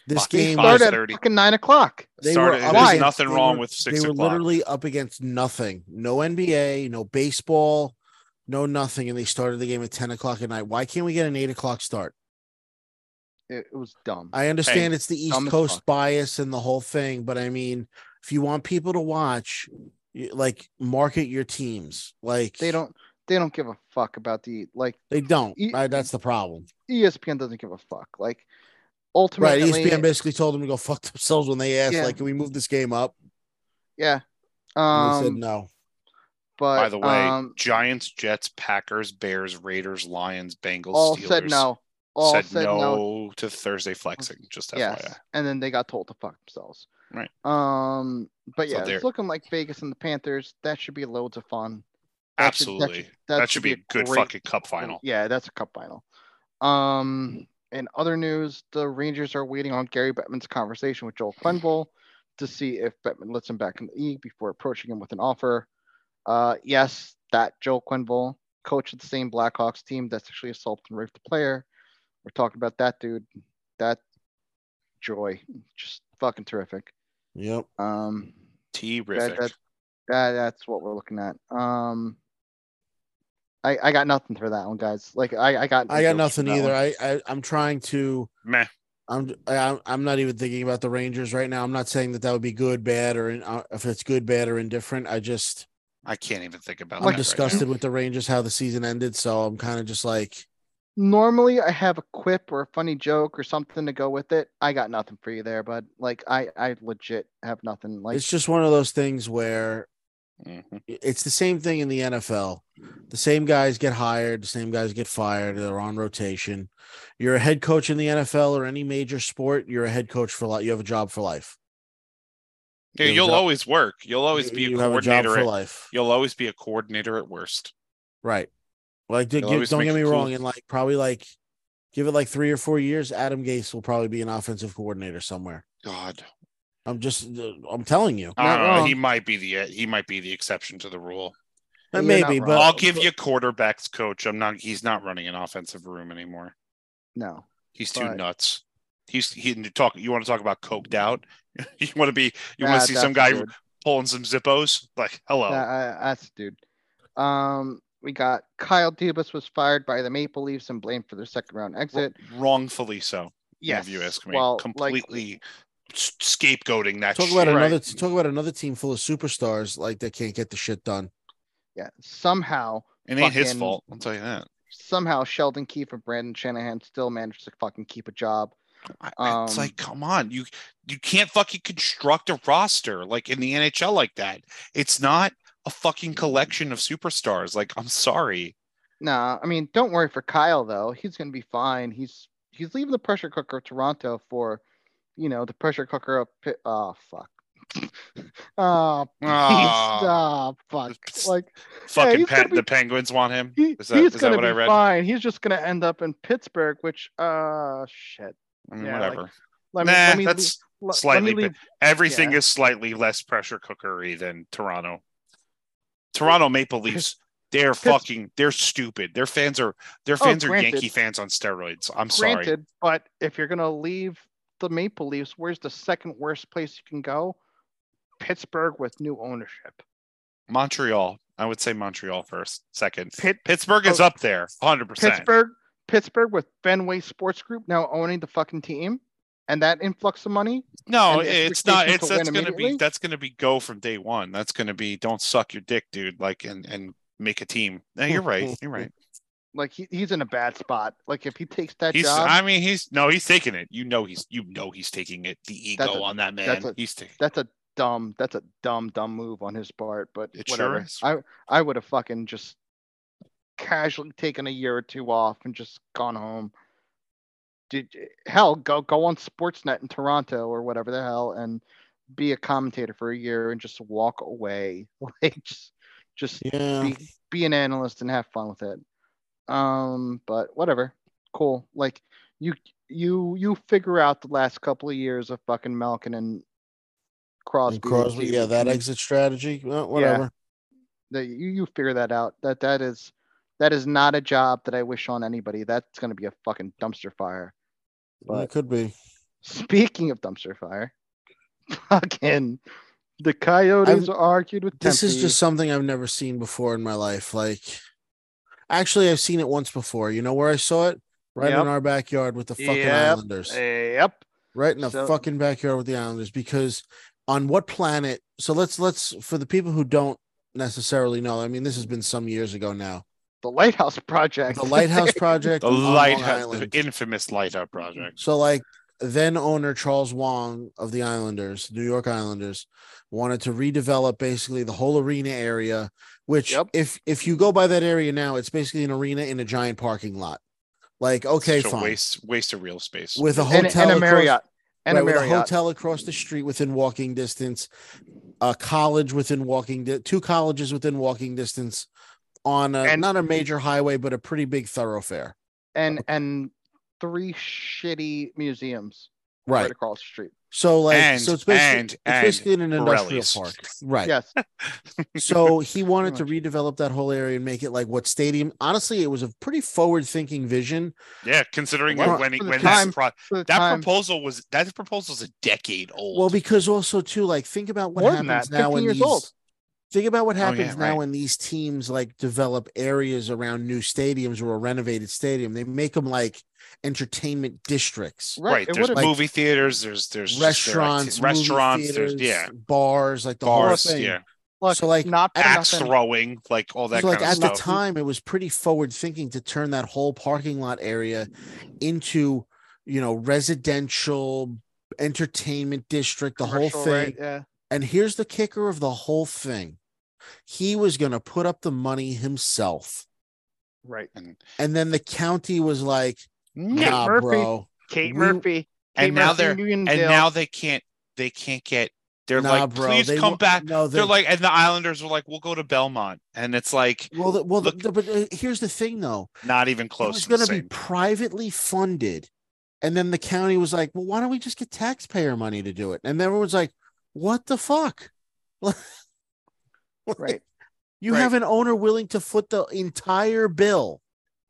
Speaker 2: this
Speaker 3: Fuck,
Speaker 2: game
Speaker 3: five
Speaker 2: was,
Speaker 1: Start at
Speaker 3: 5:30.
Speaker 1: fucking nine o'clock.
Speaker 2: they
Speaker 3: Start
Speaker 2: were
Speaker 3: it-
Speaker 1: Why?
Speaker 2: up
Speaker 3: there's
Speaker 2: against-
Speaker 3: nothing
Speaker 2: they
Speaker 3: wrong
Speaker 2: were-
Speaker 3: with six
Speaker 2: They were
Speaker 3: o'clock.
Speaker 2: literally up against nothing. No NBA, no baseball, no nothing, and they started the game at ten o'clock at night. Why can't we get an eight o'clock start?
Speaker 1: It, it was dumb.
Speaker 2: I understand it's the
Speaker 1: dumb
Speaker 2: East
Speaker 1: as
Speaker 2: Coast
Speaker 1: fuck.
Speaker 2: bias and the whole thing, but I mean, if you want people to watch, you- like market your teams. Like
Speaker 1: they don't they don't give a fuck about the like
Speaker 2: They don't.
Speaker 1: E-
Speaker 2: Right, that's the problem.
Speaker 1: ESPN doesn't give a fuck. Like
Speaker 2: Right. E
Speaker 1: ultimately
Speaker 2: ESPN basically told them to go fuck themselves when they asked,
Speaker 1: Yeah.
Speaker 2: like, can we move this game up?
Speaker 1: yeah.
Speaker 2: And
Speaker 1: Um
Speaker 2: they said no.
Speaker 1: but
Speaker 3: By the way,
Speaker 1: um,
Speaker 3: Giants, Jets, Packers, Bears, Raiders, Lions, Bengals,
Speaker 1: all
Speaker 3: Steelers
Speaker 1: said no. All
Speaker 3: said
Speaker 1: said,
Speaker 3: no,
Speaker 1: no.
Speaker 3: to Thursday flexing. Just FYI.
Speaker 1: Yes. And then they got told to fuck themselves.
Speaker 3: Right.
Speaker 1: Um but
Speaker 3: So
Speaker 1: yeah,
Speaker 3: they're-
Speaker 1: it's looking like Vegas and the Panthers. That should be loads of fun. That should- that
Speaker 3: Absolutely. That should,
Speaker 1: should- that should
Speaker 3: be a
Speaker 1: be a
Speaker 3: good
Speaker 1: great-
Speaker 3: fucking cup final.
Speaker 1: Yeah, that's a cup final. Um, in other news, the Rangers are waiting on Gary Bettman's conversation with Joel Quenville to see if Bettman lets him back in the league before approaching him with an offer. Uh, yes, that Joel Quenville, coach of the same Blackhawks team that's actually assaulted and raped the player. We're talking about that dude. That joy, just fucking terrific.
Speaker 2: Yep.
Speaker 1: Um,
Speaker 3: Terrific.
Speaker 1: that- that that's what we're looking at. Um, I I got nothing for that one, guys. Like I I got no
Speaker 2: I got
Speaker 1: jokes
Speaker 2: nothing
Speaker 1: for that
Speaker 2: either.
Speaker 1: one.
Speaker 2: I, I I'm trying to
Speaker 3: Meh.
Speaker 2: I'm I, I'm- I'm not even thinking about the Rangers right now. I'm not saying that that would be good, bad, or in, uh, if it's good, bad, or indifferent. I just
Speaker 3: I can't even think
Speaker 1: I'm
Speaker 3: about
Speaker 2: I'm
Speaker 3: that. right now.
Speaker 2: disgusted with the Rangers how the season ended. So I'm kind of just like,
Speaker 1: Normally, I have a quip or a funny joke or something to go with it. I got nothing for you there, bud. Like I I legit have nothing. Like
Speaker 2: it's just one of those things where
Speaker 3: Mhm.
Speaker 2: it's the same thing in the NFL. The same guys get hired, the same guys get fired, they're on rotation. You're a head coach in the NFL or any major sport, you're a head coach for life. You have a job for life.
Speaker 3: Yeah,
Speaker 2: You have a
Speaker 3: you'll
Speaker 2: job-
Speaker 3: always work. You'll always be a
Speaker 2: You have a job
Speaker 3: coordinator.
Speaker 2: for
Speaker 3: at,
Speaker 2: life.
Speaker 3: you'll always be a coordinator at worst.
Speaker 2: Right. Like, dude,
Speaker 3: You'll
Speaker 2: give-
Speaker 3: always
Speaker 2: don't
Speaker 3: make
Speaker 2: get me
Speaker 3: cool-
Speaker 2: wrong. And like, probably like Give it like three or four years. Adam Gase will probably be an offensive coordinator somewhere.
Speaker 3: God,
Speaker 2: I'm just, uh, I'm telling you.
Speaker 3: I don't
Speaker 1: Not
Speaker 3: know.
Speaker 1: wrong.
Speaker 3: He might be the he might be the exception to the rule.
Speaker 1: You're
Speaker 2: Maybe,
Speaker 1: not
Speaker 2: but-
Speaker 1: wrong.
Speaker 3: I'll give you quarterbacks coach. I'm not. He's not running an offensive room anymore.
Speaker 1: no.
Speaker 3: He's too
Speaker 1: Right.
Speaker 3: nuts. He's he you talk. You want to talk about coked out? You want to be? You want
Speaker 1: Nah,
Speaker 3: to see some
Speaker 1: that's
Speaker 3: guy
Speaker 1: good.
Speaker 3: pulling some zippos? Like hello.
Speaker 1: Nah, I- that's dude. Um, we got Kyle Dubas was fired by the Maple Leafs and blamed for their second round exit.
Speaker 3: Wrongfully so.
Speaker 1: Yes,
Speaker 3: If you ask me,
Speaker 1: well, like,
Speaker 3: completely s- scapegoating that.
Speaker 2: Talk
Speaker 3: shit.
Speaker 2: about another.
Speaker 1: Right.
Speaker 2: Talk about another team full of superstars like that can't get the shit done.
Speaker 1: yeah, somehow
Speaker 3: It ain't his
Speaker 1: fucking-
Speaker 3: fault. I'll tell you that.
Speaker 1: somehow Sheldon Keefe and Brandon Shanahan still managed to fucking keep a job.
Speaker 3: I- I- it's
Speaker 1: Um,
Speaker 3: like, come on, you you can't fucking construct a roster like in the NHL like that. It's not a fucking collection of superstars. Like, I'm sorry.
Speaker 1: Nah, I mean, don't worry for Kyle though. He's gonna be fine. He's he's leaving the pressure cooker of Toronto for, you know, the pressure cooker of Pi- oh fuck. oh, please
Speaker 3: Ah,
Speaker 1: stop, fuck.
Speaker 3: It's-
Speaker 1: Like
Speaker 3: fucking
Speaker 1: he's gonna
Speaker 3: Pet,
Speaker 1: be-
Speaker 3: the Penguins want him.
Speaker 1: he,
Speaker 3: Is that-
Speaker 1: he's
Speaker 3: is that
Speaker 1: gonna
Speaker 3: what
Speaker 1: be
Speaker 3: I read?
Speaker 1: fine. He's just gonna end up in Pittsburgh, which uh shit.
Speaker 3: I mean,
Speaker 4: Yeah, like,
Speaker 3: whatever.
Speaker 1: Let me
Speaker 3: nah,
Speaker 1: let me
Speaker 3: that's
Speaker 1: leave, let- let me
Speaker 3: slightly
Speaker 1: leave-
Speaker 3: everything
Speaker 1: yeah.
Speaker 3: is slightly less pressure cookery than Toronto. Toronto Maple Leafs. They're fucking. They're stupid. Their fans are. Their fans are
Speaker 1: Oh, granted.
Speaker 3: Yankee fans on steroids. I'm sorry.
Speaker 1: granted, but if you're gonna leave the Maple Leafs, where's the second worst place you can go? Pittsburgh with new ownership.
Speaker 3: Montreal. I would say Montreal first, second.
Speaker 1: Pit-
Speaker 3: Pittsburgh is
Speaker 1: oh,
Speaker 3: up there, hundred percent.
Speaker 1: Pittsburgh, Pittsburgh with Fenway Sports Group now owning the fucking team, and that influx of money.
Speaker 3: No,
Speaker 1: and the
Speaker 3: it's not. It's
Speaker 1: expectation to
Speaker 3: that's
Speaker 1: win
Speaker 3: going to be
Speaker 1: immediately?
Speaker 3: that's going to be go from day one. That's going to be don't suck your dick, dude. Like and and make a team. No, you're right. You're right.
Speaker 1: Like he, he's in a bad spot. Like if he takes that
Speaker 3: He's.
Speaker 1: job,
Speaker 3: I mean, he's no. He's taking it. You know, he's. You know, he's taking it. The ego
Speaker 1: That's a-
Speaker 3: on that
Speaker 1: that's
Speaker 3: man.
Speaker 1: a-
Speaker 3: he's taking.
Speaker 1: that's a dumb. That's a dumb, dumb move on his part. But
Speaker 3: It sure
Speaker 1: whatever.
Speaker 3: is.
Speaker 1: I I would have fucking just casually taken a year or two off and just gone home. Dude, hell, go go on Sportsnet in Toronto or whatever the hell, and be a commentator for a year and just walk away. Like just, just
Speaker 2: Yeah.
Speaker 1: be, be an analyst and have fun with it. Um, but whatever, cool. Like you, you, you figure out the last couple of years of fucking Malkin and Crosby.
Speaker 2: And Crosby,
Speaker 1: you-
Speaker 2: yeah, that
Speaker 1: you-
Speaker 2: exit strategy, well, whatever.
Speaker 1: that you, you figure that out. That that is that is not a job that I wish on anybody. That's gonna be a fucking dumpster fire.
Speaker 2: Well, it could be.
Speaker 1: Speaking of dumpster fire, fucking the Coyotes argued with
Speaker 2: This is
Speaker 1: Tempe.
Speaker 2: just something I've never seen before in my life. Like, actually, I've seen it once before. You know where I saw it? Right
Speaker 1: Yep.
Speaker 2: in our backyard with the fucking
Speaker 1: Yep.
Speaker 2: Islanders.
Speaker 1: Yep.
Speaker 2: Right in the
Speaker 1: So-
Speaker 2: fucking backyard with the Islanders. Because on what planet? So let's let's for the people who don't necessarily know. I mean, this has been some years ago now.
Speaker 1: The Lighthouse Project.
Speaker 2: The Lighthouse Project.
Speaker 3: The
Speaker 2: on Long
Speaker 3: lighthouse, the
Speaker 2: Island.
Speaker 3: infamous lighthouse project.
Speaker 2: So like then owner Charles Wong of the Islanders, New York Islanders, wanted to redevelop basically the whole arena area, which
Speaker 1: Yep.
Speaker 2: if if you go by that area now, it's basically an arena in a giant parking lot. Like okay,
Speaker 3: Such a
Speaker 2: fine.
Speaker 3: waste waste of real space.
Speaker 2: With a
Speaker 1: and,
Speaker 2: hotel
Speaker 1: and a
Speaker 2: across-
Speaker 1: Marriott. And
Speaker 2: right,
Speaker 1: a
Speaker 2: with
Speaker 1: Marriott.
Speaker 2: a hotel across the street within walking distance, a college within walking di- two colleges within walking distance on a,
Speaker 1: And-
Speaker 2: not a major highway but a pretty big thoroughfare.
Speaker 1: and and three shitty museums right,
Speaker 2: Right.
Speaker 1: across the street.
Speaker 2: So like
Speaker 3: and
Speaker 2: so it's basically
Speaker 3: and
Speaker 2: it's
Speaker 3: and
Speaker 2: basically in an industrial
Speaker 3: Pirellis.
Speaker 2: park. Right.
Speaker 1: Yes.
Speaker 2: so he wanted to
Speaker 1: Pretty
Speaker 2: redevelop that whole area and make it like what stadium honestly it was a pretty forward thinking vision
Speaker 3: yeah, considering
Speaker 1: Well,
Speaker 3: when
Speaker 1: for the
Speaker 3: when
Speaker 1: time-
Speaker 3: that, pro-
Speaker 1: For the
Speaker 3: that
Speaker 1: time-
Speaker 3: proposal was that proposal's a decade old.
Speaker 2: well because also too like think about what
Speaker 1: More than
Speaker 2: happens
Speaker 1: that,
Speaker 2: now
Speaker 1: 15
Speaker 2: when
Speaker 1: years
Speaker 2: these
Speaker 1: old.
Speaker 2: think about what
Speaker 3: Oh, yeah,
Speaker 2: happens now
Speaker 3: right.
Speaker 2: when these teams like develop areas around new stadiums or a renovated stadium they make them like entertainment districts
Speaker 1: right.
Speaker 3: right,
Speaker 1: it
Speaker 3: there's
Speaker 1: would've-
Speaker 2: like-
Speaker 3: movie theaters. There's there's just their acti-
Speaker 2: restaurants movie
Speaker 3: restaurants. there's
Speaker 2: theaters,
Speaker 3: yeah,
Speaker 2: bars like the
Speaker 3: bars.
Speaker 2: whole thing
Speaker 3: Yeah,
Speaker 1: look,
Speaker 2: so, like,
Speaker 1: not for
Speaker 3: axe
Speaker 1: nothing.
Speaker 3: throwing, like all that
Speaker 2: So, like
Speaker 3: kind of
Speaker 2: at
Speaker 3: stuff.
Speaker 2: the time, it was pretty forward thinking to turn that whole parking lot area into, you know, residential entertainment district, the whole
Speaker 1: commercial,
Speaker 2: thing.
Speaker 1: right? Yeah.
Speaker 2: And here's the kicker of the whole thing: he was going to put up the money himself,
Speaker 1: Right.
Speaker 2: and then the county was like,
Speaker 3: Yeah.
Speaker 2: "Nah,
Speaker 1: Murphy.
Speaker 2: bro."
Speaker 1: Kate
Speaker 2: We-
Speaker 1: Murphy. Kate
Speaker 3: and now
Speaker 1: Murphy
Speaker 3: they're
Speaker 1: in
Speaker 3: and
Speaker 1: Uniondale.
Speaker 3: now they can't they can't get They're
Speaker 2: Nah,
Speaker 3: like,
Speaker 2: bro,
Speaker 3: please
Speaker 2: they
Speaker 3: come
Speaker 2: won't-
Speaker 3: back.
Speaker 2: No,
Speaker 3: They're like, and the Islanders were like, we'll go to Belmont, and it's like
Speaker 2: well, the, well, the-
Speaker 3: look-
Speaker 2: the- but uh, here's the thing though.
Speaker 3: not even
Speaker 2: It
Speaker 3: close.
Speaker 2: was
Speaker 3: to the
Speaker 2: going to be
Speaker 3: same.
Speaker 2: privately funded, and then the county was like, well, why don't we just get taxpayer money to do it? And everyone's like, what the fuck?
Speaker 1: Right.
Speaker 2: You
Speaker 3: Right.
Speaker 2: have an owner willing to foot the entire bill.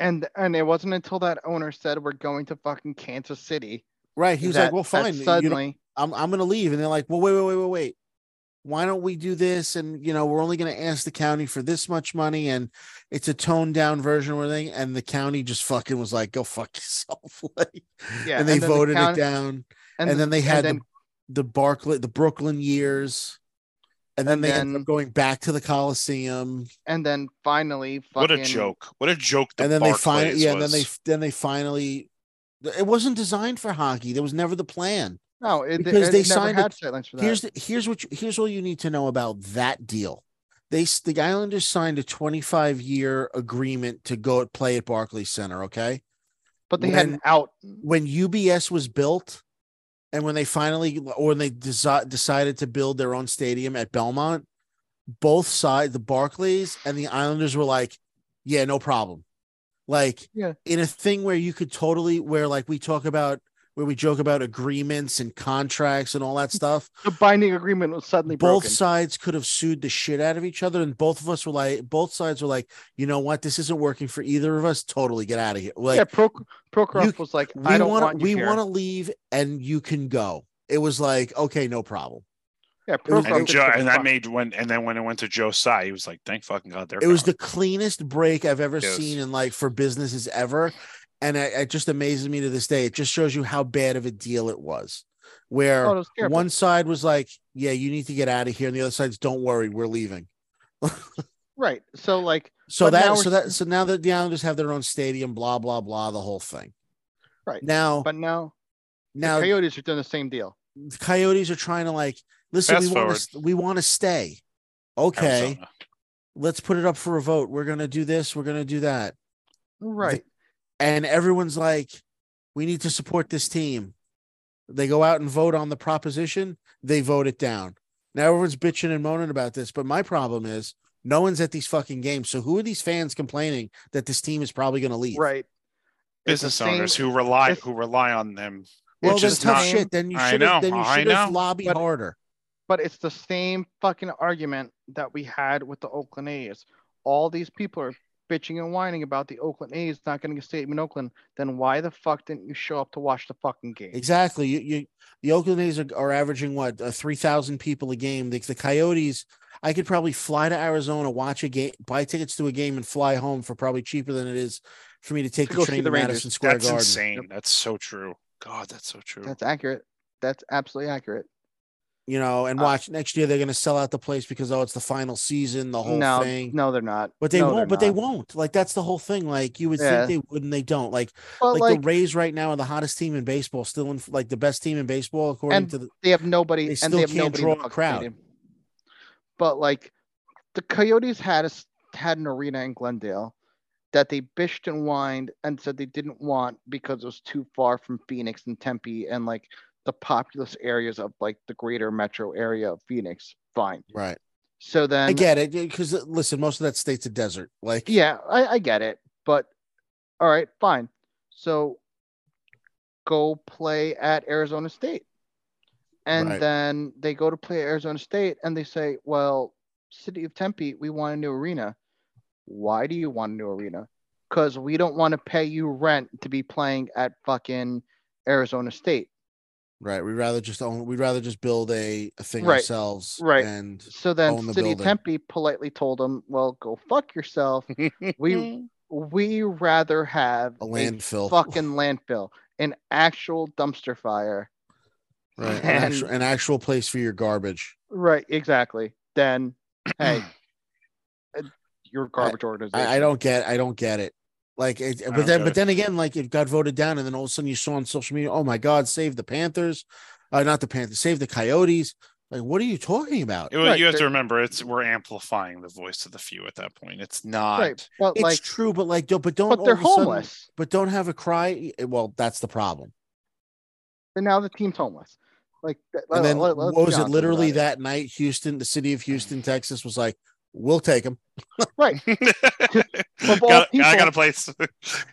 Speaker 1: And and it wasn't until that owner said we're going to fucking Kansas City.
Speaker 2: Right. He was like,
Speaker 1: that-
Speaker 2: well,
Speaker 1: that
Speaker 2: fine. you know,
Speaker 1: Suddenly,
Speaker 2: I'm, I'm going to leave. And they're like, well, wait, wait, wait, wait, wait. Why don't we do this? And, you know, we're only going to ask the county for this much money. And it's a toned down version or thing. And the county just fucking was like, go fuck yourself. like,
Speaker 1: yeah.
Speaker 2: and they
Speaker 1: then the
Speaker 2: voted
Speaker 1: county-
Speaker 2: it down.
Speaker 1: And,
Speaker 2: And,
Speaker 1: the-
Speaker 2: then they had
Speaker 1: then-
Speaker 2: the, the Barclay, the Brooklyn years. And then
Speaker 1: And
Speaker 2: they ended
Speaker 1: then-
Speaker 2: up going back to the Coliseum.
Speaker 1: and then finally, fucking,
Speaker 3: What a joke! What a joke! The
Speaker 2: and then they finally,
Speaker 3: Barclays
Speaker 2: yeah, and
Speaker 3: was.
Speaker 2: then they, then they finally, it wasn't designed for hockey. There was never the plan.
Speaker 1: No, it,
Speaker 2: Because
Speaker 1: it
Speaker 2: they
Speaker 1: never
Speaker 2: signed a-
Speaker 1: had sidelines for that.
Speaker 2: Here's the, here's what you, here's all you need to know about that deal. They s- the Islanders signed a 25 year agreement to go at play at Barclays Center. Okay,
Speaker 1: but they had
Speaker 2: when-
Speaker 1: an out.
Speaker 2: when UBS was built, and when they finally or when they desi- decided to build their own stadium at Belmont, both sides, the Barclays and the Islanders, were like, "Yeah, no problem." Like
Speaker 1: Yeah.
Speaker 2: in a thing where you could totally where like we talk about where we joke about agreements and contracts and all that stuff.
Speaker 1: The binding agreement was suddenly
Speaker 2: both
Speaker 1: broken.
Speaker 2: sides could have sued the shit out of each other and both of us were like both sides were like you know what this isn't working for either of us totally get out of here like
Speaker 1: yeah, Pro, Prokhorov
Speaker 2: you-
Speaker 1: was like,
Speaker 2: we
Speaker 1: I don't
Speaker 2: wanna,
Speaker 1: want you
Speaker 2: we
Speaker 1: here.
Speaker 2: want to leave and you can go it was like okay no problem
Speaker 1: yeah,
Speaker 2: was-
Speaker 1: Prokhorov
Speaker 3: and,
Speaker 1: just
Speaker 2: it-
Speaker 3: Joe,
Speaker 1: said,
Speaker 3: and that
Speaker 1: "Fuck."
Speaker 3: made when and then when it went to Joe Sy, he was like, "Thank fucking god!" They're
Speaker 2: it was
Speaker 3: gone.
Speaker 2: the cleanest break i've ever
Speaker 3: Yes.
Speaker 2: seen in like for businesses ever and it, it just amazes me to this day it just shows you how bad of a deal it was where
Speaker 1: Oh, it was terrible.
Speaker 2: one side was like yeah you need to get out of here and the other side's don't worry we're leaving
Speaker 1: right. So like,
Speaker 2: So
Speaker 1: But now
Speaker 2: that
Speaker 1: we're
Speaker 2: so
Speaker 1: s-
Speaker 2: that so now that the Islanders have their own stadium, blah blah blah, the whole thing.
Speaker 1: Right.
Speaker 2: Now
Speaker 1: but now,
Speaker 2: Oh. now
Speaker 1: the
Speaker 2: the
Speaker 1: Coyotes are doing the same deal.
Speaker 2: coyotes, are trying to like listen.
Speaker 3: Fast
Speaker 2: we
Speaker 3: forward.
Speaker 2: want to we want to stay. Okay,
Speaker 3: Arizona.
Speaker 2: let's put it up for a vote. We're gonna do this. We're gonna do that.
Speaker 1: Right.
Speaker 2: And everyone's like, we need to support this team. They go out and vote on the proposition. They vote it down. Now everyone's bitching and moaning about this. But my problem is, no one's at these fucking games. So who are these fans complaining that this team is probably gonna leave?
Speaker 1: Right. It's the
Speaker 3: business
Speaker 1: same-
Speaker 3: owners who rely
Speaker 1: it's-
Speaker 3: who rely on them.
Speaker 2: Well,
Speaker 3: It's
Speaker 2: then
Speaker 3: just
Speaker 2: tough
Speaker 3: not-
Speaker 2: shit. Then you
Speaker 3: I
Speaker 2: should
Speaker 3: know,
Speaker 2: have. Then you
Speaker 3: I
Speaker 2: should have
Speaker 3: know.
Speaker 2: lobbied
Speaker 1: But-
Speaker 2: harder.
Speaker 1: But it's the same fucking argument that we had with the Oakland A's. All these people are bitching and whining about the Oakland A's not getting a stadium in Oakland. Then why the fuck didn't you show up to watch the fucking game?
Speaker 2: Exactly. You, you, the Oakland A's are, are averaging what uh, three thousand people a game. The, the Coyotes, I could probably fly to Arizona, watch a game, buy tickets to a game, and fly home for probably cheaper than it is for me to take
Speaker 1: To
Speaker 2: the
Speaker 1: go see
Speaker 2: train
Speaker 1: the
Speaker 2: to
Speaker 1: Rangers.
Speaker 2: Madison Square
Speaker 3: That's
Speaker 2: Garden.
Speaker 3: insane. That's so true. God, that's so true.
Speaker 1: That's accurate. That's absolutely accurate.
Speaker 2: You know, and
Speaker 1: Uh,
Speaker 2: watch next year they're going to sell out the place because oh, it's the final season, the whole
Speaker 1: no,
Speaker 2: thing.
Speaker 1: no, they're not.
Speaker 2: But they
Speaker 1: No, they're
Speaker 2: won't. But they
Speaker 1: not.
Speaker 2: won't. Like that's the whole thing. Like you would
Speaker 1: Yeah.
Speaker 2: think they would, and they don't. Like
Speaker 1: But
Speaker 2: like,
Speaker 1: like,
Speaker 2: the Rays right now are the hottest team in baseball. Still in like the best team in baseball according
Speaker 1: And
Speaker 2: to the
Speaker 1: they have nobody
Speaker 2: They
Speaker 1: and
Speaker 2: still
Speaker 1: they have
Speaker 2: can't
Speaker 1: nobody
Speaker 2: draw
Speaker 1: in
Speaker 2: a
Speaker 1: the fucking
Speaker 2: crowd.
Speaker 1: stadium. But like the Coyotes had a, s- had an arena in Glendale that they bitched and whined and said they didn't want because it was too far from Phoenix and Tempe and like the populous areas of like the greater metro area of Phoenix. Fine.
Speaker 2: right.
Speaker 1: So then
Speaker 2: I get it because listen, most of that state's a desert. Like,
Speaker 1: Yeah, I, I get it, but all right, fine. So go play at Arizona State. And
Speaker 2: Right.
Speaker 1: then they go to play at Arizona State and they say, Well, City of Tempe, we want a new arena. Why do you want a new arena? Because we don't want to pay you rent to be playing at fucking Arizona State.
Speaker 2: right. We'd rather just own. We'd rather just build a, a thing
Speaker 1: Right,
Speaker 2: ourselves.
Speaker 1: right.
Speaker 2: And
Speaker 1: So then
Speaker 2: Own the
Speaker 1: City of
Speaker 2: building.
Speaker 1: Tempe politely told them, Well, go fuck yourself. we we rather have
Speaker 2: a landfill.
Speaker 1: fucking landfill, an actual dumpster fire.
Speaker 2: Right. An
Speaker 1: and-
Speaker 2: actual, an actual place for your garbage.
Speaker 1: Right, exactly. Then, hey, uh, you're a garbage organization.
Speaker 2: I, I don't get. I don't get it. Like, it,
Speaker 3: don't
Speaker 2: but then,
Speaker 3: get
Speaker 2: but
Speaker 3: it.
Speaker 2: then again, like it got voted down, and then all of a sudden you saw on social media, "Oh my God, save the Panthers!" Uh, not the Panthers, save the Coyotes. Like, what are you talking about?
Speaker 3: It was-
Speaker 1: Right,
Speaker 3: you have to
Speaker 1: they're-
Speaker 3: remember it's we're amplifying the voice of the few at that point. It's not
Speaker 1: right, but
Speaker 2: It's
Speaker 1: like,
Speaker 2: true, but like, don't, but don't.
Speaker 1: but
Speaker 2: all
Speaker 1: they're
Speaker 2: of a sudden-
Speaker 1: homeless,
Speaker 2: eh, but don't have a cry. Well, that's the problem.
Speaker 1: and now the team's homeless. Like, th-
Speaker 2: And then
Speaker 1: let- let's
Speaker 2: what was
Speaker 1: be
Speaker 2: it?
Speaker 1: honest
Speaker 2: Literally
Speaker 1: about
Speaker 2: that night, Houston, the city of Houston, Texas, was like, "We'll take him."
Speaker 4: Of all
Speaker 3: Got- I
Speaker 4: people-
Speaker 3: got a place.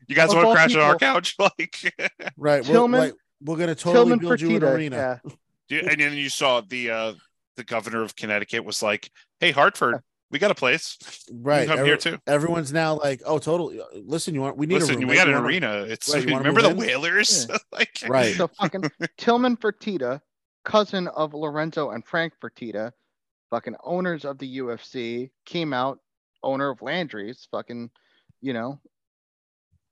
Speaker 3: You guys
Speaker 4: Of
Speaker 3: want to
Speaker 4: all
Speaker 3: crash on our
Speaker 4: people.
Speaker 3: couch? Like,
Speaker 2: Right? We're,
Speaker 4: Tillman-
Speaker 2: like, we're gonna totally
Speaker 1: Tillman
Speaker 2: build you an
Speaker 1: Fertitta,
Speaker 2: arena.
Speaker 1: yeah.
Speaker 3: Yeah, and then you saw the uh the governor of Connecticut was like, "Hey, Hartford, we got a place. You can
Speaker 2: Right.
Speaker 3: come
Speaker 2: every-
Speaker 3: here too.
Speaker 2: Everyone's now like, "Oh, totally." Listen, you want? We need a
Speaker 3: Listen,
Speaker 2: room.
Speaker 3: we got an
Speaker 2: Everyone-
Speaker 3: arena. It's
Speaker 2: Right, you wanna
Speaker 3: remember the
Speaker 2: move in?
Speaker 3: Whalers? like,
Speaker 2: Right.
Speaker 1: So fucking Tillman Fertitta, cousin of Lorenzo and Frank Fertitta, fucking owners of the UFC, came out, owner of Landry's, fucking, you know,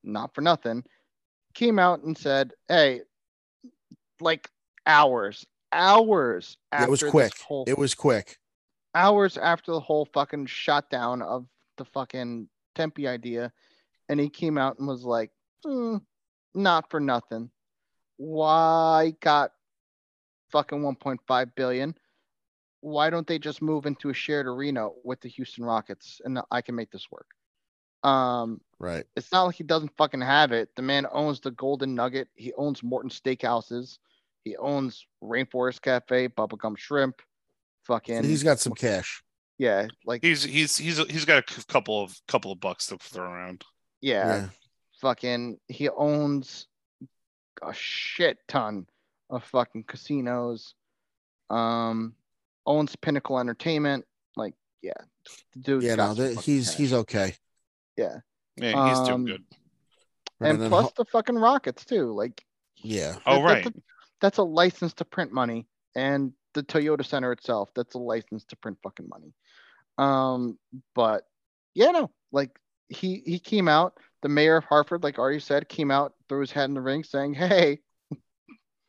Speaker 1: not for nothing, came out and said, "Hey, like hours, hours
Speaker 2: Yeah,
Speaker 1: after
Speaker 2: it was
Speaker 1: this
Speaker 2: quick.
Speaker 1: whole
Speaker 2: It was quick.
Speaker 1: hours after the whole fucking shutdown of the fucking Tempe idea, and he came out and was like, "Mm, "Not for nothing. Why got fucking 1.5 billion? Why don't they just move into a shared arena with the Houston Rockets and I can make this work?" Um,
Speaker 2: Right.
Speaker 1: it's not like he doesn't fucking have it. The man owns the Golden Nugget. He owns Morton Steakhouses. He owns Rainforest Cafe, Bubblegum Shrimp. Fucking,
Speaker 2: he's got some cash.
Speaker 1: yeah, like
Speaker 3: He's he's he's he's got a c- couple of couple of bucks to throw around.
Speaker 1: yeah,
Speaker 2: yeah.
Speaker 1: fucking he owns a shit ton of fucking casinos. Um owns Pinnacle Entertainment. Like, yeah. The dude's
Speaker 2: Yeah,
Speaker 1: got
Speaker 2: no,
Speaker 1: some
Speaker 2: the,
Speaker 1: fucking
Speaker 2: he's
Speaker 1: cash.
Speaker 2: he's okay.
Speaker 3: Yeah, he's
Speaker 1: Um,
Speaker 3: doing good.
Speaker 2: Right,
Speaker 1: and
Speaker 2: then
Speaker 1: plus
Speaker 2: ho-
Speaker 1: the fucking Rockets too. Like
Speaker 2: yeah,
Speaker 3: Oh,
Speaker 1: that-
Speaker 3: right.
Speaker 1: That's a, that's a license to print money, and the Toyota Center itself, that's a license to print fucking money. Um, but yeah, no, like he he came out. The mayor of Hartford, like already said, came out, threw his hat in the ring, saying, "Hey,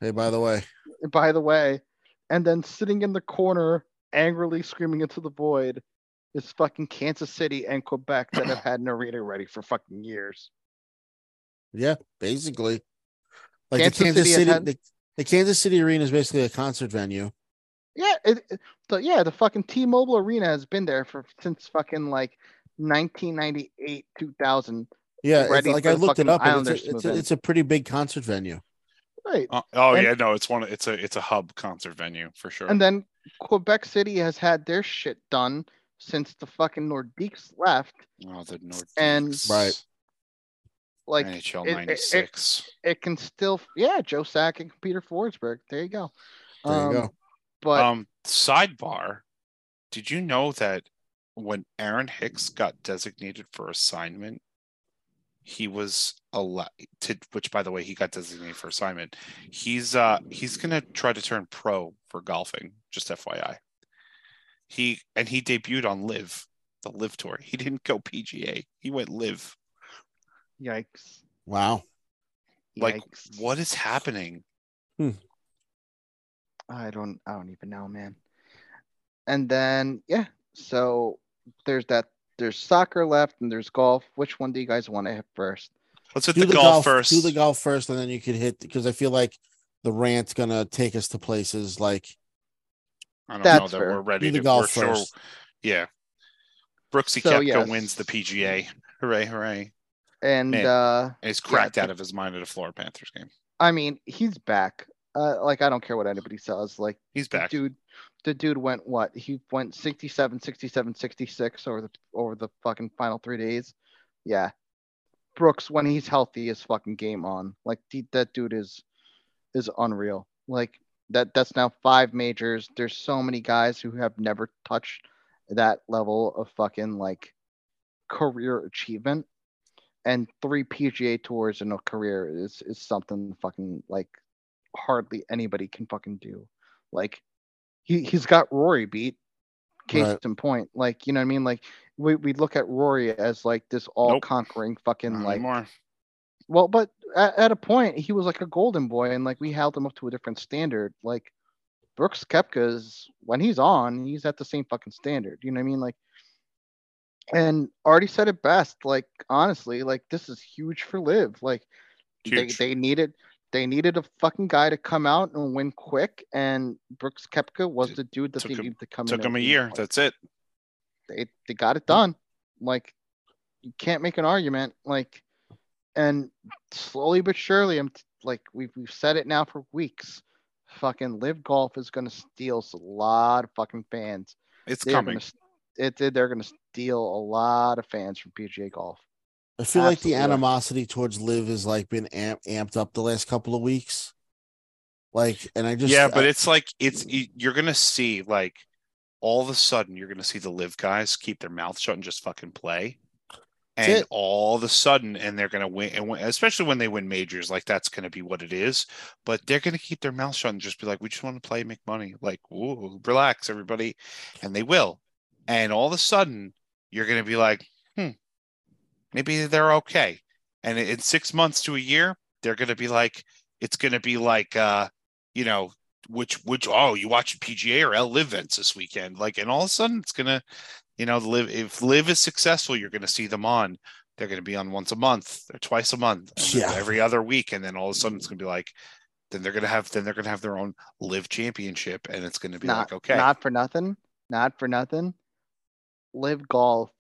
Speaker 2: Hey, by the way,
Speaker 1: by the way," and then sitting in the corner, angrily screaming into the void, is fucking Kansas City and Quebec that have had an arena ready for fucking years.
Speaker 2: yeah, basically, like
Speaker 1: Kansas
Speaker 2: the Kansas
Speaker 1: City has
Speaker 2: City,
Speaker 1: had-
Speaker 2: the, the Kansas City arena is basically a concert venue.
Speaker 1: Yeah, it, it- the, yeah, the fucking T-Mobile Arena has been there for since fucking like 1998, 2000.
Speaker 2: Yeah, it's-
Speaker 1: Ready
Speaker 2: like
Speaker 1: for
Speaker 2: I
Speaker 1: the
Speaker 2: looked it
Speaker 1: fucking
Speaker 2: up. and
Speaker 1: Islanders
Speaker 2: It's
Speaker 1: to
Speaker 2: a, it's,
Speaker 1: move
Speaker 2: a,
Speaker 1: in.
Speaker 2: it's a pretty big concert venue.
Speaker 1: Right.
Speaker 3: Oh, oh,
Speaker 1: and-
Speaker 3: yeah, no, it's one. It's a it's a hub concert venue for sure.
Speaker 1: And then Quebec City has had their shit done since the fucking Nordiques left.
Speaker 3: oh, the Nordiques.
Speaker 1: and-
Speaker 2: Right.
Speaker 1: Like
Speaker 3: NHL
Speaker 1: it- it- it-
Speaker 3: '96.
Speaker 1: it can still, yeah, Joe Sack and Peter Forsberg. There you go.
Speaker 2: There you go.
Speaker 1: But
Speaker 3: um, sidebar. Did you know that when Aaron Hicks got designated for assignment, he was allowed to which by the way, he got designated for assignment. He's uh he's gonna try to turn pro for golfing, just FYI. He and he debuted on Live, the Live tour. He didn't go PGA, he went Live.
Speaker 1: yikes.
Speaker 2: Wow.
Speaker 3: Like,
Speaker 1: Yikes.
Speaker 3: What is happening?
Speaker 1: I don't I don't even know, man. And then yeah, so there's that there's soccer left and there's golf. Which one do you guys want to hit first?
Speaker 3: Let's hit
Speaker 2: Do
Speaker 3: the,
Speaker 2: the
Speaker 3: golf,
Speaker 2: golf
Speaker 3: first.
Speaker 2: Do the golf first, and then you could hit because I feel like the rant's gonna take us to places like
Speaker 3: I don't know
Speaker 1: That's
Speaker 3: that
Speaker 1: fair.
Speaker 3: we're ready
Speaker 2: do the
Speaker 3: to
Speaker 2: golf
Speaker 3: we're sure-
Speaker 2: first.
Speaker 3: Yeah. Brooksy
Speaker 1: So,
Speaker 3: Koepka
Speaker 1: yes.
Speaker 3: wins the PGA. Hooray, hooray.
Speaker 1: And
Speaker 3: Man.
Speaker 1: uh
Speaker 3: And he's cracked
Speaker 1: Yeah,
Speaker 3: out of his mind at a Florida Panthers game.
Speaker 1: I mean, he's back. Uh, like I don't care what anybody says. Like
Speaker 3: He's
Speaker 1: the
Speaker 3: back.
Speaker 1: dude the dude went what? He went 67 67 66 over the over the fucking final 3 days. Yeah. Brooks when he's healthy is fucking game on. Like the, that dude is is unreal. Like that that's now five majors. There's so many guys who have never touched that level of fucking like career achievement and three PGA tours in a career is is something fucking like hardly anybody can fucking do. Like he he's got Rory beat. Case
Speaker 2: Right.
Speaker 1: in point, like you know what I mean. Like we we look at Rory as like this all conquering fucking
Speaker 3: Not
Speaker 1: like
Speaker 3: anymore.
Speaker 1: well, but at, at a point he was like a golden boy, and like we held him up to a different standard. Like Brooks Kepka's when he's on, he's at the same fucking standard. You know what I mean? Like, and already said it best. Like honestly, like this is huge for Live. Like
Speaker 3: Huge.
Speaker 1: they they needed they needed a fucking guy to come out and win quick, and Brooks Kepka was
Speaker 3: It
Speaker 1: the dude that
Speaker 3: took
Speaker 1: they
Speaker 3: him-
Speaker 1: needed to come in.
Speaker 3: Took
Speaker 1: and
Speaker 3: him a
Speaker 1: win
Speaker 3: year.
Speaker 1: quick.
Speaker 3: That's it.
Speaker 1: they they got it done. Like you can't make an argument. Like and slowly but surely, I'm t- like we've we've said it now for weeks. fucking live golf is gonna steal a lot of fucking fans.
Speaker 3: It's
Speaker 1: They're
Speaker 3: coming.
Speaker 1: Gonna, s- it, it- they're gonna steal a lot of fans from PGA golf.
Speaker 2: I feel like the
Speaker 1: Absolutely.
Speaker 2: animosity towards Live has like been amp- amped up the last couple of weeks. Like, and I just uh,
Speaker 3: yeah, but
Speaker 2: I-
Speaker 3: it's like it's it- you're gonna see like all of a sudden you're gonna see the live guys keep their mouth shut and just fucking play.
Speaker 2: That's
Speaker 3: And
Speaker 2: it.
Speaker 3: all of a sudden, and they're gonna win, and when, especially when they win majors, like that's gonna be what it is. But they're gonna keep their mouth shut and just be like, "We just want to play, and make money." Like, ooh, relax, everybody, and they will. And all of a sudden, you're gonna be like, "Hmm, maybe they're okay." And in six months to a year, they're gonna be like, it's gonna be like, uh, you know, which which oh you watching PGA or L Live events this weekend like and all of a sudden it's gonna you know live if live is successful you're gonna see them on they're gonna be on once a month or twice a month and then
Speaker 2: Yeah.
Speaker 3: every other week and then all of a sudden it's gonna be like then they're gonna have then they're gonna have their own live championship and it's gonna be
Speaker 1: Not
Speaker 3: like okay
Speaker 1: not for nothing. Not for nothing. Live golf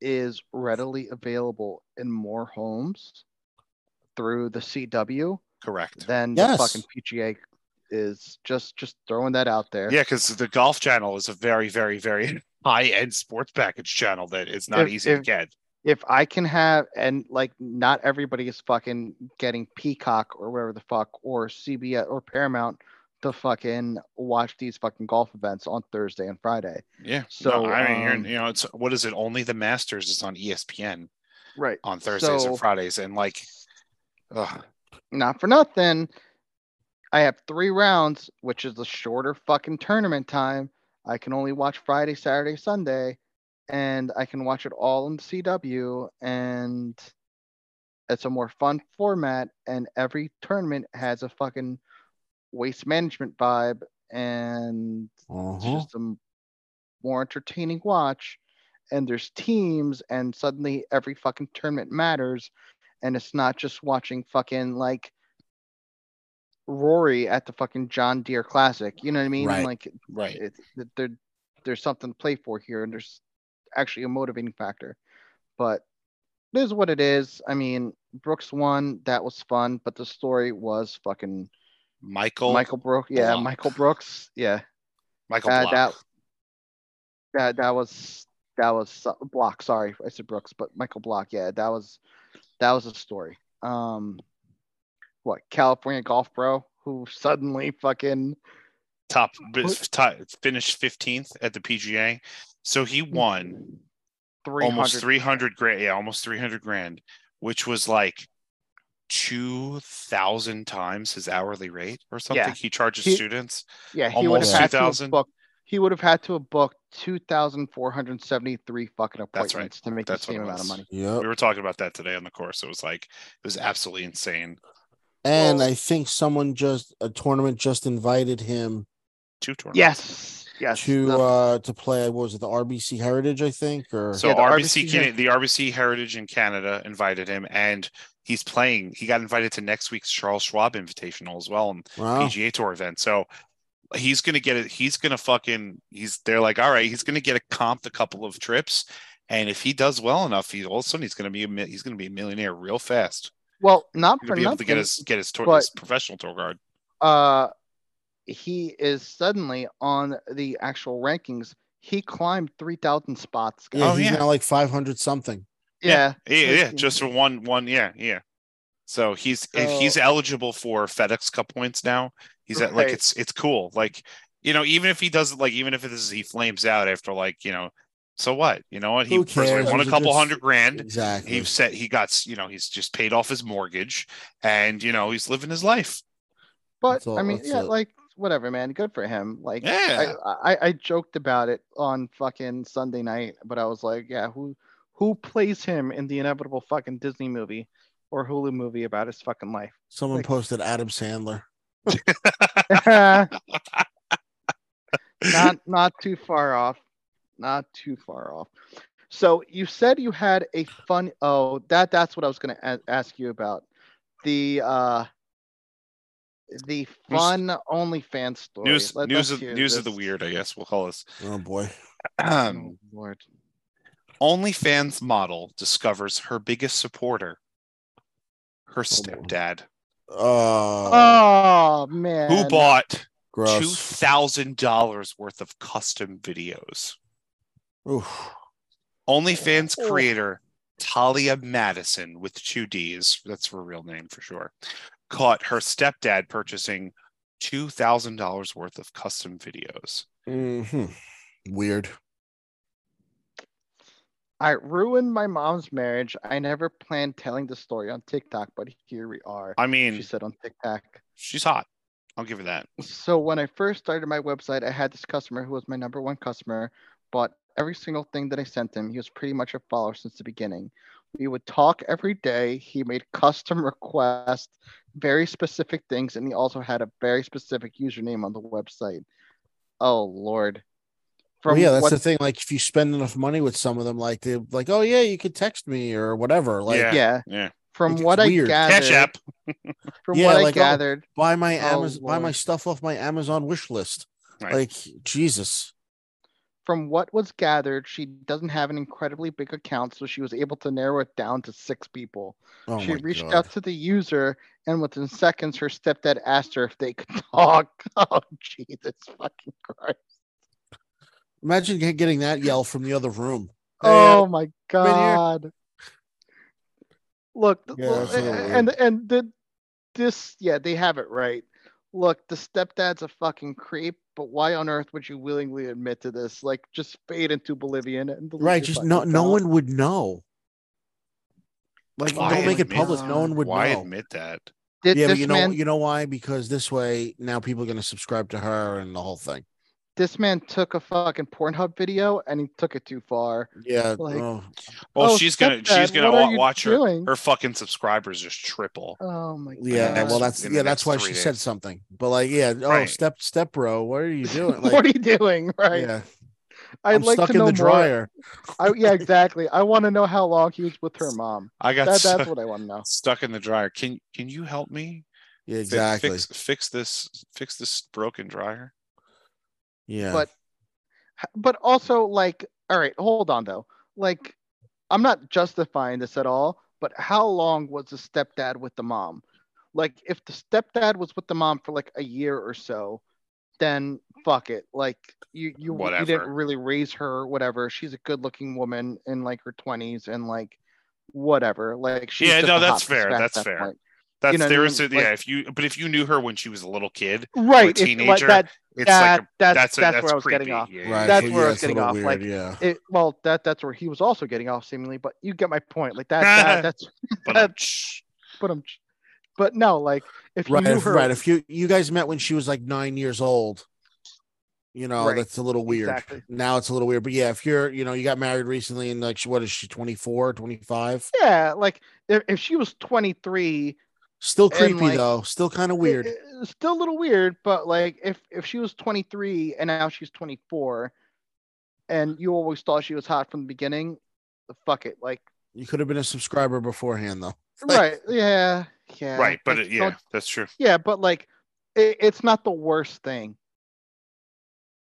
Speaker 1: is readily available in more homes through the CW
Speaker 3: correct
Speaker 1: than the
Speaker 2: Yes.
Speaker 1: fucking PGA is. Just just throwing that out there.
Speaker 3: yeah because the golf channel is a very very very high end sports package channel that is not
Speaker 1: If-
Speaker 3: easy to
Speaker 1: if-
Speaker 3: get
Speaker 1: if I can have and like not everybody is fucking getting Peacock or whatever the fuck or CBS or Paramount to fucking watch these fucking golf events on Thursday and Friday.
Speaker 3: yeah so
Speaker 1: So,
Speaker 3: I mean
Speaker 1: um,
Speaker 3: you're, you know it's what is it only the Masters is on E ESPN
Speaker 1: Right.
Speaker 3: on Thursdays
Speaker 1: So-
Speaker 3: and Fridays and like ugh,
Speaker 1: Not for nothing. I have three rounds, which is the shorter fucking tournament time. I can only watch Friday, Saturday, Sunday, and I can watch it all in CW and it's a more fun format and every tournament has a fucking waste management vibe and it's
Speaker 2: Uh-huh.
Speaker 1: just a m- more entertaining watch and there's teams and suddenly every fucking tournament matters and it's not just watching fucking like Rory at the fucking John Deere Classic, you know what I mean?
Speaker 2: Right.
Speaker 1: Like
Speaker 3: right
Speaker 1: it, th- there, there's something to play for here, and there's actually a motivating factor. But it is what it is. I mean, Brooks won. That was fun, but the story was fucking
Speaker 3: Michael Michael
Speaker 1: Michael Brooks. Yeah,
Speaker 3: Block.
Speaker 1: Michael Brooks. Yeah,
Speaker 3: Michael
Speaker 1: uh,
Speaker 3: Block.
Speaker 1: that that that was that was so- Block. Sorry, I said Brooks, but Michael Block. Yeah, that was that was a story. Um, what California golf bro who suddenly fucking
Speaker 3: top, b- top finished 15th at the PGA so he won
Speaker 1: Mm, three
Speaker 3: almost 300 grand yeah almost 300 grand which was like 2000 times his hourly rate or something he charges
Speaker 1: He-
Speaker 3: students
Speaker 1: Yeah, he would have
Speaker 3: Almost
Speaker 1: had to
Speaker 3: 2,000.
Speaker 1: have booked. He would have had to have booked two thousand four hundred seventy-three fucking
Speaker 3: right.
Speaker 1: appointments to make
Speaker 3: That's
Speaker 1: the
Speaker 3: what
Speaker 1: same
Speaker 3: it
Speaker 1: amount of
Speaker 3: was.
Speaker 1: money.
Speaker 2: Yep.
Speaker 3: we were talking about that today on the course it was like it was absolutely insane
Speaker 2: And
Speaker 1: Well-
Speaker 2: I think someone just a tournament just invited him
Speaker 3: two tournaments
Speaker 1: Yes, yes.
Speaker 2: to
Speaker 1: the-
Speaker 2: uh to play. What was it the RBC Heritage? I think or
Speaker 3: So
Speaker 1: Yeah, the
Speaker 3: RBC,
Speaker 1: RBC
Speaker 3: Cana-
Speaker 1: Heritage.
Speaker 3: the RBC Heritage in Canada invited him, and he's playing. He got invited to next week's Charles Schwab Invitational as well, and
Speaker 1: Oh.
Speaker 2: wow.
Speaker 3: PGA Tour event. So he's gonna get it. He's gonna fucking. He's they're like, all right, he's gonna get a comped a couple of trips, and if he does well enough, he all of a sudden he's gonna be a mi- he's gonna be a millionaire real fast.
Speaker 1: well, not
Speaker 3: He's
Speaker 1: for
Speaker 3: gonna be able to
Speaker 1: nothing.
Speaker 3: get his get his, tour,
Speaker 1: but-
Speaker 3: his professional tour guard.
Speaker 1: uh, he is suddenly on the actual rankings. He climbed three thousand spots. guys.
Speaker 2: Yeah,
Speaker 3: Oh,
Speaker 2: he's
Speaker 3: yeah.
Speaker 2: now like five hundred something.
Speaker 1: Yeah,
Speaker 3: Yeah,
Speaker 1: Nice
Speaker 3: yeah,
Speaker 1: team.
Speaker 3: just for one, one, yeah, yeah. So he's if he's
Speaker 1: So-
Speaker 3: eligible for FedEx Cup points now. He's at like
Speaker 1: Right.
Speaker 3: it's it's cool. Like you know, even if he doesn't like, even if this is he flames out after like you know, so what? You know what? He
Speaker 2: Who
Speaker 3: first of all, he
Speaker 2: cares?
Speaker 3: won a
Speaker 2: It was a
Speaker 3: couple
Speaker 2: good-
Speaker 3: hundred grand.
Speaker 2: Exactly.
Speaker 3: He said he got you know he's just paid off his mortgage, and you know he's living his life.
Speaker 1: but
Speaker 2: That's all-
Speaker 1: I mean,
Speaker 2: that's
Speaker 1: yeah,
Speaker 2: it.
Speaker 1: like whatever, man. Good for him. Like,
Speaker 3: Yeah,
Speaker 1: I, I I joked about it on fucking Sunday night, but I was like, yeah, who who plays him in the inevitable fucking Disney movie or Hulu movie about his fucking life?
Speaker 2: Someone
Speaker 1: like-
Speaker 2: posted Adam Sandler.
Speaker 1: not not too far off. Not too far off. So you said you had a fun oh that that's what I was going to a- ask you about. The uh the fun OnlyFans story.
Speaker 3: news
Speaker 1: Let-
Speaker 3: news
Speaker 1: let's
Speaker 3: of,
Speaker 1: hear
Speaker 3: news of the
Speaker 1: this.
Speaker 3: weird. I guess we'll call this.
Speaker 2: Oh boy.
Speaker 1: Oh, Lord.
Speaker 3: OnlyFans model discovers her biggest supporter, her
Speaker 2: Hold on.
Speaker 3: stepdad.
Speaker 2: Oh,
Speaker 1: Oh man.
Speaker 3: who bought two
Speaker 2: Gross.
Speaker 3: thousand dollars worth of custom videos.
Speaker 2: Oof.
Speaker 3: OnlyFans
Speaker 4: Oh.
Speaker 3: creator Talia Madison with two D's, that's her real name for sure, caught her stepdad purchasing two thousand dollars worth of custom videos.
Speaker 2: hmm Weird.
Speaker 1: I ruined my mom's marriage. I never planned telling the story on TikTok, but here we are.
Speaker 3: I mean,
Speaker 1: She said on TikTok.
Speaker 3: she's hot. I'll give her that.
Speaker 1: So when I first started my website, I had this customer who was my number one customer, but every single thing that I sent him, he was pretty much a follower since the beginning. We would talk every day. He made custom requests, very specific things, and he also had a very specific username on the website. Oh Lord.
Speaker 2: Well, yeah, that's
Speaker 1: what-
Speaker 2: the thing. Like, if you spend enough money with some of them, like they like, oh yeah, you could text me or whatever. Like,
Speaker 3: Yeah.
Speaker 1: yeah.
Speaker 3: Yeah.
Speaker 1: From
Speaker 2: It's
Speaker 1: what I
Speaker 2: weird.
Speaker 1: gathered,
Speaker 3: Cash app.
Speaker 1: from
Speaker 2: Yeah,
Speaker 1: what I
Speaker 2: like, oh,
Speaker 1: gathered,
Speaker 2: buy my
Speaker 1: Oh,
Speaker 2: Amazon, buy my
Speaker 1: Lord.
Speaker 2: stuff off my Amazon wish list.
Speaker 3: Right.
Speaker 2: Like, Jesus.
Speaker 1: from what was gathered, she doesn't have an incredibly big account, so she was able to narrow it down to six people.
Speaker 2: Oh
Speaker 1: she
Speaker 2: my
Speaker 1: reached
Speaker 2: God.
Speaker 1: out to the user, and within seconds, her stepdad asked her if they could talk. Oh, Jesus fucking Christ.
Speaker 2: Imagine get- getting that yell from the other room. Hey, uh,
Speaker 1: Oh my God. Look, th-
Speaker 2: Yeah,
Speaker 1: look,
Speaker 2: that's a little
Speaker 1: and and the, this, yeah, they have it right. Look, the stepdad's a fucking creep, but why on earth would you willingly admit to this? Like, just fade into oblivion and delete
Speaker 2: right,
Speaker 1: your
Speaker 2: just
Speaker 1: fucking
Speaker 2: no, no
Speaker 1: account.
Speaker 2: one would know. Like,
Speaker 3: Why
Speaker 2: don't make it
Speaker 3: admit-
Speaker 2: public. No one would
Speaker 3: Why
Speaker 2: know.
Speaker 3: admit that?
Speaker 1: Did
Speaker 2: yeah, but
Speaker 1: this
Speaker 2: you know,
Speaker 1: man
Speaker 2: you know why? Because this way, now people are going to subscribe to her and the whole thing.
Speaker 1: this man took a fucking Pornhub video and he took it too far.
Speaker 2: Yeah.
Speaker 1: Like-
Speaker 2: oh,
Speaker 3: Well,
Speaker 1: Oh,
Speaker 3: she's gonna
Speaker 1: stepdad,
Speaker 3: she's gonna
Speaker 1: what are
Speaker 3: wa-
Speaker 1: you
Speaker 3: watch her
Speaker 1: doing?
Speaker 3: her fucking subscribers just triple.
Speaker 1: Oh my
Speaker 2: yeah.
Speaker 1: god.
Speaker 2: well, that's
Speaker 3: in the
Speaker 2: yeah. That's
Speaker 3: next
Speaker 2: why
Speaker 3: three
Speaker 2: she
Speaker 3: days.
Speaker 2: said something. But like, yeah. Oh,
Speaker 3: Right.
Speaker 2: step step bro, what are you doing?
Speaker 1: what
Speaker 2: Like,
Speaker 1: are you doing? Right.
Speaker 2: yeah,
Speaker 1: I'd
Speaker 2: I'm
Speaker 1: like
Speaker 2: stuck
Speaker 1: to
Speaker 2: in
Speaker 1: know
Speaker 2: the
Speaker 1: More.
Speaker 2: dryer.
Speaker 1: I, yeah, exactly. I want to know how long he was with her mom.
Speaker 3: I got
Speaker 1: That,
Speaker 3: stuck,
Speaker 1: that's what I want to know.
Speaker 3: stuck in the dryer. Can can you help me?
Speaker 2: Yeah,
Speaker 3: Fi-
Speaker 2: exactly.
Speaker 3: Fix, fix this fix this broken dryer.
Speaker 2: yeah.
Speaker 1: But but also like, all right, hold on though. Like, I'm not justifying this at all, but how long was the stepdad with the mom? Like, if the stepdad was with the mom for like a year or so, then fuck it. Like, you you, you didn't
Speaker 3: Whatever.
Speaker 1: really raise her, whatever. She's a good-looking woman in like her 20s, and like, whatever. Like, she's
Speaker 3: Yeah,
Speaker 1: just
Speaker 3: no,
Speaker 1: a
Speaker 3: that's
Speaker 1: hot
Speaker 3: fair,
Speaker 1: piece at
Speaker 3: that's
Speaker 1: that
Speaker 3: fair.
Speaker 1: point.
Speaker 3: That's
Speaker 1: You know what I
Speaker 3: there is
Speaker 1: mean?
Speaker 3: a, yeah.
Speaker 1: Like-
Speaker 3: If you but if you knew her when she was a little kid,
Speaker 1: Right. if- like,
Speaker 3: teenager,
Speaker 1: that,
Speaker 3: it's
Speaker 1: that,
Speaker 3: like a,
Speaker 1: that's
Speaker 3: that's a,
Speaker 1: that's,
Speaker 3: that's,
Speaker 1: where I was
Speaker 3: creepy.
Speaker 1: getting off.
Speaker 3: Yeah,
Speaker 2: right.
Speaker 3: yeah,
Speaker 1: that's
Speaker 3: yeah.
Speaker 2: so,
Speaker 1: where I
Speaker 2: yeah,
Speaker 1: was
Speaker 2: it's a
Speaker 1: getting
Speaker 2: little
Speaker 1: off,
Speaker 2: Weird,
Speaker 1: like,
Speaker 2: yeah.
Speaker 1: It, well, that that's where he was also getting off, seemingly. But you get my point. Like that, that that's
Speaker 3: But
Speaker 1: that-
Speaker 3: um, shh.
Speaker 1: but I'm, but no, like if you
Speaker 2: right,
Speaker 1: knew
Speaker 2: if,
Speaker 1: her,
Speaker 2: right. If you you guys met when she was like nine years old, you know
Speaker 1: Right,
Speaker 2: that's a little weird.
Speaker 1: exactly.
Speaker 2: Now it's a little weird, but yeah, if you're you know you got married recently and like she- what is she 24, 25?
Speaker 1: yeah, like if, if she was 23,
Speaker 2: Still
Speaker 1: And,
Speaker 2: creepy
Speaker 1: like,
Speaker 2: though. Still kind of
Speaker 1: it-
Speaker 2: weird.
Speaker 1: it- still a little weird, but like if if she was 23 and now she's 24, and you always thought she was hot from the beginning, fuck it, like
Speaker 2: you could have been a subscriber beforehand though.
Speaker 1: right, yeah, yeah,
Speaker 3: right. But
Speaker 1: like,
Speaker 3: it, yeah,
Speaker 1: don't-
Speaker 3: that's true.
Speaker 1: yeah, but like it, it's not the worst thing.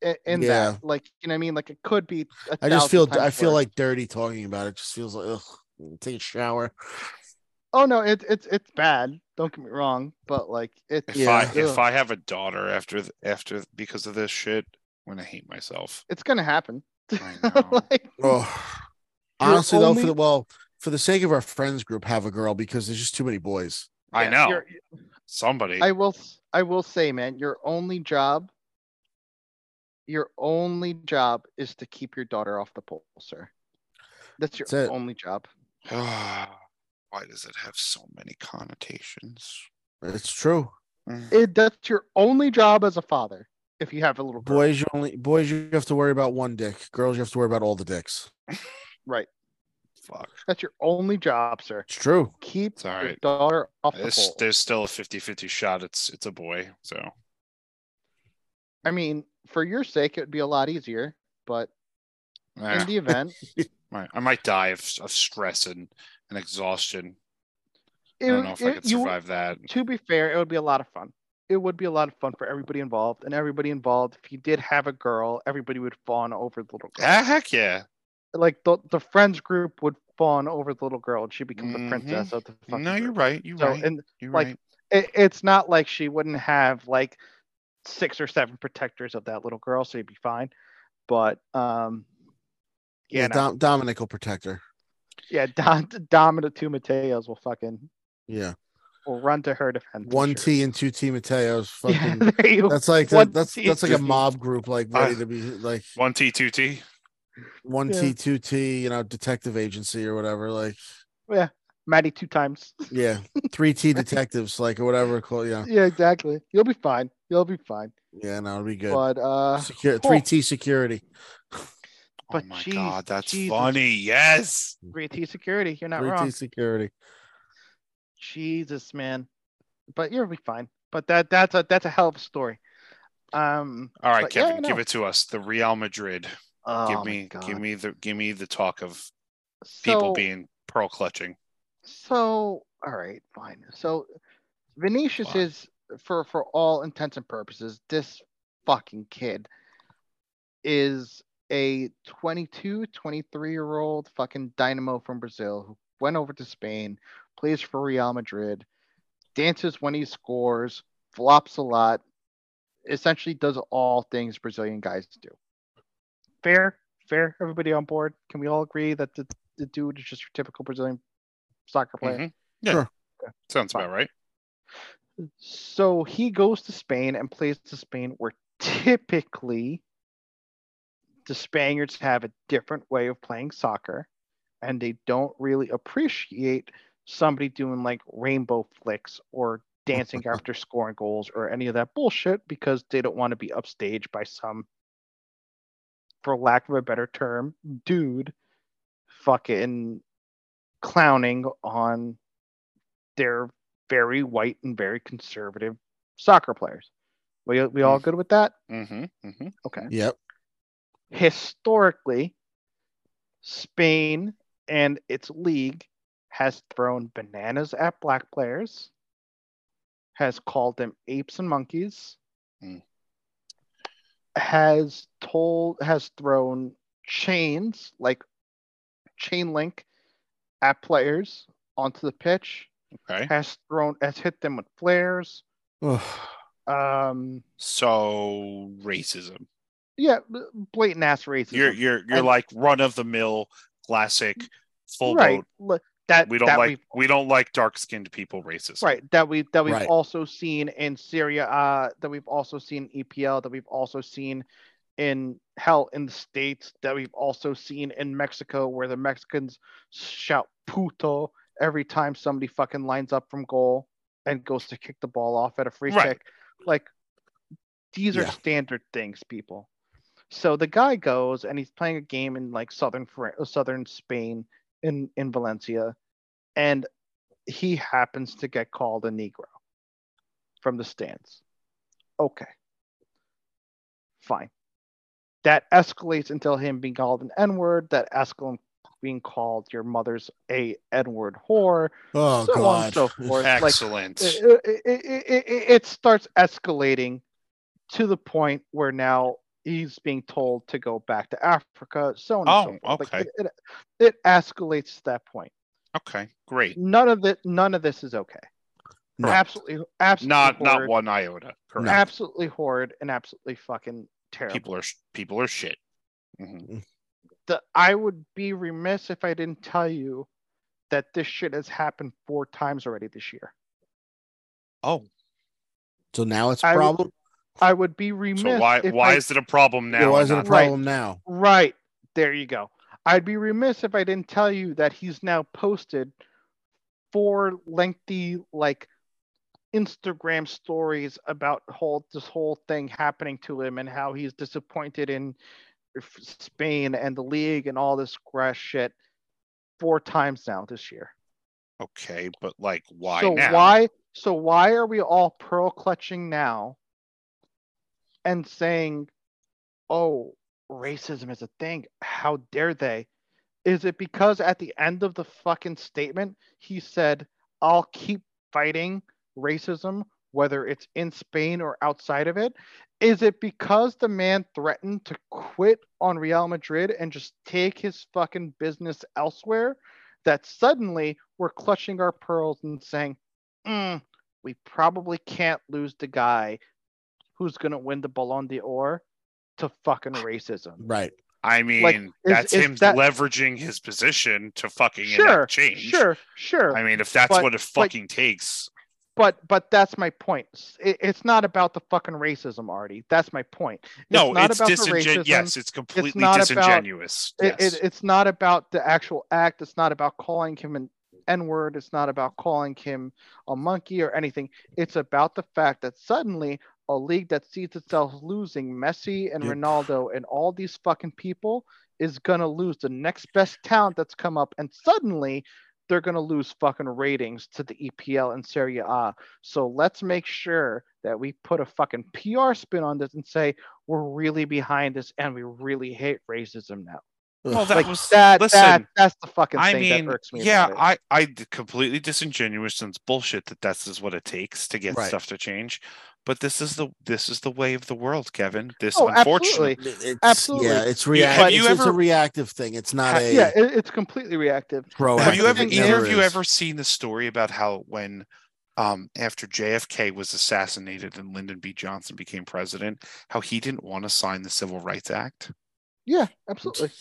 Speaker 1: i- In
Speaker 2: Yeah.
Speaker 1: that, like you know, what I mean, like it could be. a
Speaker 2: I
Speaker 1: thousand
Speaker 2: just feel I
Speaker 1: times
Speaker 2: feel
Speaker 1: worse.
Speaker 2: like dirty talking about it. it just feels like ugh, take a shower.
Speaker 1: Oh no, it's it's it's bad. Don't get me wrong, but like it.
Speaker 3: If
Speaker 2: Yeah.
Speaker 3: I
Speaker 1: ugh,
Speaker 3: if I have a daughter after th- after because of this shit, I'm gonna hate myself.
Speaker 1: it's gonna happen.
Speaker 3: I know.
Speaker 1: like
Speaker 2: Oh.
Speaker 1: Your
Speaker 2: Honestly though, for
Speaker 1: only-
Speaker 2: the well, for the sake of our friends group, have a girl because there's just too many boys.
Speaker 3: I
Speaker 1: yeah,
Speaker 3: know
Speaker 1: you're-
Speaker 3: somebody.
Speaker 1: I will. s- I will say, man, your only job. Your only job is to keep your daughter off the pole, sir. That's your
Speaker 2: That's it.
Speaker 1: only job.
Speaker 3: Why does it have so many connotations?
Speaker 2: It's true.
Speaker 1: It that's your only job as a father. If you have a little girl.
Speaker 2: Boys, you only boys you have to worry about one dick. Girls, you have to worry about all the dicks.
Speaker 1: right?
Speaker 3: Fuck.
Speaker 1: That's your only job, sir.
Speaker 2: It's true.
Speaker 1: Keep
Speaker 3: It's
Speaker 1: your
Speaker 3: alright.
Speaker 1: daughter off the
Speaker 3: It's,
Speaker 1: pole.
Speaker 3: there's still a 50-50 shot. It's it's a boy. So
Speaker 1: I mean, for your sake, it would be a lot easier, but
Speaker 3: eh,
Speaker 1: in the event,
Speaker 3: might- I might die of, of stress and, and exhaustion. I
Speaker 1: it,
Speaker 3: don't know if I
Speaker 1: it-
Speaker 3: could
Speaker 1: you-
Speaker 3: survive that.
Speaker 1: to be fair, it would be a lot of fun. It would be a lot of fun for everybody involved, and everybody involved. If you did have a girl, everybody would fawn over the little girl.
Speaker 3: Ah, heck yeah.
Speaker 1: Like the the friends group would fawn over the little girl, and she become
Speaker 3: Mhm.
Speaker 1: the princess of the fucking.
Speaker 3: No, you're
Speaker 1: group.
Speaker 3: right. You're
Speaker 1: So,
Speaker 3: right.
Speaker 1: and
Speaker 3: You're
Speaker 1: like,
Speaker 3: right.
Speaker 1: it, it's not like she wouldn't have like six or seven protectors of that little girl, so you'd be fine. But um,
Speaker 2: Yeah,
Speaker 1: yeah, no.
Speaker 2: Dom- Dominic will protect her.
Speaker 1: yeah, Dom, Dom and the two Mateos will fucking
Speaker 2: Yeah,
Speaker 1: will run to her defense. for
Speaker 2: one
Speaker 1: sure.
Speaker 2: T and two T Mateos.
Speaker 1: Yeah,
Speaker 2: Fucking,
Speaker 1: there you
Speaker 2: that's like
Speaker 1: One
Speaker 2: that's
Speaker 1: T Ah.
Speaker 2: that's like a
Speaker 3: two T.
Speaker 2: mob group, like ready to be like
Speaker 3: One T, two T. Oh
Speaker 2: one
Speaker 1: Yeah.
Speaker 2: T two T, you know, detective agency or whatever. Like,
Speaker 1: Maddie two times.
Speaker 2: yeah, three T detectives, like or whatever. Cool, yeah,
Speaker 1: yeah, exactly. You'll be fine. You'll be fine.
Speaker 2: yeah, no, it'll be good.
Speaker 1: But uh,
Speaker 2: Secure
Speaker 1: cool.
Speaker 2: three T security,
Speaker 3: Oh
Speaker 1: But
Speaker 3: my
Speaker 1: geez,
Speaker 3: god, that's
Speaker 1: Jesus.
Speaker 3: funny. Yes.
Speaker 1: three T security. You're not
Speaker 2: three
Speaker 1: wrong.
Speaker 2: T security.
Speaker 1: Jesus, man. But you'll be fine. But that that's a that's a hell of a story. Um,
Speaker 3: All right,
Speaker 1: But yeah,
Speaker 3: Kevin,
Speaker 1: no.
Speaker 3: give it to us. The Real Madrid.
Speaker 1: oh
Speaker 3: give
Speaker 1: my
Speaker 3: me, give
Speaker 1: God.
Speaker 3: me the, give me the talk of people
Speaker 1: So-
Speaker 3: being pearl clutching.
Speaker 1: So, all right, fine. So, Venetius
Speaker 3: Fine.
Speaker 1: is, for for all intents and purposes, this fucking kid is a 22, 23 year old fucking dynamo from Brazil who went over to Spain, plays for Real Madrid, dances when he scores, flops a lot, essentially does all things Brazilian guys do. Fair, fair. Everybody on board? Can we all agree that the, the dude is just your typical Brazilian soccer player?
Speaker 3: Mhm. Yeah,
Speaker 2: Sure.
Speaker 3: sounds about right.
Speaker 1: So he goes to Spain and plays to Spain, where typically the Spaniards have a different way of playing soccer and they don't really appreciate somebody doing like rainbow flicks or dancing after scoring goals or any of that bullshit because they don't want to be upstaged by some, for lack of a better term, dude fucking clowning on their very white and very conservative soccer players. We, we all good with that?
Speaker 3: hmm hmm
Speaker 1: Okay.
Speaker 2: Yep.
Speaker 1: Historically, Spain and its league has thrown bananas at black players, has called them apes and monkeys,
Speaker 3: Mm.
Speaker 1: has told has thrown chains like chain link at players onto the pitch,
Speaker 3: Okay.
Speaker 1: has thrown has hit them with flares,
Speaker 2: Ugh.
Speaker 1: um
Speaker 3: So racism.
Speaker 1: yeah b- blatant ass racism
Speaker 3: You're you're you're
Speaker 1: And-
Speaker 3: like run of the mill classic full
Speaker 1: right
Speaker 3: boat.
Speaker 1: li- that
Speaker 3: We don't
Speaker 1: that
Speaker 3: like
Speaker 1: we've-
Speaker 3: we don't like dark skinned people racist.
Speaker 1: right that we that we've
Speaker 2: Right.
Speaker 1: also seen in syria uh that we've also seen in epl that we've also seen in hell in the states that we've also seen in mexico where the mexicans shout puto every time somebody fucking lines up from goal and goes to kick the ball off at a free
Speaker 3: Right.
Speaker 1: kick like these are
Speaker 2: Yeah.
Speaker 1: standard things people so the guy goes and he's playing a game in like southern Fran- uh, southern spain in in valencia and he happens to get called a negro from the stands okay fine that escalates until him being called an n-word that escalates being called your mother's a n-word whore
Speaker 2: Oh
Speaker 1: so on
Speaker 2: god.
Speaker 1: and so forth. Like, uh,
Speaker 3: Excellent.
Speaker 1: it, it, it, it, it- it starts escalating to the point where now he's being told to go back to Africa, so on
Speaker 3: Oh,
Speaker 1: and so forth. Like,
Speaker 3: okay.
Speaker 1: it, it, it escalates to that point.
Speaker 3: okay, great.
Speaker 1: None of it, none of this is okay.
Speaker 2: No.
Speaker 1: Absolutely, absolutely
Speaker 3: Not not
Speaker 1: horrid,
Speaker 3: one iota. Correct.
Speaker 1: absolutely horrid, and absolutely fucking terrible.
Speaker 3: People are sh- people are shit. Mhm.
Speaker 1: the I would be remiss if I didn't tell you that this shit has happened four times already this year.
Speaker 3: Oh,
Speaker 2: So now it's
Speaker 1: I
Speaker 2: a
Speaker 1: would-
Speaker 2: problem.
Speaker 1: I would be remiss.
Speaker 3: so why
Speaker 1: if
Speaker 3: why
Speaker 1: I
Speaker 3: is it a problem now?
Speaker 2: Yeah, why
Speaker 3: and
Speaker 2: is it a
Speaker 3: not-
Speaker 1: Right.
Speaker 2: problem now?
Speaker 1: Right. There you go. I'd be remiss if I didn't tell you that he's now posted four lengthy like Instagram stories about whole this whole thing happening to him and how he's disappointed in f- Spain and the league and all this grass shit four times now this year.
Speaker 3: okay, but like why
Speaker 1: so
Speaker 3: now?
Speaker 1: why so why are we all pearl clutching now and saying oh racism is a thing how dare they is it because at the end of the fucking statement he said i'll keep fighting racism whether it's in spain or outside of it is it because the man threatened to quit on real madrid and just take his fucking business elsewhere that suddenly we're clutching our pearls and saying, mm, we probably can't lose the guy who's gonna win the Ballon d'Or to fucking racism.
Speaker 2: Right.
Speaker 3: I mean, that's
Speaker 1: is
Speaker 3: him
Speaker 1: that-
Speaker 3: leveraging his position to fucking
Speaker 1: Sure,
Speaker 3: enact change.
Speaker 1: Sure, sure.
Speaker 3: I mean, if that's
Speaker 1: But-
Speaker 3: what it fucking takes,
Speaker 1: but but that's my point. S- it- it's not about the fucking racism, Artie. That's my point.
Speaker 3: no,
Speaker 1: not
Speaker 3: it's
Speaker 1: about the
Speaker 3: disingen-
Speaker 1: racism.
Speaker 3: Yes, it's completely
Speaker 1: not about-
Speaker 3: disingenuous.
Speaker 1: It,
Speaker 3: yes.
Speaker 1: it, it's not about the actual act. It's not about calling him an N word. It's not about calling him a monkey or anything. It's about the fact that suddenly a league that sees itself losing Messi and
Speaker 2: Yep.
Speaker 1: Ronaldo and all these fucking people is gonna lose the next best talent that's come up, and suddenly they're gonna lose fucking ratings to the EPL and Serie A. So let's make sure that we put a fucking PR spin on this and say we're really behind this and we really hate racism now
Speaker 3: well,
Speaker 2: Ugh.
Speaker 3: that
Speaker 1: like
Speaker 3: was
Speaker 1: that,
Speaker 3: listen,
Speaker 1: that that's the fucking
Speaker 3: I
Speaker 1: thing
Speaker 3: mean,
Speaker 1: that irks me.
Speaker 3: yeah,
Speaker 1: about it.
Speaker 3: I, I d- completely disingenuous and it's bullshit that that's is what it takes to get
Speaker 2: Right.
Speaker 3: stuff to change. But this is the this is the way of the world, Kevin. This
Speaker 1: Oh,
Speaker 3: unfortunately,
Speaker 1: absolutely.
Speaker 2: It's-
Speaker 1: Absolutely.
Speaker 2: Yeah, it's
Speaker 3: have
Speaker 2: reactive.
Speaker 3: you
Speaker 2: It's, it's a
Speaker 3: ever-
Speaker 2: reactive thing. It's not
Speaker 3: Ha-
Speaker 2: a
Speaker 1: yeah, it, it's completely reactive.
Speaker 2: proactive.
Speaker 3: have you
Speaker 2: Oh, It
Speaker 3: ever
Speaker 2: never
Speaker 3: either of you
Speaker 2: is.
Speaker 3: ever seen the story about how when um after JFK was assassinated and Lyndon B. Johnson became president, how he didn't want to sign the Civil Rights Act?
Speaker 1: Yeah, absolutely.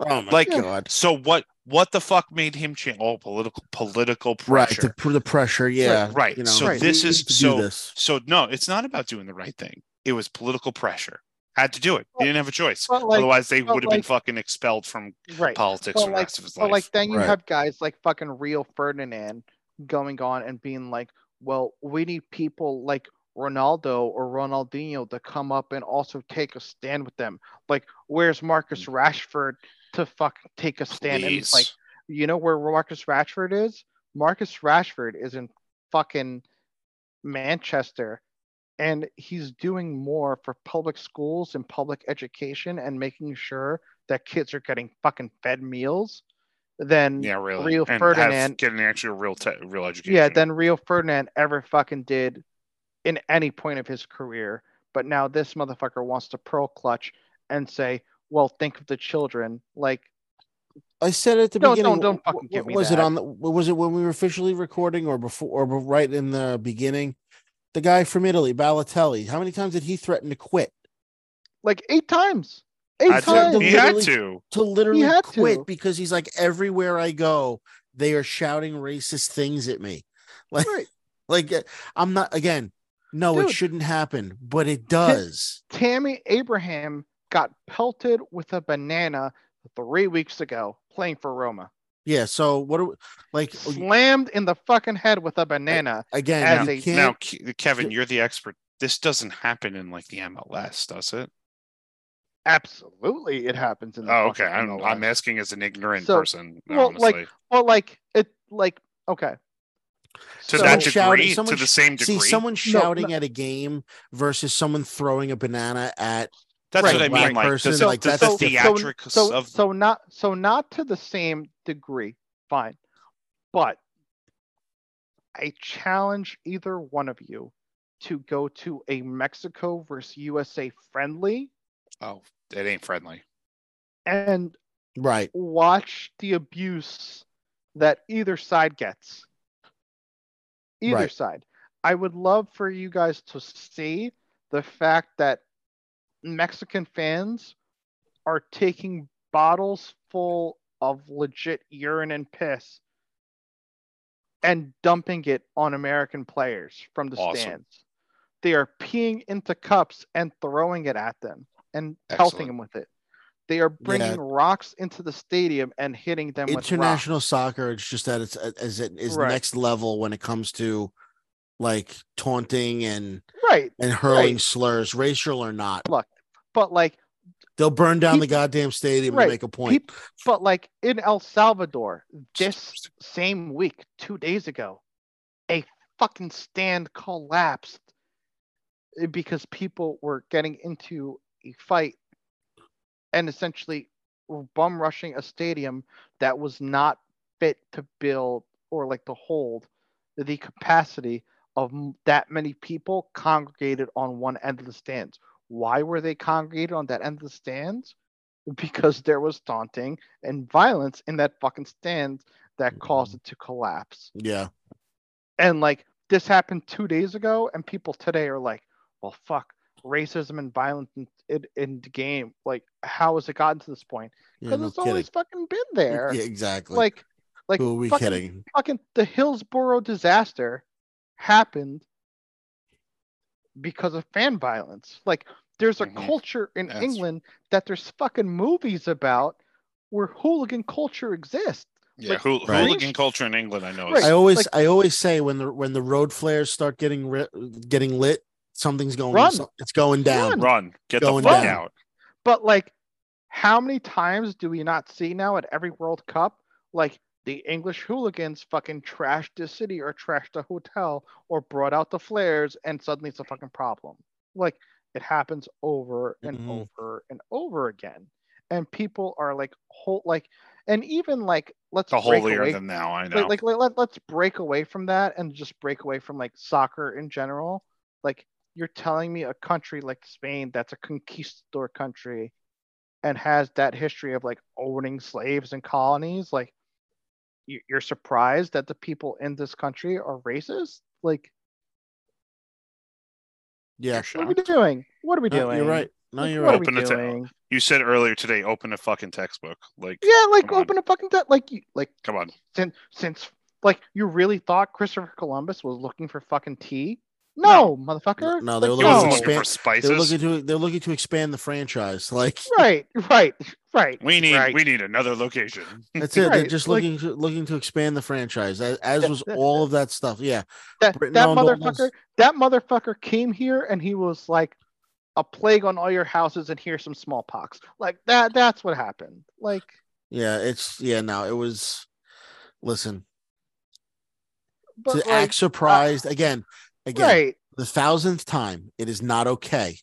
Speaker 2: Oh my
Speaker 3: like-
Speaker 2: god!
Speaker 3: So what what the fuck made him change? Oh, political political
Speaker 2: Right,
Speaker 3: pressure.
Speaker 2: the, pr- the pressure. Yeah,
Speaker 3: right. So
Speaker 1: Right.
Speaker 3: this
Speaker 2: we
Speaker 3: is-
Speaker 2: need to do
Speaker 3: so-
Speaker 2: this.
Speaker 3: So no, it's not about doing the right thing. It was political pressure. Had to do it. They didn't have a choice.
Speaker 1: But like,
Speaker 3: Otherwise, they
Speaker 1: but
Speaker 3: would have been
Speaker 1: like-
Speaker 3: fucking expelled from
Speaker 1: right.
Speaker 3: politics
Speaker 1: but
Speaker 3: for the
Speaker 1: like-
Speaker 3: rest of his
Speaker 1: But
Speaker 3: life.
Speaker 1: like then you
Speaker 2: Right.
Speaker 1: have guys like fucking Rio Ferdinand going on and being like, well, we need people like Ronaldo or Ronaldinho to come up and also take a stand with them. Like, where's Marcus
Speaker 2: Mm.
Speaker 1: Rashford to fucking take a stand? And it's like,
Speaker 3: Please.
Speaker 1: you know where Marcus Rashford is? Marcus Rashford is in fucking Manchester and he's doing more for public schools and public education and making sure that kids are getting fucking fed meals than
Speaker 3: yeah, really.
Speaker 1: Rio
Speaker 3: and have,
Speaker 1: Ferdinand-
Speaker 3: get an actual real te- real education.
Speaker 1: yeah, than Rio Ferdinand ever fucking did in any point of his career. But now this motherfucker wants to pearl clutch and say, well, think of the children. Like,
Speaker 2: I said at the
Speaker 1: Don't-
Speaker 2: beginning.
Speaker 1: don't- don't
Speaker 2: w-
Speaker 1: fucking give
Speaker 2: w-
Speaker 1: me
Speaker 2: Was it
Speaker 1: that.
Speaker 2: on? The, was it when we were officially recording, or before, or be- right in the beginning? The guy from Italy, Balotelli. How many times did he threaten to quit?
Speaker 1: like eight times. Eight
Speaker 3: Had
Speaker 2: time
Speaker 3: to,
Speaker 1: times.
Speaker 3: he had
Speaker 2: literally-
Speaker 3: to.
Speaker 2: To literally
Speaker 1: had to.
Speaker 2: quit because he's like, everywhere I go, they are shouting racist things at me. Like,
Speaker 1: Right.
Speaker 2: like uh, I'm not again. No, it
Speaker 1: Dude.
Speaker 2: shouldn't happen, but it does.
Speaker 1: Tammy Abraham got pelted with a banana three weeks ago playing for Roma.
Speaker 2: Yeah. So what? Are, we-
Speaker 3: Oh,
Speaker 2: like oh,
Speaker 1: Slammed in the fucking head with a banana.
Speaker 2: again,
Speaker 1: as
Speaker 2: you
Speaker 1: a-
Speaker 2: can't.
Speaker 3: Now, Ke- Kevin, you're the expert. This doesn't happen in like the MLS, does it?
Speaker 1: Absolutely, it happens in the.
Speaker 3: Oh, okay.
Speaker 1: fucking
Speaker 3: I don't know.
Speaker 1: MLS.
Speaker 3: I'm asking as an ignorant
Speaker 1: So-
Speaker 3: person.
Speaker 1: well,
Speaker 3: honestly.
Speaker 1: like, Well, like it, like okay.
Speaker 3: to
Speaker 2: so-
Speaker 3: that
Speaker 2: Someone
Speaker 3: degree,
Speaker 2: shouting-
Speaker 3: to
Speaker 2: someone
Speaker 3: the
Speaker 2: sh-
Speaker 3: same degree.
Speaker 2: See, someone
Speaker 1: no.
Speaker 2: shouting at a game versus someone throwing a banana at
Speaker 3: that's
Speaker 1: Right,
Speaker 3: what I
Speaker 2: black
Speaker 3: mean. Like,
Speaker 2: person,
Speaker 3: does,
Speaker 2: like,
Speaker 3: does
Speaker 2: that's
Speaker 3: the
Speaker 1: so,
Speaker 3: theatrics
Speaker 1: so,
Speaker 3: of
Speaker 1: so not so not to the same degree. Fine, but I challenge either one of you to go to a Mexico versus USA friendly
Speaker 3: oh, it ain't friendly.
Speaker 1: and
Speaker 2: right.
Speaker 1: watch the abuse that either side gets. Either
Speaker 2: Right.
Speaker 1: side. I would love for you guys to see the fact that Mexican fans are taking bottles full of legit urine and piss and dumping it on American players from the
Speaker 3: Awesome.
Speaker 1: stands. They are peeing into cups and throwing it at them and pelting
Speaker 3: Excellent.
Speaker 1: them with it. They are bringing rocks into the stadium and hitting them with
Speaker 2: International
Speaker 1: rocks.
Speaker 2: soccer, it's just that it's as it is
Speaker 1: Right.
Speaker 2: next level when it comes to like taunting and
Speaker 1: Right,
Speaker 2: and hurling
Speaker 1: Right.
Speaker 2: slurs, racial or not.
Speaker 1: but like,
Speaker 2: They'll burn down the
Speaker 1: People-
Speaker 2: goddamn stadium
Speaker 1: Right.
Speaker 2: to make a point.
Speaker 1: peop- but like in El Salvador this same week, two days ago, a fucking stand collapsed eh, because people were getting into a fight and essentially were bum rushing a stadium that was not fit to build or like to hold the capacity of m- that many people congregated on one end of the stands. Why were they congregated on that end of the stands? Because there was taunting and violence in that fucking stand
Speaker 2: Mm-hmm.
Speaker 1: that caused it to collapse.
Speaker 2: yeah.
Speaker 1: And like this happened two days ago, and people today are like, well, fuck racism and violence in, in, in the game. Like, how has it gotten to this point?
Speaker 2: Yeah,
Speaker 1: Because
Speaker 2: no
Speaker 1: it's
Speaker 2: kidding.
Speaker 1: always fucking been there.
Speaker 2: Yeah, exactly.
Speaker 1: Like, like
Speaker 2: who are we
Speaker 1: fucking,
Speaker 2: kidding?
Speaker 1: fucking the Hillsborough disaster happened because of fan violence. Like there's a
Speaker 3: Mhm.
Speaker 1: culture in
Speaker 3: That's-
Speaker 1: England that there's fucking movies about where hooligan culture exists.
Speaker 3: Yeah,
Speaker 1: Like,
Speaker 3: hool-
Speaker 2: Right.
Speaker 3: hooligan culture in England, I know.
Speaker 1: Right.
Speaker 3: Is,
Speaker 2: I always,
Speaker 1: like-
Speaker 2: I always say when the when the road flares start getting ri- getting lit, something's going.
Speaker 1: Run.
Speaker 2: so- It's going down.
Speaker 1: Run.
Speaker 3: Run, get the
Speaker 2: Going
Speaker 3: fuck
Speaker 1: down.
Speaker 3: out.
Speaker 1: But like how many times do we not see now at every World Cup like the English hooligans fucking trashed the city or trashed the hotel or brought out the flares and suddenly it's a fucking problem. Like it happens over and
Speaker 3: Mm-hmm.
Speaker 2: Mhm.
Speaker 1: over and over again. And people are like whole like and even like let's
Speaker 3: The
Speaker 1: break
Speaker 3: holier
Speaker 1: away-
Speaker 3: than thou, I know.
Speaker 1: like, like, let, let, us break away from that and just break away from like soccer in general like you're telling me a country like spain that's a conquistador country and has that history of like owning slaves and colonies like you- you're surprised that the people in this country are racist like
Speaker 2: Yeah,
Speaker 1: what are we doing what are we
Speaker 2: No,
Speaker 1: doing
Speaker 2: you're right. No,
Speaker 1: Like,
Speaker 2: you're
Speaker 1: what
Speaker 2: right.
Speaker 1: are we
Speaker 3: Open a tab.
Speaker 1: doing?
Speaker 3: you said earlier today, open a fucking textbook. Like,
Speaker 1: yeah like
Speaker 3: Come on.
Speaker 1: open a fucking de- like you like
Speaker 3: come on.
Speaker 1: since since like you really thought Christopher Columbus was looking for fucking tea? No,
Speaker 3: No.
Speaker 1: motherfucker.
Speaker 2: No, they were
Speaker 3: He
Speaker 1: Like,
Speaker 2: looking
Speaker 3: wasn't
Speaker 2: No.
Speaker 3: looking for
Speaker 2: They're looking
Speaker 3: spices.
Speaker 2: to they're looking to expand the franchise. Like
Speaker 1: right, right, right.
Speaker 3: We need
Speaker 1: right.
Speaker 3: we need another location.
Speaker 2: that's it. They're
Speaker 1: Right,
Speaker 2: just
Speaker 1: like-
Speaker 2: looking to, looking to expand the franchise. As, as
Speaker 1: That-
Speaker 2: was
Speaker 1: that-
Speaker 2: all of that stuff. Yeah,
Speaker 1: that,
Speaker 2: Britain
Speaker 1: that
Speaker 2: owned all those-
Speaker 1: motherfucker that motherfucker came here and he was like a plague on all your houses and here's some smallpox. Like that that's what happened. Like
Speaker 2: yeah. It's yeah. No, it was. Listen
Speaker 1: but
Speaker 2: to
Speaker 1: like, uh,
Speaker 2: act surprised again. Again,
Speaker 1: right.
Speaker 2: the thousandth time. It is not okay.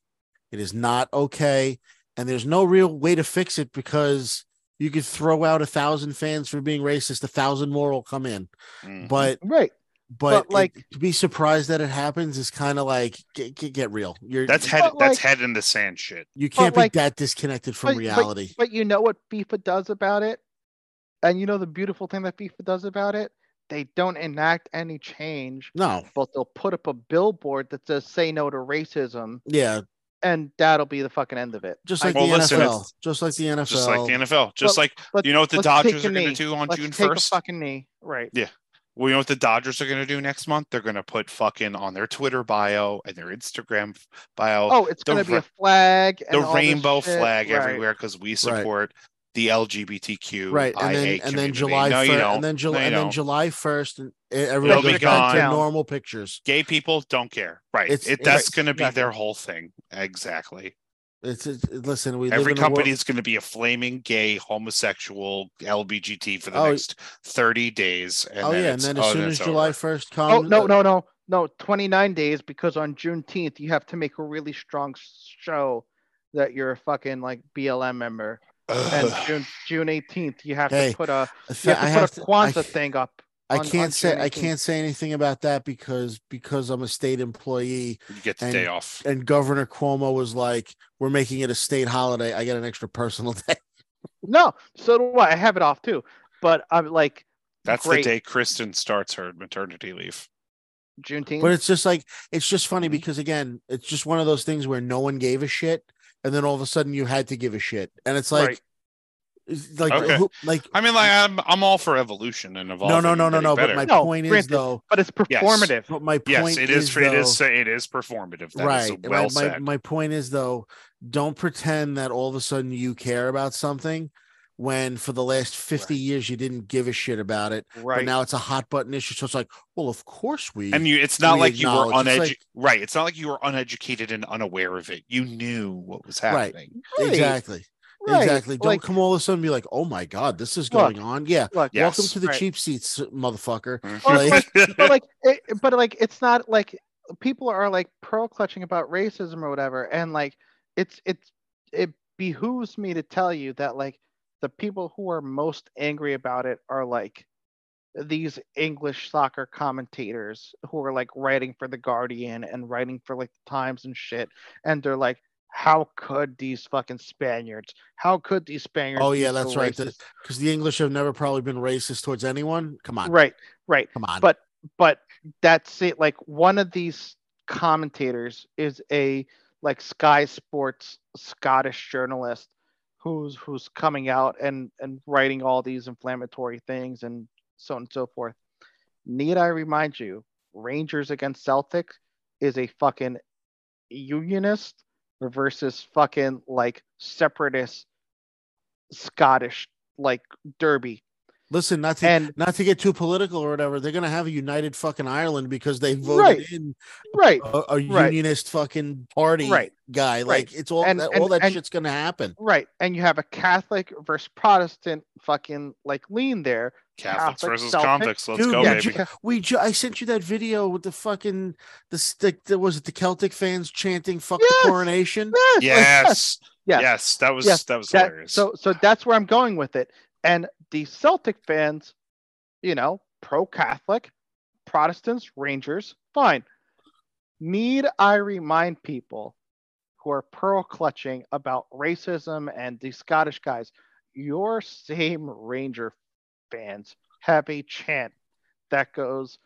Speaker 2: It is not okay, and there's no real way to fix it because you could throw out a thousand fans for being racist. A thousand more will come in,
Speaker 3: Mm.
Speaker 2: but
Speaker 1: Right.
Speaker 2: but,
Speaker 1: But, like-
Speaker 2: like to be surprised that it happens is kind of like get, get, get real. You're
Speaker 3: That's head
Speaker 1: But,
Speaker 3: that's
Speaker 1: like-
Speaker 3: head in the sand shit.
Speaker 2: you can't be
Speaker 1: like-
Speaker 2: that disconnected from
Speaker 1: but- but-
Speaker 2: reality.
Speaker 1: But you know what FIFA does about it? And you know the beautiful thing that FIFA does about it? They don't enact any change
Speaker 2: no,
Speaker 1: but they'll put up a billboard that says "Say no to racism,"
Speaker 2: yeah,
Speaker 1: and that'll be the fucking end of it.
Speaker 2: just
Speaker 1: I-
Speaker 2: like
Speaker 3: Well,
Speaker 2: the
Speaker 3: listen,
Speaker 2: NFL, just like the NFL,
Speaker 3: Just like the NFL. Just
Speaker 1: Well,
Speaker 3: like
Speaker 1: let's-
Speaker 3: you know what the
Speaker 1: let's take
Speaker 3: Dodgers
Speaker 1: a
Speaker 3: are gonna
Speaker 1: knee.
Speaker 3: do on
Speaker 1: Let's
Speaker 3: June
Speaker 1: take
Speaker 3: first?
Speaker 1: a fucking knee, right?
Speaker 3: Yeah. Well, you know what the Dodgers are gonna do next month? They're gonna put fucking on their Twitter bio and their Instagram bio
Speaker 1: Oh, it's
Speaker 3: The
Speaker 1: gonna be
Speaker 3: ra-
Speaker 1: a flag. And
Speaker 3: the
Speaker 1: all this
Speaker 3: rainbow
Speaker 1: shit,
Speaker 3: flag
Speaker 1: right.
Speaker 3: everywhere because we support the LGBTQ
Speaker 2: right? And then and then July
Speaker 3: no, you
Speaker 2: 1st,
Speaker 3: don't.
Speaker 2: and then July
Speaker 3: No, you
Speaker 2: and then
Speaker 3: don't.
Speaker 2: July first, and everyone
Speaker 3: be
Speaker 2: goes back to
Speaker 1: gone.
Speaker 2: normal pictures.
Speaker 3: Gay people don't care, right?
Speaker 2: It's-
Speaker 3: it,
Speaker 2: it's-
Speaker 3: that's going to be
Speaker 1: exactly.
Speaker 3: their whole thing, exactly.
Speaker 2: It's, it's listen, we live
Speaker 3: Every
Speaker 2: in a world-
Speaker 3: company is going to be a flaming gay, homosexual, LGBT for the
Speaker 2: Oh.
Speaker 3: next thirty days. And
Speaker 2: Oh
Speaker 3: then
Speaker 2: yeah, and
Speaker 3: it's-
Speaker 2: then as
Speaker 3: oh,
Speaker 2: soon as
Speaker 3: it's
Speaker 2: July
Speaker 3: over.
Speaker 2: first
Speaker 1: Oh
Speaker 2: comes,
Speaker 1: no, no, no, no! Twenty-nine days because on Juneteenth you have to make a really strong s- show that you're a fucking like BLM member, and
Speaker 3: Ugh.
Speaker 1: June June eighteenth you have
Speaker 2: Hey,
Speaker 1: to put a
Speaker 2: I
Speaker 1: you have to
Speaker 2: I
Speaker 1: put
Speaker 2: have
Speaker 1: a
Speaker 2: to- I
Speaker 1: Kwanzaa
Speaker 2: ca-
Speaker 1: thing up.
Speaker 2: I
Speaker 1: on- on
Speaker 2: can't say I
Speaker 1: 17th.
Speaker 2: can't say anything about that because because I'm a state employee
Speaker 3: you get the
Speaker 2: and-
Speaker 3: day off.
Speaker 2: and Governor Cuomo was like, "We're making it a state holiday. I get an extra personal day."
Speaker 1: No, so do I. I have it off too, but I'm like
Speaker 3: That's
Speaker 1: great.
Speaker 3: the day Kristen starts her maternity leave.
Speaker 1: Juneteenth.
Speaker 2: But it's just like it's just funny
Speaker 1: Mm-hmm.
Speaker 3: Mhm.
Speaker 2: because again, it's just one of those things where no one gave a shit, and then all of a sudden you had to give a shit, and it's like,
Speaker 1: Right.
Speaker 2: it's like
Speaker 3: Okay.
Speaker 2: who, like
Speaker 3: I mean, like I'm, I'm all for evolution and evolving.
Speaker 2: no, no, no,
Speaker 3: and
Speaker 2: no, no.
Speaker 3: getting better.
Speaker 2: But my
Speaker 1: No,
Speaker 2: point is
Speaker 1: granted.
Speaker 2: though,
Speaker 1: but it's performative.
Speaker 2: but my point
Speaker 3: yes, it is.
Speaker 2: is
Speaker 3: for it
Speaker 2: though-
Speaker 3: is. It is performative. That is
Speaker 2: right.
Speaker 3: well
Speaker 2: my, my,
Speaker 3: said.
Speaker 2: my point is though, don't pretend that all of a sudden you care about something when for the last 50
Speaker 1: Right.
Speaker 2: years you didn't give a shit about it.
Speaker 1: Right.
Speaker 2: But now it's a hot button issue. So it's like, well, of course we
Speaker 3: and you it's not
Speaker 2: we
Speaker 3: like you were
Speaker 2: acknowledge-
Speaker 3: uneducated
Speaker 2: it's like-
Speaker 3: right it's not like you were uneducated and unaware of it you knew what was
Speaker 2: Right.
Speaker 3: happening
Speaker 1: Right,
Speaker 2: exactly.
Speaker 1: right.
Speaker 2: Exactly. Don't
Speaker 1: Like,
Speaker 2: come all of a sudden and be like, oh my God, this is
Speaker 1: Look.
Speaker 2: going on. Yeah.
Speaker 1: look,
Speaker 3: Yeah.
Speaker 2: Welcome
Speaker 3: Yes.
Speaker 2: to the
Speaker 1: Right.
Speaker 2: cheap seats, motherfucker.
Speaker 3: Mm-hmm.
Speaker 1: Or
Speaker 2: Like-
Speaker 1: like- but like, it, but like, it's not like people are like pearl clutching about racism or whatever, and like, it's it's it behooves me to tell you that like the people who are most angry about it are like these English soccer commentators who are like writing for the Guardian and writing for like the Times and shit, and they're like. How could these fucking Spaniards? How could these Spaniards?
Speaker 2: Oh,
Speaker 1: be
Speaker 2: yeah,
Speaker 1: so
Speaker 2: that's right. The-
Speaker 1: racist?"
Speaker 2: Because the English have never probably been racist towards anyone. Come on.
Speaker 1: Right, right.
Speaker 2: Come on.
Speaker 1: But- but that's it like one of these commentators is a like Sky Sports Scottish journalist who's who's coming out and and writing all these inflammatory things and so on and so forth. Need I remind you, Rangers against Celtic is a fucking unionist versus fucking like separatist Scottish like derby.
Speaker 2: Listen, not to
Speaker 1: And
Speaker 2: not to get too political or whatever. They're gonna have a united fucking Ireland because they voted
Speaker 1: Right.
Speaker 2: in
Speaker 1: right,
Speaker 2: a, a
Speaker 1: Right.
Speaker 2: unionist fucking party
Speaker 1: Right.
Speaker 2: guy. Like it's all
Speaker 1: And-
Speaker 2: that,
Speaker 1: and-
Speaker 2: all that
Speaker 1: and-
Speaker 2: shit's gonna happen.
Speaker 1: right. And you have a Catholic versus Protestant fucking like lean there.
Speaker 3: Catholics
Speaker 1: Catholic
Speaker 3: versus
Speaker 1: Celtic.
Speaker 3: convicts. Let's
Speaker 2: Dude,
Speaker 3: go,
Speaker 2: yeah,
Speaker 3: Oh, baby.
Speaker 2: ju- we ju- I sent you that video with the fucking the stick that was it the Celtic fans chanting "fuck
Speaker 1: Yes.
Speaker 2: the coronation."
Speaker 1: Yes,
Speaker 3: Yes.
Speaker 1: Yes.
Speaker 3: yes. That was
Speaker 1: Yes.
Speaker 3: that was
Speaker 1: That-
Speaker 3: hilarious.
Speaker 1: so so that's where I'm going with it. And the Celtic fans, you know, pro Catholic, Protestants, Rangers, fine. Need I remind people who are pearl clutching about racism and the Scottish guys, your same Ranger fans have a chant that goes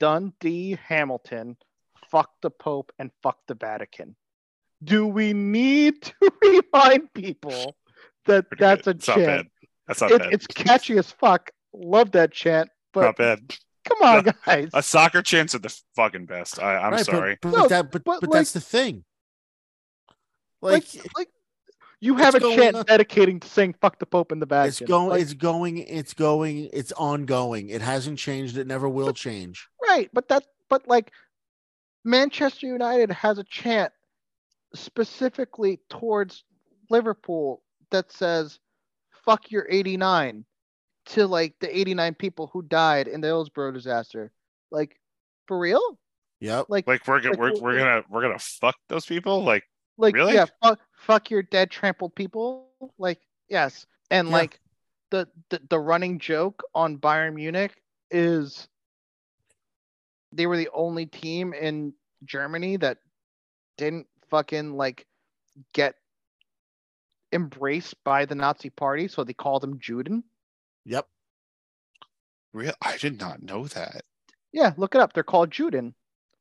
Speaker 1: Dundee Hamilton, fuck the Pope and fuck the Vatican. Do we need to remind people that
Speaker 3: Pretty
Speaker 1: that's
Speaker 3: good.
Speaker 1: a
Speaker 3: It's not
Speaker 1: chant?
Speaker 3: bad. That's not
Speaker 1: It-
Speaker 3: bad.
Speaker 1: it's catchy as fuck. Love that chant, but
Speaker 3: not bad.
Speaker 1: come on, guys.
Speaker 3: A soccer chants are the fucking best. I,
Speaker 2: Right,
Speaker 3: I'm
Speaker 2: but-
Speaker 3: sorry.
Speaker 2: but,
Speaker 1: No,
Speaker 2: that, but,
Speaker 1: but
Speaker 2: but,
Speaker 1: like-
Speaker 2: that's the thing.
Speaker 1: like,
Speaker 2: like
Speaker 1: like you have a
Speaker 2: going
Speaker 1: chant
Speaker 2: on?
Speaker 1: dedicating to saying "fuck the Pope" in the back.
Speaker 2: it's going it's going it's going it's ongoing it hasn't changed it never will change
Speaker 1: right, but that, but like Manchester United has a chant specifically towards Liverpool that says "fuck your '89" to like the '89 people who died in the Hillsborough disaster. Like, for real?
Speaker 2: yep
Speaker 1: Like,
Speaker 3: Like we're gonna
Speaker 1: like,
Speaker 3: we're,
Speaker 1: w-
Speaker 3: we're gonna we're gonna fuck those people. Like
Speaker 1: like
Speaker 3: Really?
Speaker 1: yeah fuck, fuck your dead trampled people like yes and
Speaker 2: Yeah.
Speaker 1: like the, the the running joke on bayern munich is they were the only team in germany that didn't fucking like get embraced by the nazi party so they called them juden
Speaker 2: yep
Speaker 3: real I did not know that.
Speaker 1: yeah look it up they're called juden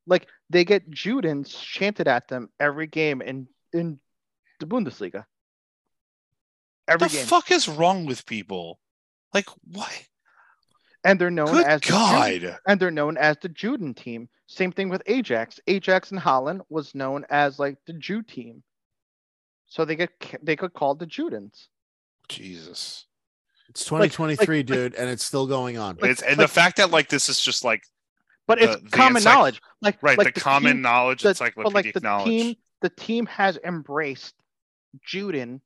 Speaker 1: like they get juden chanted at them every game in in the bundesliga every
Speaker 3: What the
Speaker 1: game
Speaker 3: fuck is wrong with people? Like what?
Speaker 1: and they're known
Speaker 3: Good
Speaker 1: as the Ju-
Speaker 3: God.
Speaker 1: and they're known as the Juden team. Same thing with Ajax. Ajax in Holland was known as like the Jew team, so they get ca- they got called the Judens.
Speaker 3: Jesus.
Speaker 2: it's
Speaker 1: Like-
Speaker 2: 2023 dude and it's still going on
Speaker 1: Like-
Speaker 3: it's and
Speaker 1: like-
Speaker 3: the fact that like this is just like
Speaker 1: But it's
Speaker 3: The- the
Speaker 1: common
Speaker 3: encycl-
Speaker 1: knowledge, like
Speaker 3: right
Speaker 1: like
Speaker 3: the, common
Speaker 1: team,
Speaker 3: knowledge
Speaker 1: the- but
Speaker 3: encyclopedic
Speaker 1: like the
Speaker 3: knowledge.
Speaker 1: team the team has embraced Juden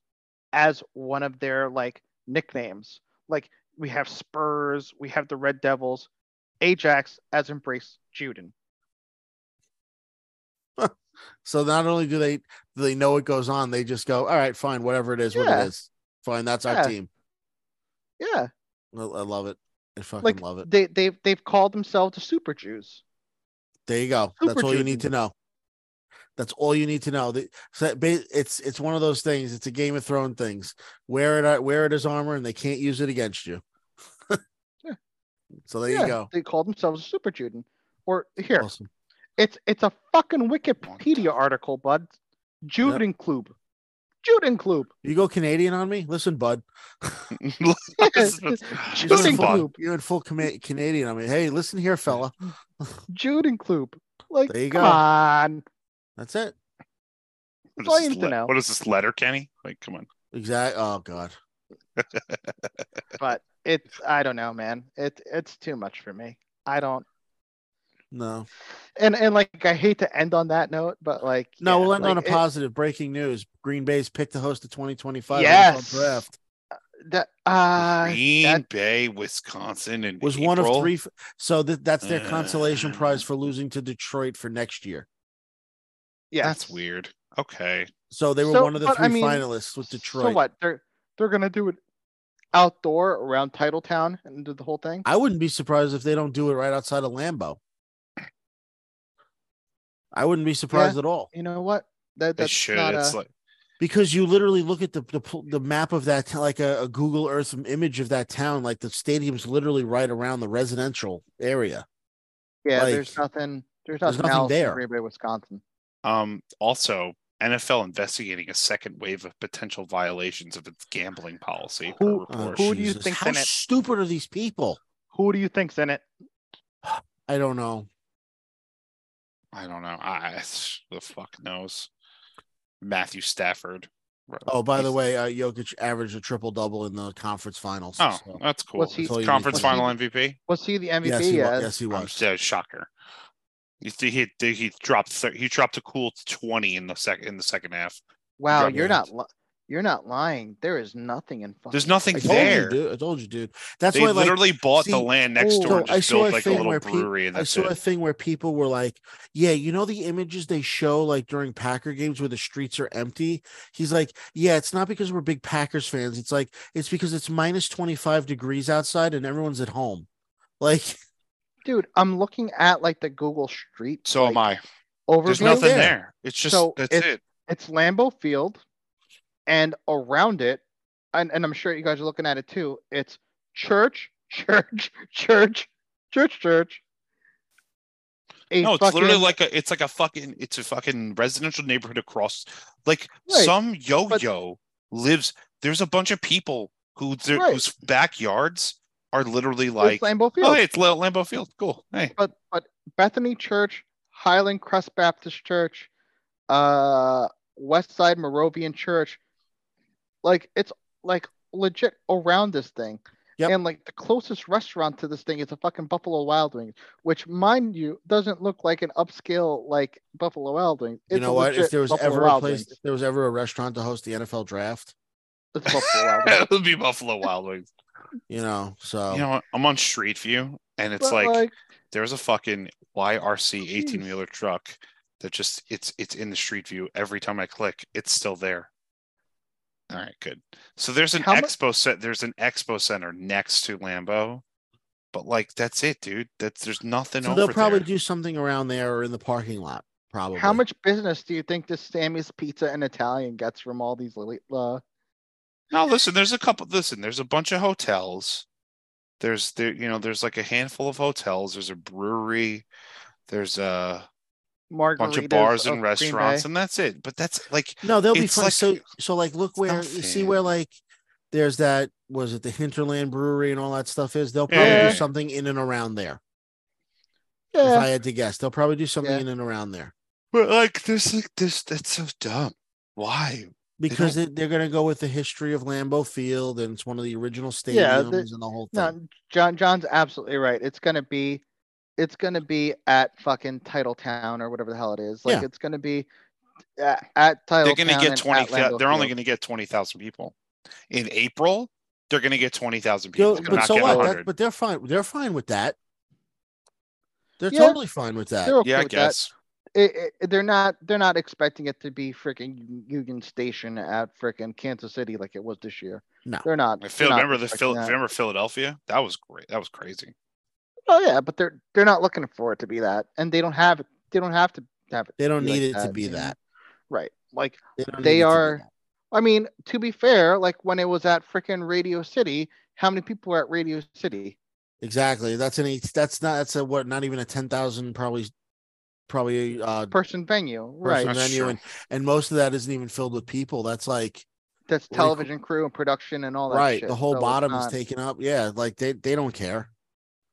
Speaker 1: as one of their like nicknames. Like we have Spurs, we have the Red Devils. Ajax has embraced Juden.
Speaker 2: so not only do they do they know it goes on they just go all right fine whatever it is what
Speaker 1: Yeah.
Speaker 2: it is fine that's
Speaker 1: Yeah.
Speaker 2: our team
Speaker 1: Yeah.
Speaker 2: i, I love it i fucking
Speaker 1: like
Speaker 2: love it
Speaker 1: they they've they've called themselves the super Jews.
Speaker 2: there you go
Speaker 1: Super
Speaker 2: that's all you need
Speaker 1: Juden.
Speaker 2: to know that's all you need to know The- so that ba- it's it's one of those things it's a game of thrones things wear it uh, wear it as armor and they can't use it against you
Speaker 1: Yeah.
Speaker 2: so there
Speaker 1: yeah,
Speaker 2: you go
Speaker 1: They call themselves the super Juden. Or here,
Speaker 2: awesome
Speaker 1: it's it's a fucking Wikipedia article, bud. Juden Club. Juden Club.
Speaker 2: You go Canadian on me? Listen, bud.
Speaker 3: This is-
Speaker 2: You
Speaker 3: this
Speaker 2: went
Speaker 3: is
Speaker 1: Juden
Speaker 2: full-
Speaker 3: fun.
Speaker 1: Club.
Speaker 2: You went full Cana- Canadian on me. Hey, listen here, fella.
Speaker 1: Juden Club. Like
Speaker 2: There you
Speaker 1: come
Speaker 2: go.
Speaker 1: on.
Speaker 2: That's it.
Speaker 3: What
Speaker 1: all
Speaker 3: is
Speaker 1: you
Speaker 3: this
Speaker 1: need to
Speaker 3: le-
Speaker 1: know.
Speaker 3: What is this letter, Kenny? Like, come on.
Speaker 2: Exactly. Oh God.
Speaker 1: But it's I don't know, man. It it's too much for me. I don't
Speaker 2: No.
Speaker 1: and and like I hate to end on that note, but like
Speaker 2: No,
Speaker 1: yeah,
Speaker 2: we'll end
Speaker 1: like,
Speaker 2: on a
Speaker 1: it-
Speaker 2: positive. Breaking news: Green Bay's picked to host the 2025 NFL
Speaker 1: Yes.
Speaker 2: draft.
Speaker 1: that uh
Speaker 3: Green
Speaker 1: that-
Speaker 3: Bay, Wisconsin, and
Speaker 2: Was one of
Speaker 3: April?
Speaker 2: three. f- So th- that's their consolation
Speaker 3: Uh.
Speaker 4: Mm.
Speaker 2: prize for losing to Detroit for next year.
Speaker 1: yeah.
Speaker 3: That's weird. Okay.
Speaker 2: So they were
Speaker 1: So,
Speaker 2: one of the
Speaker 1: but
Speaker 2: three
Speaker 1: I mean,
Speaker 2: finalists with Detroit.
Speaker 1: So what? They're they're gonna do it outdoor around Titletown and do the whole thing.
Speaker 2: I wouldn't be surprised if they don't do it right outside of Lambeau. I wouldn't be surprised at all.
Speaker 1: You know what? That
Speaker 3: They
Speaker 1: that's
Speaker 3: should.
Speaker 1: not
Speaker 3: It's
Speaker 1: a,
Speaker 3: like
Speaker 2: because you literally look at the the, pl- the map of that t- like a, a google earth image of that town like the stadium's literally right around the residential area
Speaker 1: yeah.
Speaker 2: like-
Speaker 1: there's nothing. There's
Speaker 2: There's
Speaker 1: nothing,
Speaker 2: nothing
Speaker 1: else in
Speaker 2: there.
Speaker 1: Green Bay, Wisconsin.
Speaker 3: Um, also, NFL investigating a second wave of potential violations of its gambling policy. per
Speaker 4: Who-
Speaker 2: Oh,
Speaker 3: report.
Speaker 4: who do you
Speaker 2: Jesus.
Speaker 4: think's
Speaker 2: How
Speaker 4: in it?
Speaker 2: stupid are these people?
Speaker 4: Who do you think's in it?
Speaker 2: I don't know.
Speaker 3: I don't know. I the fuck knows. Matthew Stafford.
Speaker 2: Oh, by the
Speaker 3: He's-
Speaker 2: way, uh, Jokic averaged a triple double in the conference finals.
Speaker 3: Oh,
Speaker 2: so-
Speaker 3: that's cool.
Speaker 1: Was he-
Speaker 3: It's
Speaker 2: That's all you
Speaker 3: Conference
Speaker 2: need to know.
Speaker 3: final MVP.
Speaker 1: Was he the MVP?
Speaker 2: yes, he
Speaker 1: Yeah.
Speaker 2: was. Yes, he
Speaker 3: I'm
Speaker 2: was.
Speaker 3: so Oh, shocker. You see, he he- he dropped thir- he dropped a cool twenty in the second in the second half.
Speaker 1: Wow,
Speaker 3: Yeah.
Speaker 1: you're not li- you're not lying. There is nothing in fucking
Speaker 3: There's nothing
Speaker 2: I told you,
Speaker 3: there.
Speaker 2: dude. I told you, dude. That's
Speaker 3: they
Speaker 2: why, like,
Speaker 3: literally bought
Speaker 2: see,
Speaker 3: the land next
Speaker 1: oh,
Speaker 3: door and
Speaker 2: so I
Speaker 3: just
Speaker 2: saw a
Speaker 3: built like a
Speaker 2: thing
Speaker 3: little
Speaker 2: where pe-
Speaker 3: brewery. and
Speaker 2: I
Speaker 3: that's
Speaker 2: saw a
Speaker 3: it.
Speaker 2: thing where people were like, "Yeah, you know the images they show like during Packer games where the streets are empty." He's like, "Yeah, it's not because we're big Packers fans. It's like it's because it's minus 25 degrees outside and everyone's at home." Like
Speaker 1: dude. I'm looking at like the Google Street.
Speaker 3: So am
Speaker 1: like,
Speaker 3: I.
Speaker 1: Overview.
Speaker 3: There's nothing
Speaker 2: there.
Speaker 3: there. It's just
Speaker 1: So
Speaker 3: that's
Speaker 1: it's-
Speaker 3: it.
Speaker 1: It's Lambeau Field, and around it, and, and I'm sure you guys are looking at it too. It's church, church, church, church, church. A
Speaker 3: No, it's literally
Speaker 1: fucking-
Speaker 3: like a it's like a fucking it's a fucking residential neighborhood across like
Speaker 1: Right,
Speaker 3: some yo-yo lives there's a bunch of people who their,
Speaker 1: Right.
Speaker 3: whose backyards are literally
Speaker 1: it's
Speaker 3: like
Speaker 1: Lambeau Field.
Speaker 3: oh hey, it's Lam- Lambeau Field. Cool. Hey.
Speaker 1: but but Bethany Church, Highland Crest Baptist Church, uh West Side Moravian Church, like it's like legit around this thing.
Speaker 2: Yep.
Speaker 1: And like the closest restaurant to this thing is a fucking Buffalo Wild Wings, which mind you doesn't look like an upscale like Buffalo Wild Wings.
Speaker 2: you
Speaker 1: It's
Speaker 2: know
Speaker 1: a
Speaker 2: what? If
Speaker 1: legit
Speaker 2: there was
Speaker 1: Buffalo
Speaker 2: ever a
Speaker 1: Wild
Speaker 2: place,
Speaker 1: Wings.
Speaker 2: if there was ever a restaurant to host the NFL draft,
Speaker 1: It's Buffalo Wild Wings.
Speaker 3: it would be Buffalo Wild Wings.
Speaker 2: you know, so
Speaker 3: You know, what? I'm on Street View and it's
Speaker 1: But,
Speaker 3: like, there's a fucking YRC
Speaker 1: Oh,
Speaker 3: 18 wheeler truck that just it's it's in the street view every time I click, it's still there. All right, good. So there's an
Speaker 1: How mu-
Speaker 3: expo set there's an expo center next to Lambo. But like that's it, dude. That's there's nothing
Speaker 2: so
Speaker 3: over
Speaker 2: they'll probably
Speaker 3: there.
Speaker 2: do something around there or in the parking lot. Probably.
Speaker 1: how much business do you think this Sammy's Pizza and Italian gets from all these li- uh,
Speaker 3: No, listen, there's a couple listen, there's a bunch of hotels. There's there you know, there's like a handful of hotels, there's a brewery, there's a
Speaker 1: margaritas?
Speaker 3: bunch of bars
Speaker 1: of
Speaker 3: and
Speaker 1: Green
Speaker 3: restaurants,
Speaker 1: Bay?
Speaker 3: and that's it. But that's like
Speaker 2: No, they'll be
Speaker 3: It's
Speaker 2: fun.
Speaker 3: like-
Speaker 2: so so like look
Speaker 3: it's
Speaker 2: where you see where
Speaker 3: nothing.
Speaker 2: like there's that was it the hinterland brewery and all that stuff is they'll probably
Speaker 3: Yeah.
Speaker 2: do something in and around there. If
Speaker 1: Yeah.
Speaker 2: I had to guess, they'll probably do something
Speaker 1: Yeah.
Speaker 2: in and around there
Speaker 3: But like this, like this, that's so dumb. Why?
Speaker 2: because they they, are gonna go with the history of Lambeau Field and it's one of the original stadiums
Speaker 1: Yeah, the-
Speaker 2: and the whole thing.
Speaker 1: No, John. John's absolutely right. It's gonna be, it's gonna be at fucking Titletown or whatever the hell it is. Like
Speaker 2: Yeah.
Speaker 1: it's gonna be at, at Titletown.
Speaker 3: They're gonna get twenty.
Speaker 1: thousand.
Speaker 3: They're only gonna get twenty thousand people in April. They're gonna get twenty thousand people.
Speaker 2: Yo,
Speaker 3: They're
Speaker 2: but
Speaker 3: not
Speaker 2: so
Speaker 3: getting
Speaker 2: what? That-
Speaker 3: 100.
Speaker 2: but they're fine. They're fine with that. They're
Speaker 1: Yeah.
Speaker 2: totally fine with that.
Speaker 1: They're okay
Speaker 3: yeah, I
Speaker 1: with that.
Speaker 3: guess.
Speaker 1: It, it, they're not. They're not expecting it to be freaking U- Union Station at freaking Kansas City like it was this year.
Speaker 2: No.
Speaker 1: they're not.
Speaker 3: I
Speaker 1: they're
Speaker 3: feel,
Speaker 1: not
Speaker 3: remember the
Speaker 1: expecting
Speaker 3: Phil,
Speaker 1: that.
Speaker 3: remember Philadelphia? That was great. That was crazy.
Speaker 1: Oh yeah, but they're they're not looking for it to be that, and they don't have it. They don't have to have it.
Speaker 2: They don't
Speaker 1: be like
Speaker 2: need it to
Speaker 1: that,
Speaker 2: be
Speaker 1: you know?
Speaker 2: that.
Speaker 1: Right. Like
Speaker 2: They, don't need
Speaker 1: They
Speaker 2: it to be
Speaker 1: are-
Speaker 2: that.
Speaker 1: I mean, to be fair, like when it was at freaking Radio City, how many people were at Radio City?
Speaker 2: exactly. That's an eight. That's not. That's a what? Not even a ten thousand. Probably, probably uh
Speaker 1: Person venue, right?
Speaker 2: person
Speaker 3: That's
Speaker 2: venue
Speaker 3: true.
Speaker 2: and, and most of that isn't even filled with people that's like
Speaker 1: That's
Speaker 2: Recru-
Speaker 1: television crew and production and all that.
Speaker 2: right
Speaker 1: shit.
Speaker 2: the whole
Speaker 1: So it's
Speaker 2: bottom is
Speaker 1: not-
Speaker 2: taken up yeah like they they don't care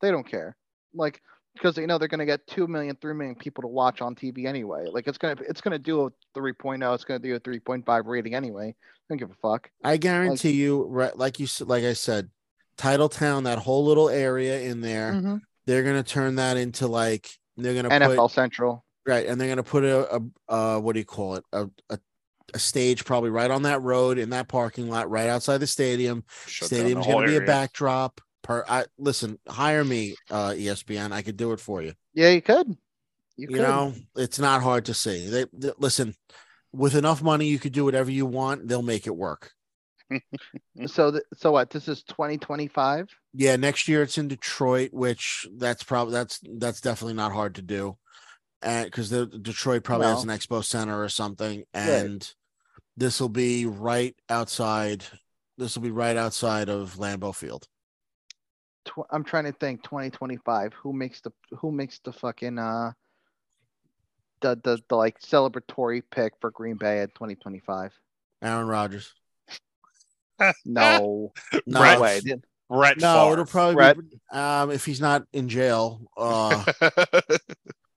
Speaker 1: They don't care, like because they know they're gonna get 2 million, 3 million people to watch on TV anyway. Like it's gonna it's gonna do a 3.0, it's gonna do a 3.5 rating anyway. Don't give a fuck.
Speaker 2: i guarantee you right like you s- like i said title town that whole little area in there
Speaker 1: Mm-hmm.
Speaker 2: they're gonna turn that into like they're gonna put
Speaker 1: NFL Central.
Speaker 2: Right, and they're going to put a, a uh, what do you call it? A, a a stage probably right on that road in that parking lot, right outside the stadium.
Speaker 3: Shut down the
Speaker 2: Stadium's
Speaker 3: whole
Speaker 2: going to be a
Speaker 3: area.
Speaker 2: backdrop. Per, I listen, hire me, uh, ESPN. I could do it for you.
Speaker 1: Yeah, you could. You,
Speaker 2: You,
Speaker 1: could.
Speaker 2: know, it's not hard to see. They, they- listen, with enough money, you could do whatever you want. They'll make it work.
Speaker 1: So th- so what? This is 2025.
Speaker 2: Yeah, next year it's in Detroit, which that's probably that's that's definitely not hard to do, and because the Detroit probably has an
Speaker 1: No.
Speaker 2: expo center or something, and this will be right outside. This will be right outside of Lambeau Field.
Speaker 1: tw- I'm trying to think 2025 who makes the who makes the fucking uh the, the the like celebratory pick for Green Bay at 2025?
Speaker 2: Aaron Rodgers.
Speaker 1: No,
Speaker 2: No,
Speaker 3: Brett
Speaker 1: no way. Didn't-
Speaker 3: Brett
Speaker 2: no, it'll probably
Speaker 1: Brett.
Speaker 2: be um, if he's not in jail. Uh,
Speaker 3: Favre.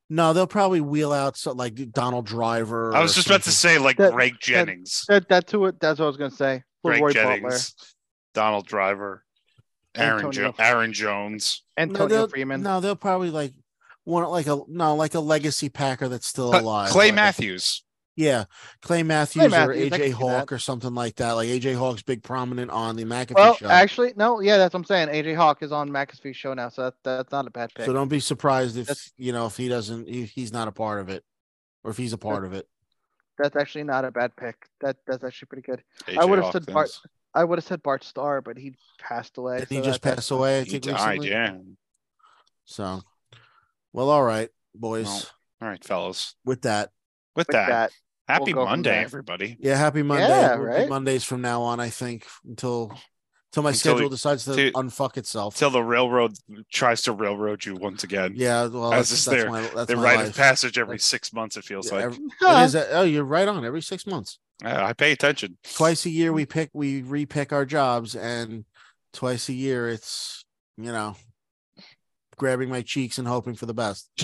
Speaker 2: no, they'll probably wheel out some, like Donald Driver.
Speaker 3: I
Speaker 2: or
Speaker 3: was just about to
Speaker 2: something.
Speaker 3: say like
Speaker 1: That-
Speaker 3: Greg Jennings,
Speaker 1: That, that's who. It, that's what I was gonna say.
Speaker 3: Greg
Speaker 1: Leroy
Speaker 3: Jennings,
Speaker 1: Butler,
Speaker 3: Donald Driver, Aaron
Speaker 1: Antonio.
Speaker 3: jo- Aaron Jones.
Speaker 2: No,
Speaker 1: Antonio
Speaker 2: they'll,
Speaker 1: Freeman.
Speaker 2: no, they'll probably like want like a no, like a legacy Packer that's still
Speaker 3: Cl-
Speaker 2: alive.
Speaker 3: Clay
Speaker 2: like-
Speaker 3: Matthews.
Speaker 2: Yeah, Clay Matthews,
Speaker 1: Matthews, I
Speaker 2: or
Speaker 1: can
Speaker 2: AJ
Speaker 1: see
Speaker 2: Hawk or something like that. Like AJ Hawk's big prominent on the McAfee
Speaker 1: Well,
Speaker 2: show.
Speaker 1: actually, no. Yeah, that's what I'm saying. AJ Hawk is on McAfee's show now, so that, that's not a bad pick.
Speaker 2: so don't be surprised if
Speaker 1: That's-
Speaker 2: you know if he doesn't, if he's not a part of it, or if he's a part of it.
Speaker 1: that's actually not a bad pick. That that's actually pretty good.
Speaker 3: AJ
Speaker 1: I would have said
Speaker 3: Hawkins.
Speaker 1: Bart. I would have said Bart Starr, but he passed away.
Speaker 2: Didn't he
Speaker 1: so
Speaker 2: just
Speaker 1: that-
Speaker 2: pass away? I
Speaker 3: He
Speaker 2: think
Speaker 3: died.
Speaker 2: recently?
Speaker 3: Yeah.
Speaker 2: So, well, all right, boys.
Speaker 3: Well, All right, fellas.
Speaker 2: With that,
Speaker 3: With,
Speaker 1: with
Speaker 3: that,
Speaker 1: that.
Speaker 3: happy
Speaker 1: go from
Speaker 3: Monday,
Speaker 1: there.
Speaker 3: everybody.
Speaker 2: yeah, happy Monday.
Speaker 1: Yeah,
Speaker 2: We'll do
Speaker 1: right?
Speaker 2: Mondays from now on, I think, until until my
Speaker 3: Until
Speaker 2: schedule
Speaker 3: we-
Speaker 2: decides to
Speaker 3: to-
Speaker 2: unfuck itself.
Speaker 3: Till the railroad tries to railroad you once again.
Speaker 2: yeah, well, that's,
Speaker 3: That's just
Speaker 2: that's
Speaker 3: their-
Speaker 2: my that's
Speaker 3: They
Speaker 2: my
Speaker 3: rite of
Speaker 2: life.
Speaker 3: passage every
Speaker 2: That's-
Speaker 3: six months. It feels
Speaker 2: Yeah,
Speaker 3: like Uh,
Speaker 2: every- it is that- oh, you're right on. Every six months,
Speaker 3: I, I pay attention.
Speaker 2: twice a year, we
Speaker 1: Mm.
Speaker 2: pick, we repick our jobs, and twice a year, it's you know, grabbing my cheeks and hoping for the best.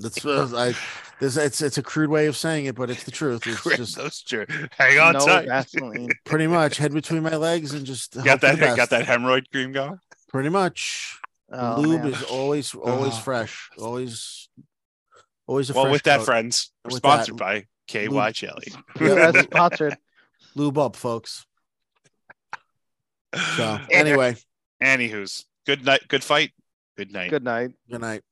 Speaker 2: That's what I. This it's it's a crude way of saying it, but it's the truth. It's
Speaker 3: Grab
Speaker 2: just
Speaker 3: those jer- Hang on
Speaker 1: no
Speaker 3: tight.
Speaker 1: Vaseline.
Speaker 2: pretty much head between my legs and just hope
Speaker 3: Got
Speaker 2: for the
Speaker 3: that? Got
Speaker 2: best.
Speaker 3: that hemorrhoid cream going?
Speaker 2: Pretty much.
Speaker 1: Oh,
Speaker 2: Lube
Speaker 1: man.
Speaker 2: is always always
Speaker 3: Ah.
Speaker 2: fresh. Always always a
Speaker 3: Well,
Speaker 2: fresh
Speaker 3: with that,
Speaker 2: coat.
Speaker 3: friends, we're
Speaker 2: With that,
Speaker 3: sponsored by KY
Speaker 2: Lube-
Speaker 3: Jelly.
Speaker 2: Yeah.
Speaker 1: That's sponsored.
Speaker 2: lube up, folks. So anyway,
Speaker 3: Anywho's, good night, good fight, good night.
Speaker 1: Good night.
Speaker 2: good night.